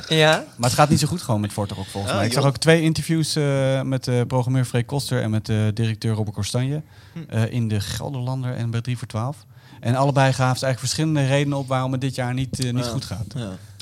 Speaker 4: Ja?
Speaker 2: Maar het gaat niet zo goed gewoon met Fortarok volgens
Speaker 1: Ah,
Speaker 2: mij. Ik zag
Speaker 1: joh.
Speaker 2: ook twee interviews eh, met eh, programmeur Freek Koster en met eh, directeur Robert Corstanje eh, in de Gelderlander en bij 3 voor 12. En allebei gaven ze eigenlijk verschillende redenen op waarom het dit jaar niet, eh, niet
Speaker 1: Ja.
Speaker 2: goed gaat.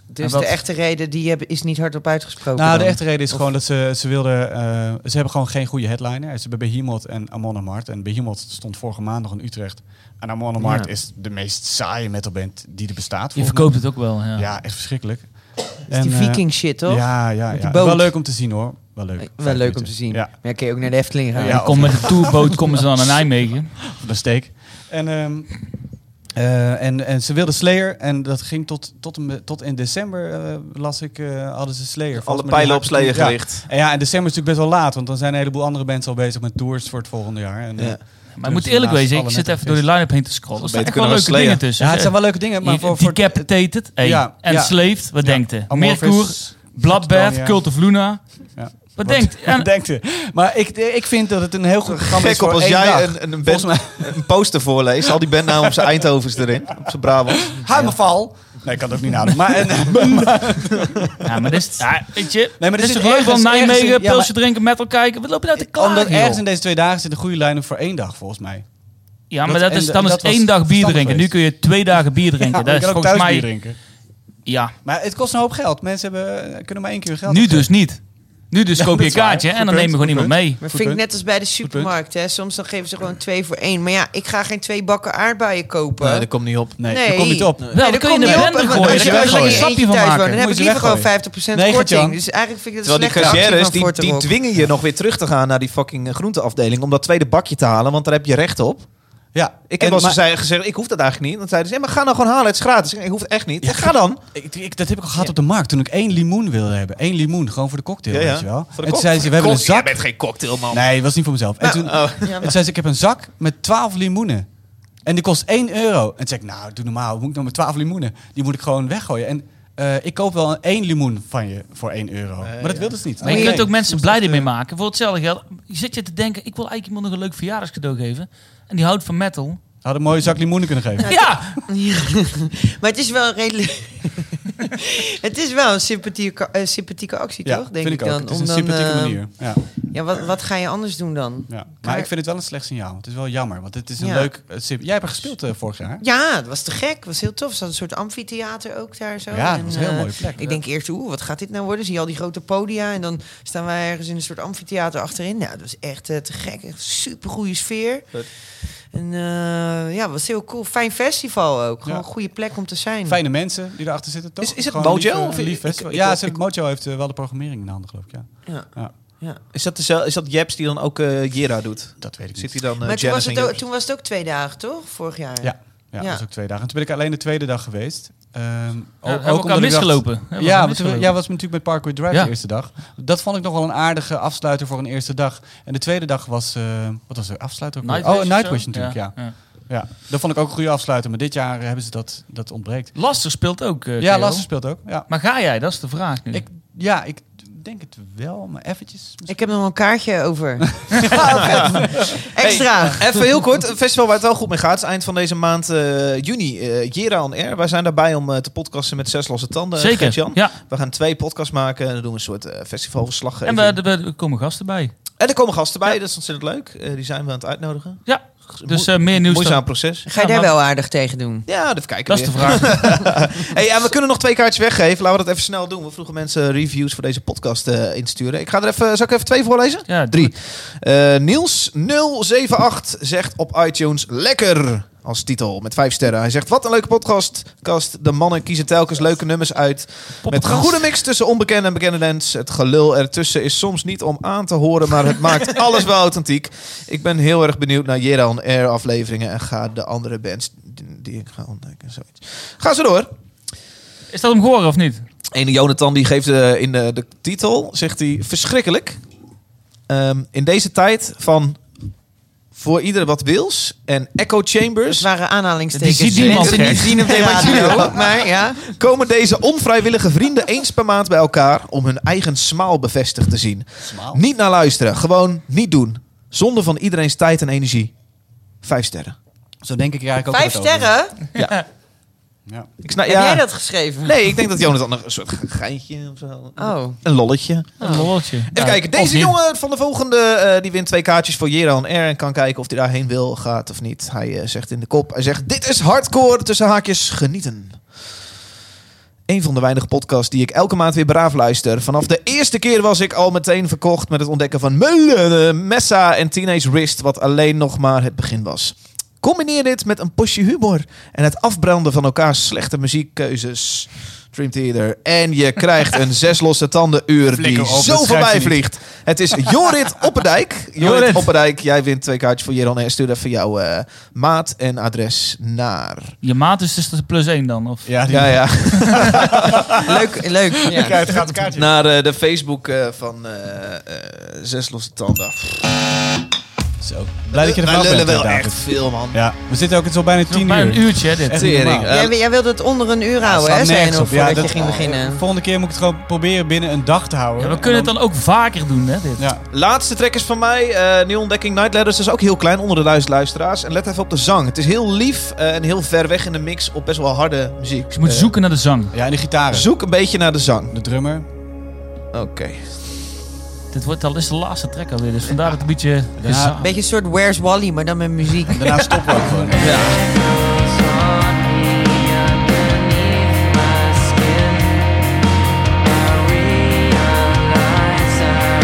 Speaker 4: Dus
Speaker 3: wat-
Speaker 4: de echte reden die hebben, is niet hardop uitgesproken.
Speaker 2: Nou, de
Speaker 4: dan.
Speaker 2: echte reden is gewoon dat ze, ze wilden... eh, ze hebben gewoon geen goede headliner. Ze hebben Behemoth en Amon Amart. En Behemoth stond vorige maand nog in Utrecht. En Amon Amart
Speaker 3: Ja.
Speaker 2: is de meest saaie metalband die er bestaat.
Speaker 3: Je
Speaker 2: volgens
Speaker 3: verkoopt het ook wel, ja.
Speaker 2: mij. Ja, echt verschrikkelijk.
Speaker 4: Dat is die
Speaker 2: eh,
Speaker 4: viking shit, toch?
Speaker 2: Ja, ja,
Speaker 4: Met
Speaker 2: ja.
Speaker 4: die boot.
Speaker 2: Wel leuk om te zien hoor. Wel leuk. Vijf
Speaker 4: Wel leuk om
Speaker 2: minuten.
Speaker 4: te zien.
Speaker 2: Ja,
Speaker 4: Maar dan kun je ook naar de Efteling gaan.
Speaker 3: Ja,
Speaker 2: Ja,
Speaker 3: die komen met de tourboot komen ze dan naar Nijmegen.
Speaker 2: van de steek. En, ehm, eh, en, en ze wilden Slayer. En dat ging tot, tot, en met- tot in december, eh, las ik, eh, hadden ze Slayer.
Speaker 1: Alle
Speaker 2: Volgens mij
Speaker 1: pijlen
Speaker 2: die
Speaker 1: op sleeën
Speaker 2: ja.
Speaker 1: gericht.
Speaker 2: En ja, en december is natuurlijk best wel laat. Want dan zijn een heleboel andere bands al bezig met tours voor het volgende jaar. En, eh,
Speaker 1: Ja.
Speaker 3: Maar ik moet eerlijk wezen, ik zit even door die line-up heen te scrollen. Er staan echt
Speaker 1: Beter
Speaker 3: wel leuke
Speaker 1: kunnen we slayen.
Speaker 3: dingen tussen.
Speaker 2: ja, het zijn wel leuke dingen. Maar voor, voor
Speaker 3: Decapitated, hey.
Speaker 2: Ja,
Speaker 3: en
Speaker 2: ja.
Speaker 3: Slaved, wat
Speaker 2: Ja.
Speaker 3: denkt u?
Speaker 2: Amorphis,
Speaker 3: Meerkoer, Bloodbath,
Speaker 2: Subternia.
Speaker 3: Cult of Luna.
Speaker 2: Ja.
Speaker 3: Wat denkt en-
Speaker 2: Wat denkt u? Maar ik, ik vind dat het een heel goed programma is
Speaker 1: Gek op
Speaker 2: voor
Speaker 1: als
Speaker 2: één dag.
Speaker 1: jij een, een, band-
Speaker 2: Volgens
Speaker 1: een poster voorleest. Al die bandnamen op zijn Eindhovens erin. Op zijn Brabant.
Speaker 2: Huimenval. Nee, ik kan het ook niet nadoen. Maar, en, eh,
Speaker 3: Ja, maar dit is... Ja, weet je,
Speaker 2: maar er
Speaker 3: nee, maar dit is
Speaker 2: zit
Speaker 3: toch leuk van
Speaker 2: ergens-
Speaker 3: Nijmegen,
Speaker 2: ergens in- ja,
Speaker 3: pilsje drinken, metal kijken. Wat loop je nou te klagen,
Speaker 2: Omdat ergens
Speaker 3: joh?
Speaker 2: in deze twee dagen zit een goede lijn voor één dag, volgens mij.
Speaker 3: Ja, maar
Speaker 2: Dat-
Speaker 3: dat,
Speaker 2: en
Speaker 3: is,
Speaker 2: de-
Speaker 3: dan
Speaker 2: dat
Speaker 3: is
Speaker 2: was
Speaker 3: één dag bier
Speaker 2: verstandig
Speaker 3: drinken. Nu
Speaker 2: geweest.
Speaker 3: kun je twee dagen bier drinken.
Speaker 2: Ja,
Speaker 3: dat is
Speaker 2: je kan ook
Speaker 3: volgens
Speaker 2: thuis
Speaker 3: mij...
Speaker 2: bier drinken.
Speaker 3: Ja,
Speaker 2: Maar het kost een hoop geld. Mensen hebben, eh, kunnen maar één keer hun geld
Speaker 3: nu
Speaker 2: uitgeven.
Speaker 3: dus niet. Nu dus koop je een kaartje en dan neem je gewoon iemand mee.
Speaker 2: Goed
Speaker 4: Maar vind ik
Speaker 2: punt.
Speaker 4: net als bij de
Speaker 2: punt.
Speaker 4: supermarkt, hè. Soms dan geven ze gewoon twee voor één. Maar ja, ik ga geen twee bakken aardbeien kopen.
Speaker 1: Nee, dat komt niet op.
Speaker 3: dus.
Speaker 2: Nee,
Speaker 4: Nee.
Speaker 2: daar kom je niet op. Nee,
Speaker 3: Wel, dan
Speaker 4: dat
Speaker 3: kun je
Speaker 4: komt
Speaker 3: de
Speaker 4: niet op,
Speaker 3: blender
Speaker 4: want
Speaker 3: gooien.
Speaker 4: Als
Speaker 1: Dan kun
Speaker 4: je,
Speaker 1: je
Speaker 4: als je
Speaker 1: er
Speaker 4: een
Speaker 1: een
Speaker 3: sapje
Speaker 4: sapje
Speaker 3: van
Speaker 4: thuis
Speaker 3: maken.
Speaker 4: woont, dan heb
Speaker 2: Moet
Speaker 4: ik
Speaker 2: je
Speaker 4: liever gewoon 50%
Speaker 2: weggooien. Nee,
Speaker 4: korting.
Speaker 2: Gert-Jan.
Speaker 4: Dus eigenlijk vind ik dat
Speaker 1: Terwijl die
Speaker 4: slecht.
Speaker 1: cashières, die, die dwingen je nog weer terug te gaan naar die fucking eh, groenteafdeling om dat tweede bakje te halen, want daar heb je recht op.
Speaker 2: Ja,
Speaker 1: Ik heb wel eens
Speaker 2: maar-
Speaker 1: gezegd, gezegd, ik hoef dat eigenlijk niet. Dan zeiden ze, ja, maar ga nou gewoon halen, het is gratis. Ik zeg, Ik hoef het echt niet.
Speaker 2: Ja,
Speaker 1: ga dan.
Speaker 2: Ik, ik- dat heb ik al gehad op de markt. Toen ik één limoen wilde hebben. Eén limoen, gewoon voor de cocktail,
Speaker 1: Ja, ja.
Speaker 2: weet je wel.
Speaker 1: Voor de
Speaker 2: En
Speaker 1: cock-
Speaker 2: toen zeiden ze, we hebben een
Speaker 1: Kom, jij
Speaker 2: zak.
Speaker 1: bent geen cocktailman.
Speaker 2: Nee, dat was niet voor mezelf. En toen, toen zeiden ze, ik heb een zak met 12 limoenen. En die kost 1 euro. En toen zei ik, nou, doe normaal. Hoe Moet ik nou met 12 limoenen? Die moet ik gewoon weggooien. En eh, ik koop wel een één limoen van je voor 1 euro. maar dat wilden ze niet.
Speaker 3: Maar je
Speaker 2: Nee.
Speaker 3: kunt ook mensen blij ermee
Speaker 2: eh,
Speaker 3: maken. Voor hetzelfde geld je zit je te denken, ik wil eigenlijk iemand nog een leuk verjaardagscadeau geven. En die houdt van metal.
Speaker 2: Had een mooie zak limoenen kunnen geven.
Speaker 3: Ja,
Speaker 4: Maar het is wel redelijk... het is wel een sympathieke, eh, sympathieke actie, toch? Denk
Speaker 2: vind ik ook.
Speaker 4: dan.
Speaker 2: Het is
Speaker 4: Om
Speaker 2: een
Speaker 4: dan,
Speaker 2: sympathieke
Speaker 4: eh,
Speaker 2: manier. Ja.
Speaker 4: Ja, wat, wat ga je anders doen dan?
Speaker 2: Ja. Maar,
Speaker 4: Maar-
Speaker 2: ik vind het wel een slecht signaal. Het is wel jammer, want het is een
Speaker 4: Ja.
Speaker 2: leuk... eh, sim- Jij hebt er gespeeld eh, vorig jaar.
Speaker 4: Ja, het was te gek. Het was heel tof. Er zat een soort amfitheater ook daar zo.
Speaker 2: Ja, dat was een heel
Speaker 4: eh,
Speaker 2: mooie plek.
Speaker 4: Ik denk eerst, oeh, wat gaat dit nou worden? Zie je al die grote podia en dan staan wij ergens in een soort amfitheater achterin. Nou, dat was echt eh, te gek. Echt super goede sfeer.
Speaker 1: Vet.
Speaker 4: En eh, ja, het was heel cool. Fijn festival ook. Gewoon
Speaker 2: Ja.
Speaker 4: een goede plek om te zijn.
Speaker 2: Fijne mensen die erachter zitten, toch?
Speaker 1: Is- is het
Speaker 2: Gewoon
Speaker 1: Mojo?
Speaker 2: lief, eh,
Speaker 1: Of-
Speaker 2: lief
Speaker 1: ik-
Speaker 2: festival.
Speaker 1: ik-
Speaker 2: ja,
Speaker 1: ik-
Speaker 2: ze, Mojo heeft eh, wel de programmering in de handen, geloof ik. Ja.
Speaker 4: Ja.
Speaker 2: Ja.
Speaker 4: Ja.
Speaker 1: Is dat, dezelfde, is dat Jeps die dan ook eh Jera doet?
Speaker 2: Dat weet ik
Speaker 1: Zit
Speaker 2: niet.
Speaker 1: hij dan eh
Speaker 4: Maar toen was,
Speaker 1: Janice
Speaker 4: het
Speaker 1: en
Speaker 4: ook,
Speaker 1: Jeps?
Speaker 4: toen was het ook twee dagen, toch? Vorig jaar.
Speaker 2: Ja, ja,
Speaker 4: Ja.
Speaker 2: dat was ook twee dagen. En toen ben ik alleen de tweede dag geweest. Ehm,
Speaker 3: Ja, hebben we
Speaker 2: omdat
Speaker 3: elkaar
Speaker 2: ik dacht-
Speaker 3: misgelopen. Hebben we
Speaker 2: Ja,
Speaker 3: elkaar
Speaker 2: want toen-
Speaker 3: misgelopen.
Speaker 2: ja, was natuurlijk met Parkway Drive
Speaker 3: Ja.
Speaker 2: de eerste dag. Dat vond ik nog wel een aardige afsluiter voor een eerste dag. En de tweede dag was, eh, wat was de afsluiter? ook weer?
Speaker 3: Nightwish
Speaker 2: oh,
Speaker 3: of
Speaker 2: Nightwish
Speaker 3: zo?
Speaker 2: natuurlijk, ja. Ja. Dat vond ik ook een goede afsluiter. Maar dit jaar hebben ze dat, dat ontbreekt.
Speaker 3: Laster speelt ook. eh,
Speaker 2: ja,
Speaker 3: Kerel.
Speaker 2: Lasse speelt ook. Ja.
Speaker 3: Maar ga jij? Dat is de vraag nu.
Speaker 2: Ik, ja, ik denk het wel, maar eventjes.
Speaker 4: Ik heb nog wel een kaartje over. Oh, vet. Extra.
Speaker 1: Even heel kort, een festival waar het wel goed mee gaat. is eind van deze maand eh, juni, eh, Jera on Air. Wij zijn daarbij om eh, te podcasten met Zes Losse
Speaker 2: eh,
Speaker 1: Tanden.
Speaker 3: Zeker.
Speaker 1: Gert-Jan.
Speaker 3: Ja.
Speaker 1: We gaan twee podcasts maken en dan doen we een soort eh, festivalverslag.
Speaker 3: En
Speaker 1: even.
Speaker 3: we, we- er komen gasten bij.
Speaker 1: en er komen gasten bij, dat is ontzettend leuk. Eh, die zijn we aan het uitnodigen.
Speaker 3: Ja, dus
Speaker 1: Moe-
Speaker 3: eh, meer nieuws.
Speaker 1: Moeizaam
Speaker 3: Dan,
Speaker 1: proces.
Speaker 4: Ga je
Speaker 3: Ja,
Speaker 4: daar
Speaker 3: maar-
Speaker 4: wel aardig tegen doen?
Speaker 1: Ja, dat kijken
Speaker 3: dat is
Speaker 1: weer.
Speaker 3: de vraag.
Speaker 1: Hey, en we kunnen nog twee kaartjes weggeven. Laten we dat even snel doen. We vroegen mensen reviews voor deze podcast eh, insturen. Ik ga er even, zal ik even twee voorlezen?
Speaker 3: Ja, doe
Speaker 1: Drie.
Speaker 3: het.
Speaker 1: Eh, Niels 078 zegt op iTunes lekker als titel met vijf sterren. Hij zegt wat een leuke podcast. Kast. De mannen kiezen telkens leuke nummers uit. Met een
Speaker 3: Poppenkast.
Speaker 1: goede mix tussen onbekende en bekende dance. Het gelul ertussen is soms niet om aan te horen, maar het maakt alles wel authentiek. Ik ben heel erg benieuwd naar Jera on Air afleveringen en ga de andere bands die- die ik ga ontdekken. Zoiets. Ga zo door.
Speaker 3: Is dat hem geworden of niet?
Speaker 1: Ene Jonathan die geeft eh, in de, de titel, zegt hij, verschrikkelijk. Ehm, in deze tijd van voor ieder wat wils en echo
Speaker 4: Het
Speaker 1: chambers
Speaker 4: waren aanhalingstekens.
Speaker 3: Die ziet niemand,
Speaker 4: Mensen die
Speaker 3: Gert.
Speaker 4: het zien op de radio. Maar ja.
Speaker 1: komen deze onvrijwillige vrienden eens per maand bij elkaar om hun eigen smaal bevestigd te zien.
Speaker 2: Smaal.
Speaker 1: Niet naar luisteren, gewoon niet doen. Zonder van iedereen's tijd en energie. Vijf sterren.
Speaker 2: Zo denk ik er eigenlijk ook
Speaker 4: Vijf
Speaker 2: altijd over.
Speaker 4: sterren?
Speaker 2: Ja.
Speaker 1: Ik snap,
Speaker 4: Heb jij dat geschreven?
Speaker 1: Nee, ik denk dat Jonathan nog een soort ge- geintje of zo.
Speaker 4: Oh.
Speaker 1: Een lolletje.
Speaker 3: Een lolletje.
Speaker 1: Even kijken, deze jongen van de volgende eh, die wint twee kaartjes voor Jera on Air en kan kijken of hij daarheen wil, gaat of niet. Hij eh, zegt in de kop, hij zegt dit is hardcore, tussen haakjes, genieten. Een van de weinige podcasts die ik elke maand weer braaf luister. Vanaf de eerste keer was ik al meteen verkocht met het ontdekken van Meulen, eh, Messa en Teenage Wrist, wat alleen nog maar het begin was. Combineer dit met een postje humor en het afbranden van elkaars slechte muziekkeuzes. Dream Theater. En je krijgt een zes losse tanden uur die
Speaker 2: Flikker op, dat
Speaker 1: zo
Speaker 2: schrijf je
Speaker 1: voorbij
Speaker 2: niet.
Speaker 1: vliegt. Het is Jorrit Opperdijk. Jorrit,
Speaker 2: Jorrit.
Speaker 1: Opperdijk, jij wint twee kaartjes voor Jeroen. En stuur even jouw eh, maat en adres naar.
Speaker 3: Je maat is dus de plus één dan? Of?
Speaker 2: Ja, die
Speaker 1: Ja, ja.
Speaker 4: Leuk, leuk. Ja.
Speaker 2: Kijk, het gaat een kaartje.
Speaker 1: Naar eh, de Facebook eh, van eh, eh, Zes Losse Tanden.
Speaker 2: Zo. Blij dat je er
Speaker 1: Wij
Speaker 2: vanaf
Speaker 1: lullen
Speaker 2: bent,
Speaker 1: wel
Speaker 2: David.
Speaker 1: echt veel, man.
Speaker 2: Ja, we zitten ook, het is al bijna
Speaker 3: Het is nog
Speaker 2: tien
Speaker 3: bijna
Speaker 2: uur.
Speaker 3: een uurtje hè, dit.
Speaker 2: Echt niet
Speaker 1: Tering.
Speaker 2: normaal.
Speaker 1: Eh,
Speaker 4: Jij, wil- jij wilde het onder een uur
Speaker 2: Ja, het
Speaker 4: houden,
Speaker 2: staat
Speaker 4: Nou, hè? Zei je
Speaker 2: nergens
Speaker 4: nog,
Speaker 2: op. Ja,
Speaker 4: voordat
Speaker 2: dat-
Speaker 4: je ging beginnen.
Speaker 2: Volgende keer moet ik het gewoon proberen binnen een dag te houden.
Speaker 3: Ja, we kunnen het dan ook vaker doen, hè? Dit. Dus
Speaker 2: Ja.
Speaker 1: Laatste track is van mij. eh Nieuwe ontdekking Night Letters is ook heel klein, onder de duizend luisteraars. En let even op de zang. Het is heel lief eh, en heel ver weg in de mix op best wel harde muziek.
Speaker 3: Dus je moet
Speaker 1: Eh,
Speaker 3: zoeken naar de zang.
Speaker 2: Ja, en de gitaren.
Speaker 1: Zoek een beetje naar de zang.
Speaker 2: De drummer.
Speaker 1: Oké.
Speaker 3: Dit wordt al is de laatste track alweer, dus vandaar dat het een beetje...
Speaker 2: Daarna-
Speaker 4: Beetje een soort Where's Wally, maar dan met muziek.
Speaker 2: Daarna stoppen we ook gewoon.
Speaker 5: Underneath my skin, I realize I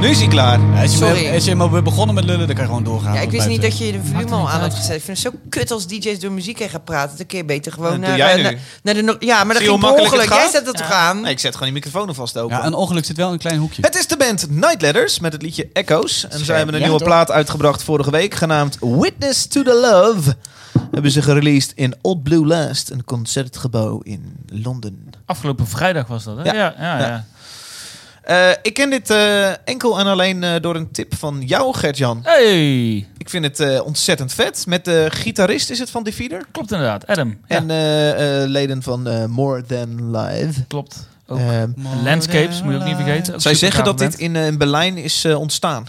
Speaker 1: Nu is hij klaar.
Speaker 2: Als je,
Speaker 4: Sorry.
Speaker 2: me- als je maar weer begonnen met lullen, dan kan je gewoon doorgaan.
Speaker 4: Ja, ik wist niet dat je de volume
Speaker 2: er
Speaker 4: al
Speaker 2: niet
Speaker 4: aan
Speaker 2: uit.
Speaker 4: had gezet. Ik vind het zo kut als DJ's door muziek heen gaan praten. Dan kun je beter gewoon
Speaker 1: Dat doe
Speaker 4: naar,
Speaker 1: jij
Speaker 4: eh,
Speaker 1: nu.
Speaker 4: naar, naar de... no- Ja, maar dat
Speaker 1: Zie je
Speaker 4: ging
Speaker 1: hoe
Speaker 4: per
Speaker 1: makkelijk
Speaker 4: ongeluk.
Speaker 1: het
Speaker 4: Jij
Speaker 1: gaat?
Speaker 4: zet dat toch aan?
Speaker 1: Nee, ik zet gewoon die microfoon alvast open.
Speaker 2: Ja, een ongeluk zit wel in een klein hoekje.
Speaker 1: Het is de band Night Letters met het liedje Echoes. En zij hebben een
Speaker 4: ja,
Speaker 1: nieuwe
Speaker 4: toch?
Speaker 1: plaat uitgebracht vorige week, genaamd Witness to the Love. Hebben ze gereleased in Old Blue Last, een concertgebouw in Londen.
Speaker 3: Afgelopen vrijdag was dat, hè?
Speaker 1: Ja.
Speaker 3: Ja, ja, ja.
Speaker 1: Ja. Eh, ik ken dit eh, enkel en alleen eh, door een tip van jou, Gert-Jan.
Speaker 3: Hey,
Speaker 1: Ik vind het eh, ontzettend vet. Met de gitarist is het van Defeater.
Speaker 3: klopt inderdaad. Adam. Ja,
Speaker 1: En eh, eh, leden van eh, More Than Live.
Speaker 3: klopt. Ook.
Speaker 1: Ehm,
Speaker 3: Landscapes, moet je ook niet vergeten. Ook
Speaker 1: zij
Speaker 3: super
Speaker 1: zeggen dat
Speaker 3: gave
Speaker 1: dit
Speaker 3: band.
Speaker 1: in, eh, in Berlijn is eh, ontstaan.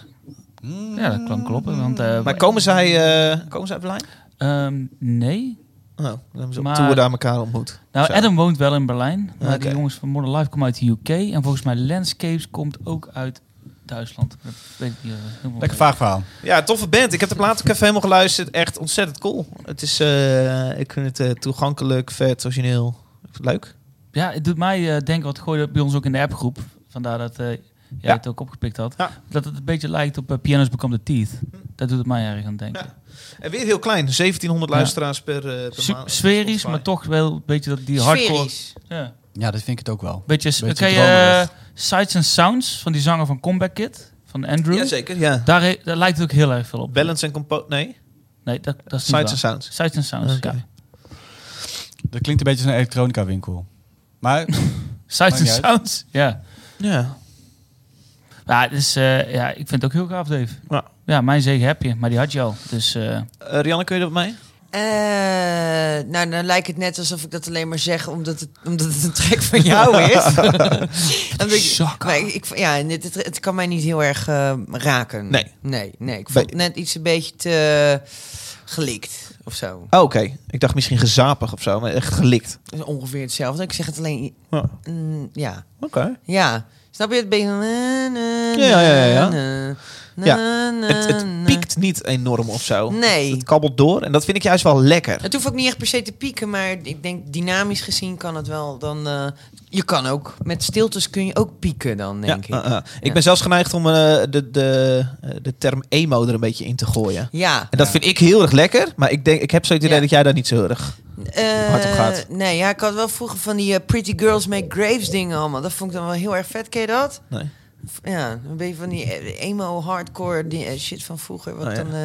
Speaker 3: Ja, dat kan kloppen. Want, eh,
Speaker 1: Maar komen zij, eh, komen zij uit Berlijn?
Speaker 3: ehm, nee.
Speaker 1: Oh, dan hebben ze op
Speaker 3: Maar-
Speaker 1: tour daar elkaar ontmoet.
Speaker 3: Nou,
Speaker 1: Zo.
Speaker 3: Adam woont wel in Berlijn. Maar
Speaker 1: Oké.
Speaker 3: die jongens van Modern Life komen uit de UK. En volgens mij Landscapes komt ook uit Duitsland. Dat weet ik niet. eh, helemaal
Speaker 2: Lekker vaag verhaal.
Speaker 1: Ja, toffe band. Ik heb de plaat ook even helemaal geluisterd. Echt ontzettend cool. Het is, eh, ik vind het eh, toegankelijk, vet, origineel. Ik vind het leuk.
Speaker 3: Ja, het doet mij eh, denken, wat gooide bij ons ook in de appgroep. Vandaar dat eh, jij
Speaker 1: Ja.
Speaker 3: het ook opgepikt had.
Speaker 1: Ja.
Speaker 3: Dat het een beetje lijkt op eh, Pianos Become the Teeth. Dat doet het mij erg aan het denken.
Speaker 1: Ja. En weer heel klein. 1700
Speaker 3: Ja.
Speaker 1: luisteraars per, eh per
Speaker 3: Super
Speaker 1: maand.
Speaker 3: sferisch,
Speaker 1: Spotify.
Speaker 3: maar toch wel een beetje dat die hardcore...
Speaker 4: Sferisch.
Speaker 3: Ja.
Speaker 2: Ja, dat vind ik het ook wel.
Speaker 3: Beetje,
Speaker 2: Beetje
Speaker 3: ken je
Speaker 2: dromerig.
Speaker 3: eh, Sights and Sounds van die zanger van Comeback Kid? Van Andrew?
Speaker 1: Jazeker, Hm? ja.
Speaker 3: Daar, he- daar lijkt het ook heel erg veel op.
Speaker 1: Balance en compo... Nee,
Speaker 3: Nee, dat, dat is niet
Speaker 1: Sights
Speaker 3: waar.
Speaker 1: and Sounds.
Speaker 3: Sights and Sounds,
Speaker 1: Oké.
Speaker 3: ja.
Speaker 2: Dat klinkt een beetje als een elektronica winkel. Maar
Speaker 3: Sights and
Speaker 2: Maakt niet uit.
Speaker 3: Sounds, ja.
Speaker 1: Ja.
Speaker 3: Ja, dus, eh, ja, ik vind het ook heel gaaf, Dave.
Speaker 1: Ja.
Speaker 3: Ja, mijn zegen heb je, maar die had je al. Dus eh,
Speaker 1: Eh, Rianne, kun je dat mee?
Speaker 4: Eh, nou, dan lijkt het net alsof ik dat alleen maar zeg omdat het, omdat het een trek van jou is. Dan denk ik,
Speaker 3: Zakken.
Speaker 4: maar ik, ik- ja, het, het, het kan mij niet heel erg eh, raken.
Speaker 1: Nee.
Speaker 4: Nee, nee. Ik vond het net iets een beetje te gelikt of zo.
Speaker 1: Oh, Oké, ik dacht misschien gezapig of zo, maar echt gelikt.
Speaker 4: Dat is ongeveer hetzelfde. Ik zeg het alleen...
Speaker 1: Ja.
Speaker 4: mm, ja.
Speaker 1: Oké.
Speaker 4: Ja. Snap je het? Beetje...
Speaker 1: Ja, ja, ja, ja.
Speaker 4: na, na,
Speaker 1: Ja,
Speaker 4: na,
Speaker 1: Het, het
Speaker 4: na.
Speaker 1: piekt niet enorm of zo.
Speaker 4: Eh, Nee.
Speaker 1: Het kabbelt door en dat vind ik juist wel lekker.
Speaker 4: Het hoeft ook niet echt per se te pieken, maar ik denk dynamisch gezien kan het wel. Dan, eh, je kan ook, met stiltes kun je ook pieken dan, denk
Speaker 1: ja,
Speaker 4: ik.
Speaker 1: eh, eh. Ik
Speaker 4: Ja.
Speaker 1: ben zelfs geneigd om eh, de, de, eh, de term emo er een beetje in te gooien.
Speaker 4: Ja.
Speaker 1: En dat vind ik heel erg lekker, maar ik, denk, ik heb zo het idee
Speaker 4: Ja.
Speaker 1: dat jij daar niet zo heel erg...
Speaker 4: Eh,
Speaker 1: hard op gaat.
Speaker 4: Nee, ja, ik had wel vroeger van die eh, Pretty Girls Make Graves dingen allemaal. Dat vond ik dan wel heel erg vet, ken je dat?
Speaker 1: Nee.
Speaker 4: Ja, een beetje van die eh, emo, hardcore die, eh, shit van vroeger. Wat
Speaker 1: Oh, ja.
Speaker 4: ik dan eh,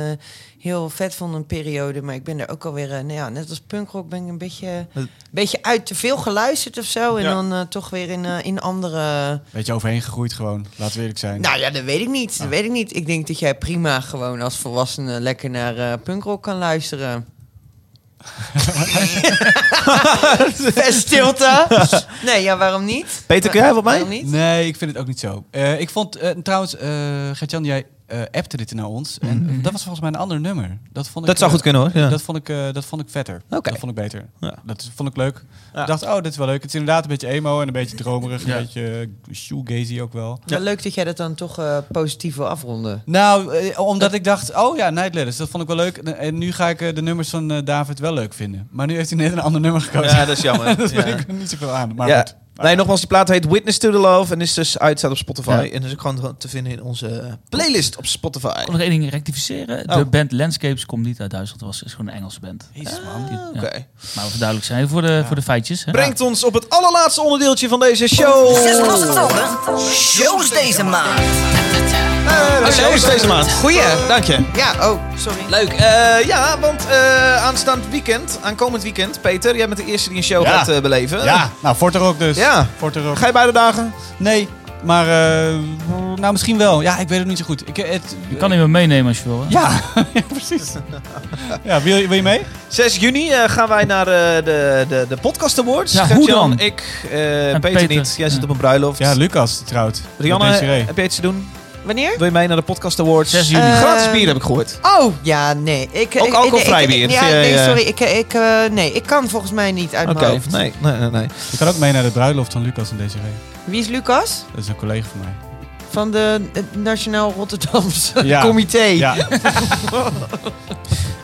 Speaker 4: heel vet vond een periode. Maar ik ben er ook alweer, eh, nou ja, net als punkrock ben ik een beetje,
Speaker 1: Het-
Speaker 4: beetje uit te veel geluisterd of zo. En
Speaker 1: Ja.
Speaker 4: dan eh, toch weer in, eh, in andere...
Speaker 2: beetje overheen gegroeid gewoon. Laten we eerlijk zijn.
Speaker 4: Nou ja, dat weet ik niet. Dat weet ik niet. Ik denk dat jij prima gewoon als volwassene lekker naar eh, punkrock kan luisteren. En stilte. Nee, ja, waarom niet?
Speaker 1: Peter, kun jij wat mee?
Speaker 4: Waarom niet?
Speaker 2: Nee, ik vind het ook niet zo. Eh, ik vond eh, trouwens, eh Gert-Jan, jij eh appte dit naar ons. En
Speaker 4: Mhm.
Speaker 2: eh, dat was volgens mij een ander nummer. Dat, vond ik,
Speaker 1: Dat zou
Speaker 2: eh,
Speaker 1: goed kunnen hoor. Ja.
Speaker 2: Dat vond ik, eh, dat vond ik vetter.
Speaker 1: Oké.
Speaker 2: Dat vond ik beter.
Speaker 1: Ja.
Speaker 2: Dat is- vond ik leuk.
Speaker 1: Ja.
Speaker 2: Ik dacht, oh, dit is wel leuk. Het is inderdaad een beetje emo en een beetje dromerig.
Speaker 3: Ja.
Speaker 2: Een beetje eh, shoegazy ook wel.
Speaker 4: Wel Leuk dat jij dat dan toch eh, positief wil afronden.
Speaker 2: Nou, eh, omdat ik dacht, oh ja, Night Letters, dat vond ik wel leuk. En nu ga ik eh, de nummers van eh, David wel leuk vinden. Maar nu heeft hij net een ander nummer gekozen.
Speaker 1: Ja, dat is jammer.
Speaker 2: dat
Speaker 1: Ja.
Speaker 2: ben ik er niet zoveel aan. Maar
Speaker 1: ja.
Speaker 2: goed.
Speaker 1: Nee, nogmaals, die plaat heet Witness to the Love en is dus uit staat op Spotify.
Speaker 3: Ja.
Speaker 1: En is ook gewoon te vinden in onze eh, playlist op Spotify.
Speaker 3: ik wil nog één ding rectificeren. De
Speaker 1: Oh.
Speaker 3: band Landscapes komt niet uit Duitsland. Het was- is gewoon een Engelse band. Die- ja.
Speaker 1: Oké.
Speaker 3: Maar we duidelijk zijn voor de, voor de feitjes. Hè?
Speaker 1: Brengt ons op het allerlaatste onderdeeltje van deze show.
Speaker 8: Zes losse tanden. Shows deze maand.
Speaker 1: Dat Eh, is alles deze maand. Goeie. Dank je.
Speaker 4: Ja, oh, sorry.
Speaker 1: Leuk. Eh, ja, want eh, aanstaand weekend, aankomend weekend, Peter, jij bent de eerste die een show
Speaker 2: Ja.
Speaker 1: gaat eh, beleven.
Speaker 2: Ja, nou, Fort ook dus.
Speaker 1: Ja.
Speaker 2: Fort Rock.
Speaker 1: Ga je beide dagen?
Speaker 2: Nee, maar eh, nou misschien wel. Ja, ik weet het niet zo goed. Ik, eh, het,
Speaker 3: Je kan hem wel meenemen als je wil. Hè?
Speaker 2: ja. ja, precies. ja, wil, je- wil je mee?
Speaker 1: 6 juni eh, gaan wij naar eh, de, de, de Podcast Awards.
Speaker 3: Ja, hoe
Speaker 1: Gert-Jan,
Speaker 3: dan?
Speaker 1: Ik, eh,
Speaker 3: En
Speaker 1: Peter,
Speaker 3: Peter.
Speaker 1: niet. Jij zit
Speaker 3: Ja.
Speaker 1: op een bruiloft.
Speaker 2: Ja, Lucas die trouwt. met
Speaker 1: Rianne, eh,
Speaker 2: Desiree.
Speaker 1: heb jij iets te doen?
Speaker 4: Wanneer?
Speaker 1: Wil je mee naar de Podcast Awards?
Speaker 3: 6 juni.
Speaker 4: Eh,
Speaker 1: Gratis bier heb ik gehoord.
Speaker 4: Oh, ja, nee. Ik,
Speaker 1: Ook
Speaker 4: ik-
Speaker 1: alcoholvrij
Speaker 4: ik- ik-
Speaker 1: bier.
Speaker 4: Ja,
Speaker 1: Vind jij,
Speaker 4: nee,
Speaker 1: eh,
Speaker 4: sorry. Ik, ik, eh, nee, ik kan volgens mij niet uit
Speaker 1: Oké,
Speaker 4: mijn hoofd.
Speaker 1: nee, nee, nee. nee.
Speaker 2: Je kan ook mee naar de bruiloft van Lucas en Desiree.
Speaker 4: Wie is Lucas?
Speaker 2: Dat is een collega van mij.
Speaker 4: Van de, het Nationaal Rotterdamse
Speaker 2: Ja.
Speaker 4: Comité.
Speaker 2: Ja,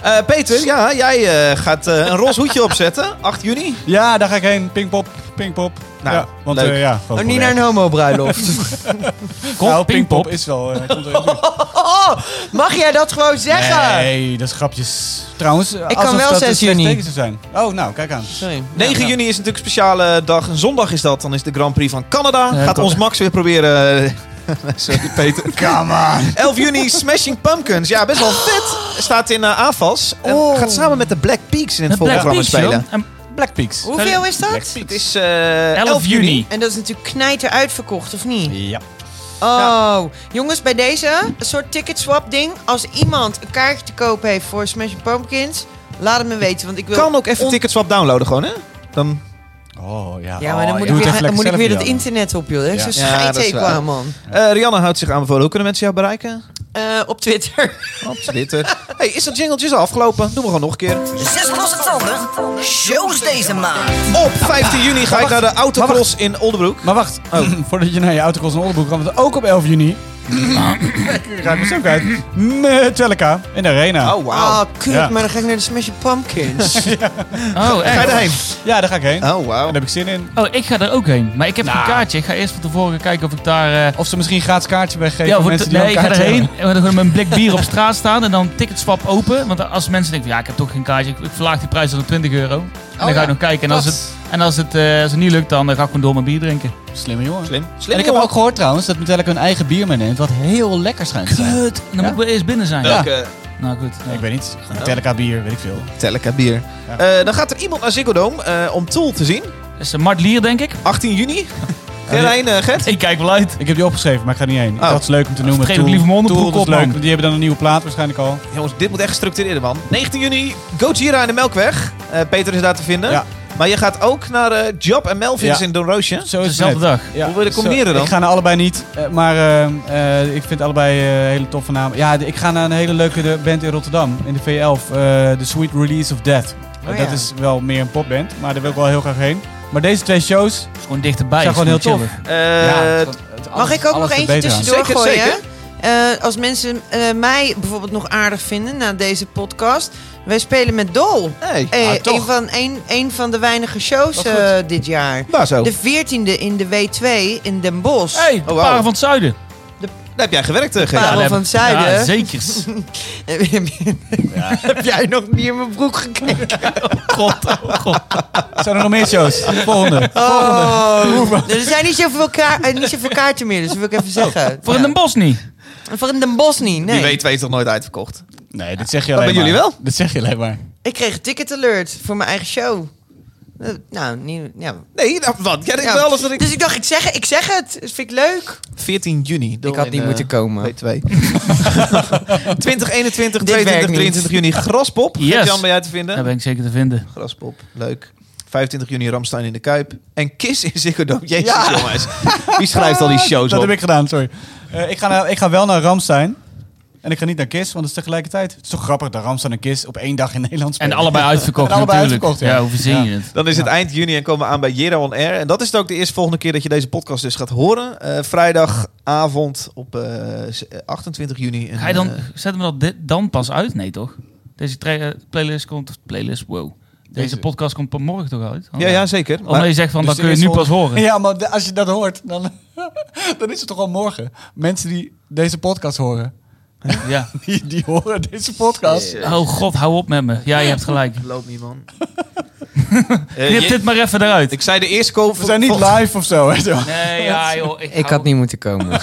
Speaker 1: Eh, Peter, ja, jij eh, gaat eh, een roze hoedje opzetten. 8 juni.
Speaker 2: ja daar ga ik heen. Pinkpop. Pinkpop.
Speaker 1: Nou,
Speaker 2: ja, want
Speaker 1: leuk.
Speaker 2: eh, ja, gewoon
Speaker 4: Oh, niet
Speaker 2: voor
Speaker 4: naar een
Speaker 2: werk.
Speaker 4: homo-bruiloft.
Speaker 2: Nou, Pinkpop
Speaker 3: Pinkpop.
Speaker 2: is wel... eh, komt er in de buurt.
Speaker 4: Oh, mag jij dat gewoon zeggen?
Speaker 2: nee, dat is grapjes. Trouwens, ik
Speaker 4: kan wel 6 juni.
Speaker 2: zijn. Oh, nou, kijk aan.
Speaker 4: Sorry.
Speaker 1: 9 juni is natuurlijk een speciale dag. Een zondag is dat. Dan is de Grand Prix van Canada.
Speaker 3: Ja,
Speaker 1: Gaat
Speaker 3: kom-
Speaker 1: ons Max weer proberen. Sorry, Peter. Come on. 11 juni Smashing Pumpkins. Ja, best wel vet. Staat in eh AFAS. En
Speaker 4: Oh.
Speaker 1: Gaat samen met de Black Peaks in het
Speaker 3: Met Black
Speaker 1: volgende
Speaker 3: Peaks,
Speaker 1: spelen.
Speaker 3: joh. En
Speaker 2: Black Peaks.
Speaker 4: Hoeveel is dat?
Speaker 1: Het is eh
Speaker 3: 11, juni.
Speaker 4: En dat is natuurlijk knijter uitverkocht, of niet?
Speaker 2: Ja.
Speaker 4: Oh, jongens, bij deze een soort ticketswap ding. Als iemand een kaartje te koop heeft voor Smashing Pumpkins, laat het me weten. Want ik wil...
Speaker 1: Kan ook even
Speaker 4: on-
Speaker 1: Ticketswap downloaden gewoon, hè? Dan...
Speaker 2: Oh, ja.
Speaker 4: Ja, maar dan
Speaker 2: Oh,
Speaker 4: moet
Speaker 2: je
Speaker 4: ik weer,
Speaker 2: even
Speaker 4: dan moet ik
Speaker 2: lekker
Speaker 4: weer
Speaker 2: zelf
Speaker 4: dat
Speaker 2: doen.
Speaker 4: internet op, joh. Dat is
Speaker 2: Ja.
Speaker 4: Zo'n
Speaker 1: Ja, dat is
Speaker 4: scheidhekel
Speaker 1: waar.
Speaker 4: aan, man.
Speaker 1: Eh, Rianne houdt zich aanbevolen. Hoe kunnen mensen jou bereiken?
Speaker 4: Eh, op Twitter.
Speaker 1: Op Twitter. hey, is dat jingeltje is al afgelopen? Doen we gewoon nog een keer.
Speaker 8: Zes losse tanden. Shows deze maand.
Speaker 1: Op 15 juni ga ik naar de Autocross in Oldenbroek.
Speaker 2: Maar wacht, voordat je naar je autocross en onderboek gaat, want ook op 11 juni... Ik raak me zo kwijt. Metallica in de Arena.
Speaker 1: Oh,
Speaker 4: Ah,
Speaker 1: wauw.
Speaker 4: kut,
Speaker 2: Ja.
Speaker 4: maar dan ga ik naar de Smashing Pumpkins.
Speaker 3: Oh,
Speaker 1: Ga je
Speaker 3: echt?
Speaker 1: erheen?
Speaker 2: Ja, daar ga ik heen.
Speaker 1: Oh, wauw.
Speaker 2: Daar heb ik zin in.
Speaker 3: Oh, ik ga er ook heen. Maar ik heb
Speaker 2: Nou.
Speaker 3: geen kaartje. Ik ga eerst van tevoren kijken of ik daar... eh,
Speaker 2: Of ze misschien een gratis kaartje weggeven
Speaker 3: ja,
Speaker 2: voor
Speaker 3: voor
Speaker 2: mensen die
Speaker 3: nee,
Speaker 2: al
Speaker 3: ik
Speaker 2: een
Speaker 3: ga
Speaker 2: kaartje
Speaker 3: erheen.
Speaker 2: hebben.
Speaker 3: En dan gewoon met een blik bier op straat staan. En dan ticketswap open. Want als mensen denken, van, ja, ik heb toch geen kaartje. Ik ik verlaag die prijs tot 20 euro.
Speaker 4: Oh
Speaker 3: En dan ga
Speaker 1: ja,
Speaker 3: ik nog kijken. En als
Speaker 1: dat.
Speaker 3: het, en als het, eh, als het niet lukt, dan eh, ga ik gewoon door mijn bier drinken.
Speaker 2: Slimme jongen.
Speaker 1: Slim. Slim,
Speaker 2: En ik heb
Speaker 1: jongen.
Speaker 2: ook gehoord trouwens dat Metallica hun eigen bier meeneemt, wat heel lekker schijnt te zijn.
Speaker 3: Kut. Dan
Speaker 2: Ja?
Speaker 3: moet ik wel eerst binnen zijn.
Speaker 2: Ja.
Speaker 1: Welke-
Speaker 3: Nou goed. ja.
Speaker 2: Ik weet niet, Metallica bier, weet ik veel.
Speaker 1: Teleka bier. Eh, dan gaat er iemand naar Ziggo Dome eh, om Tool te zien.
Speaker 3: Dat is een Mart Lier, denk ik.
Speaker 1: 18 juni. Ga je daarheen, eh, Gert?
Speaker 3: Ik kijk wel uit.
Speaker 2: Ik heb die opgeschreven, maar ik ga er niet heen.
Speaker 1: Oh.
Speaker 2: Dat is leuk om te noemen.
Speaker 3: Vergeet ook
Speaker 2: Tool-
Speaker 3: liever mijn
Speaker 2: Tool,
Speaker 3: onderbroek
Speaker 2: dat is
Speaker 3: op,
Speaker 2: leuk.
Speaker 3: man.
Speaker 2: Die hebben dan een nieuwe plaat waarschijnlijk al.
Speaker 1: Jongens, dit moet echt gestructureerd, man. 19 juni, Gojira in de Melkweg. Eh, Peter is daar te vinden.
Speaker 2: Ja.
Speaker 1: Maar je gaat ook naar eh, Job en Melvins
Speaker 2: Ja.
Speaker 1: in Don Roosje.
Speaker 2: Zo is het
Speaker 3: Dezelfde
Speaker 2: net.
Speaker 3: dag.
Speaker 2: Ja.
Speaker 1: Hoe wil je dat combineren
Speaker 2: Zo,
Speaker 1: dan?
Speaker 2: Ik ga naar allebei niet, eh, maar eh, eh, ik vind allebei eh, hele toffe namen. Ja, de- ik ga naar een hele leuke de- band in Rotterdam, in de V11. eh, The Sweet Release of Death. Eh,
Speaker 4: Oh
Speaker 2: dat
Speaker 4: ja.
Speaker 2: is wel meer een popband, maar daar wil ik wel heel graag heen. Maar deze twee shows
Speaker 3: Het is gewoon dichterbij.
Speaker 2: zijn gewoon heel
Speaker 3: Het is
Speaker 2: tof.
Speaker 1: Eh,
Speaker 2: Ja, het is- het is alles-
Speaker 4: Mag ik ook
Speaker 2: alles
Speaker 4: nog
Speaker 2: er
Speaker 4: eentje
Speaker 2: beter aan.
Speaker 4: tussendoor
Speaker 1: Zeker,
Speaker 4: gooien?
Speaker 1: zeker.
Speaker 4: Eh, als mensen eh, mij bijvoorbeeld nog aardig vinden na deze podcast. Wij spelen met Dol.
Speaker 1: hey.
Speaker 4: Eh,
Speaker 1: Ah, toch.
Speaker 4: een, van, een, een van de weinige shows
Speaker 2: Wat goed.
Speaker 4: eh, dit jaar.
Speaker 1: Waar zo?
Speaker 4: De 14e in de W2 in Den Bosch.
Speaker 3: Hey, de
Speaker 2: Oh,
Speaker 1: wauw.
Speaker 3: paren van het zuiden.
Speaker 1: Daar heb jij gewerkt, eh, Gert.
Speaker 4: Parel
Speaker 3: daar
Speaker 4: van
Speaker 3: heb-
Speaker 4: het zuiden.
Speaker 3: Ja, zekers.
Speaker 4: Eh, Heb jij nog niet in mijn broek gekeken?
Speaker 3: God, oh god.
Speaker 2: Zijn er nog meer shows? Volgende.
Speaker 4: Oh, er zijn niet zoveel, kaar- eh, niet zoveel kaarten meer, dus dat wil ik even zeggen.
Speaker 3: Voor in Den Bosch niet.
Speaker 4: Ja. Voor in Den Bosch niet,
Speaker 1: Die
Speaker 4: nee.
Speaker 1: W2 is nog nooit uitverkocht.
Speaker 2: Nee, dit zeg je
Speaker 1: Dat
Speaker 2: alleen
Speaker 1: ben
Speaker 2: maar.
Speaker 1: jullie wel?
Speaker 2: Dat zeg je alleen maar.
Speaker 4: Ik kreeg een ticket alert voor mijn eigen show. Eh, Nou, niet, ja.
Speaker 1: Nee, nou, wat? Jij denkt
Speaker 4: Ja.
Speaker 1: wel eens dat ik...
Speaker 4: Dus ik dacht, ik zeg, het- ik zeg het. Dat vind ik leuk.
Speaker 1: 14 juni.
Speaker 4: Ik had niet
Speaker 3: eh,
Speaker 4: moeten komen.
Speaker 1: W2. 2021,
Speaker 4: Dit werkt
Speaker 1: 22,
Speaker 4: niet.
Speaker 1: 23 juni. Graspop.
Speaker 3: Yes.
Speaker 1: Jan, ben jij te vinden?
Speaker 3: Daar ben ik zeker te vinden.
Speaker 1: Graspop, leuk. 25 juni Ramstein in de Kuip. En Kiss in Ziggo Dome. Jezus, jongens. Wie schrijft al die shows
Speaker 2: dat
Speaker 1: op?
Speaker 2: heb ik gedaan, sorry. Eh, ik, ga naar, ik ga wel naar Ramstein. En ik ga niet naar Kiss, want het is tegelijkertijd. Het is toch grappig dat Ramstein en Kiss op één dag in Nederland spelen.
Speaker 3: En allebei uitverkocht
Speaker 2: En allebei
Speaker 3: natuurlijk.
Speaker 2: uitverkocht, ja.
Speaker 3: hoe verzin je
Speaker 2: Ja.
Speaker 3: het?
Speaker 1: Dan is het eind juni en komen we aan bij Jera On Air. En dat is het ook de eerste volgende keer dat je deze podcast dus gaat horen. Eh, vrijdagavond op eh, z- eh, 28 juni. een,
Speaker 3: Ga je dan, Oh
Speaker 1: eh,
Speaker 3: zetten we dat dit dan pas uit? Nee, toch? Deze tra- eh, playlist komt... Playlist, wow. Deze
Speaker 2: Deze-
Speaker 3: podcast komt per morgen toch uit?
Speaker 1: ja, ja, zeker.
Speaker 3: Omdat
Speaker 1: Maar,
Speaker 3: je zegt van,
Speaker 2: Dus
Speaker 3: dan kun je
Speaker 2: de
Speaker 3: het nu
Speaker 2: eerste
Speaker 3: pas horen.
Speaker 2: Ja, maar de- als je dat hoort, dan, dan is het toch al morgen. Mensen die deze podcast horen,
Speaker 3: Ja.
Speaker 2: die, die horen deze podcast.
Speaker 3: Oh god, hou op met me. Ja, je hebt gelijk.
Speaker 1: Loop niet, man.
Speaker 3: Knip dit maar even eruit.
Speaker 1: Eh, ik zei de eerste keer...
Speaker 2: We zijn niet live of zo. weet je wel.
Speaker 3: Nee, ja joh.
Speaker 4: Ik
Speaker 3: hou-
Speaker 4: had niet moeten komen.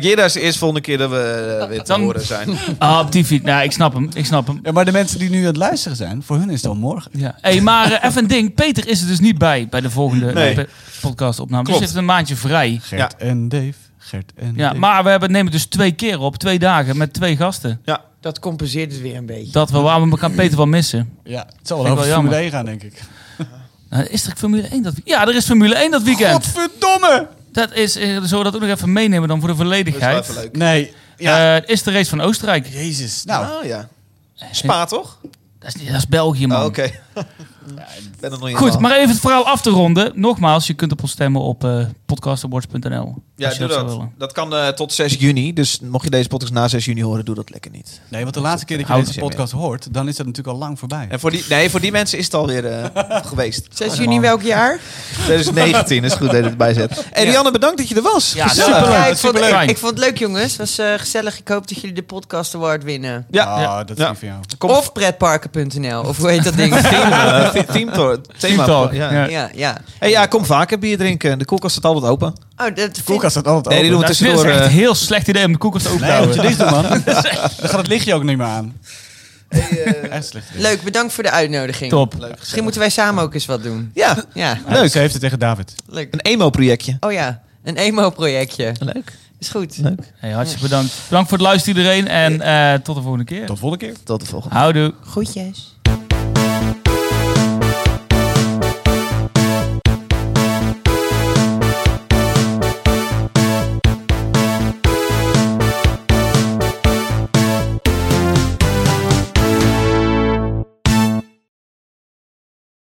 Speaker 1: Jera Eh, is de eerste volgende keer dat we eh, weer te
Speaker 3: Dan-
Speaker 1: horen zijn.
Speaker 3: Ah, op die fiets. Nou, ik snap hem. Ik snap hem.
Speaker 2: Ja, maar de mensen die nu aan het luisteren zijn, voor hun is het al morgen.
Speaker 3: Ja. Hey, maar eh, even een ding. Peter is er dus niet bij bij de volgende
Speaker 1: Nee.
Speaker 3: eh, pe- podcastopname.
Speaker 1: Klopt.
Speaker 3: Dus heeft een maandje vrij.
Speaker 2: Gert en Dave. Gert en
Speaker 3: Ja,
Speaker 2: Dave.
Speaker 3: maar we hebben, nemen dus twee keer op, twee dagen met twee gasten.
Speaker 4: Dat compenseert het weer een beetje.
Speaker 3: Dat we, waarom we gaan Peter wel missen.
Speaker 2: ja, het zal
Speaker 3: Vind
Speaker 2: wel
Speaker 3: ik
Speaker 2: over
Speaker 3: wel
Speaker 2: Formule 1 gaan, denk ik.
Speaker 3: Nou, is er Formule 1 dat weekend? Ja, er is Formule 1 dat weekend.
Speaker 2: Godverdomme!
Speaker 3: Dat is, eh, zullen we dat ook nog even meenemen dan voor de
Speaker 1: Dat is wel even
Speaker 3: volledigheid?
Speaker 1: leuk.
Speaker 2: Nee. Ja.
Speaker 3: Ja. is de race van Oostenrijk?
Speaker 2: Jezus. Nou,
Speaker 1: Nou ja. Spa, toch?
Speaker 3: Dat is, niet- dat is België, Eh. man.
Speaker 1: Oh, Oké. Ik ben er nog niet
Speaker 3: Goed,
Speaker 1: aan.
Speaker 3: maar even het verhaal af te ronden. Nogmaals, je kunt op ons stemmen op eh podcastawards.nl.
Speaker 1: Ja,
Speaker 3: Als
Speaker 1: doe
Speaker 3: je dat
Speaker 1: dat.
Speaker 3: zou
Speaker 1: Dat,
Speaker 3: willen.
Speaker 1: kan eh, tot 6 juni. Dus mocht je deze podcast na 6 juni horen, doe dat lekker niet.
Speaker 2: Nee, want de laatste keer dat je
Speaker 1: Houd
Speaker 2: deze
Speaker 1: het je
Speaker 2: podcast hoort, dan is dat natuurlijk al lang voorbij.
Speaker 1: En voor die, nee, voor die mensen is het alweer eh geweest.
Speaker 4: 6 juni welk jaar?
Speaker 1: 2019 is goed dat je het bijzet. En Rianne, bedankt dat je er was.
Speaker 3: Ja,
Speaker 1: Gezellig.
Speaker 3: superleuk.
Speaker 4: Ja, ik, vond,
Speaker 3: superleuk.
Speaker 4: ik, ik vond het leuk, jongens. Het was eh, gezellig. Ik hoop dat jullie de podcast award winnen.
Speaker 1: Ja,
Speaker 2: Ah,
Speaker 1: ja.
Speaker 2: dat is
Speaker 1: Ja.
Speaker 2: lief van jou.
Speaker 1: Kom
Speaker 4: Of pretparken.nl. Of hoe heet dat ding?
Speaker 1: Eh, the- theme talk. Thema.
Speaker 3: Talk,
Speaker 1: Ja.
Speaker 3: ja.
Speaker 4: ja, ja.
Speaker 1: Hey, ja, kom vaker bier drinken. De koelkast staat altijd open.
Speaker 4: Oh, dat vind-
Speaker 2: Koelkast staat altijd
Speaker 1: Nee, die doen we
Speaker 3: Dat is Nou, echt
Speaker 1: tussendoor.
Speaker 3: een
Speaker 1: eh,
Speaker 3: heel slecht idee om de koelkast open te
Speaker 2: Nee, moet je
Speaker 3: houden.
Speaker 2: dit doen, man. Dan gaat het lichtje ook niet meer aan. Echt slecht. idee.
Speaker 4: Leuk, bedankt voor de uitnodiging.
Speaker 3: Top.
Speaker 4: Misschien moeten wij samen ook eens wat doen.
Speaker 1: ja,
Speaker 4: Ja,
Speaker 1: leuk.
Speaker 2: Ze heeft het tegen David.
Speaker 4: leuk.
Speaker 1: Een emo-projectje.
Speaker 4: Oh ja, een emo-projectje.
Speaker 1: Leuk.
Speaker 4: Is goed.
Speaker 3: Hey, hartstikke bedankt. Bedankt voor het luisteren iedereen en eh, tot de volgende keer.
Speaker 2: Tot volgende keer.
Speaker 1: Tot de volgende.
Speaker 3: Houdoe.
Speaker 4: Groetjes.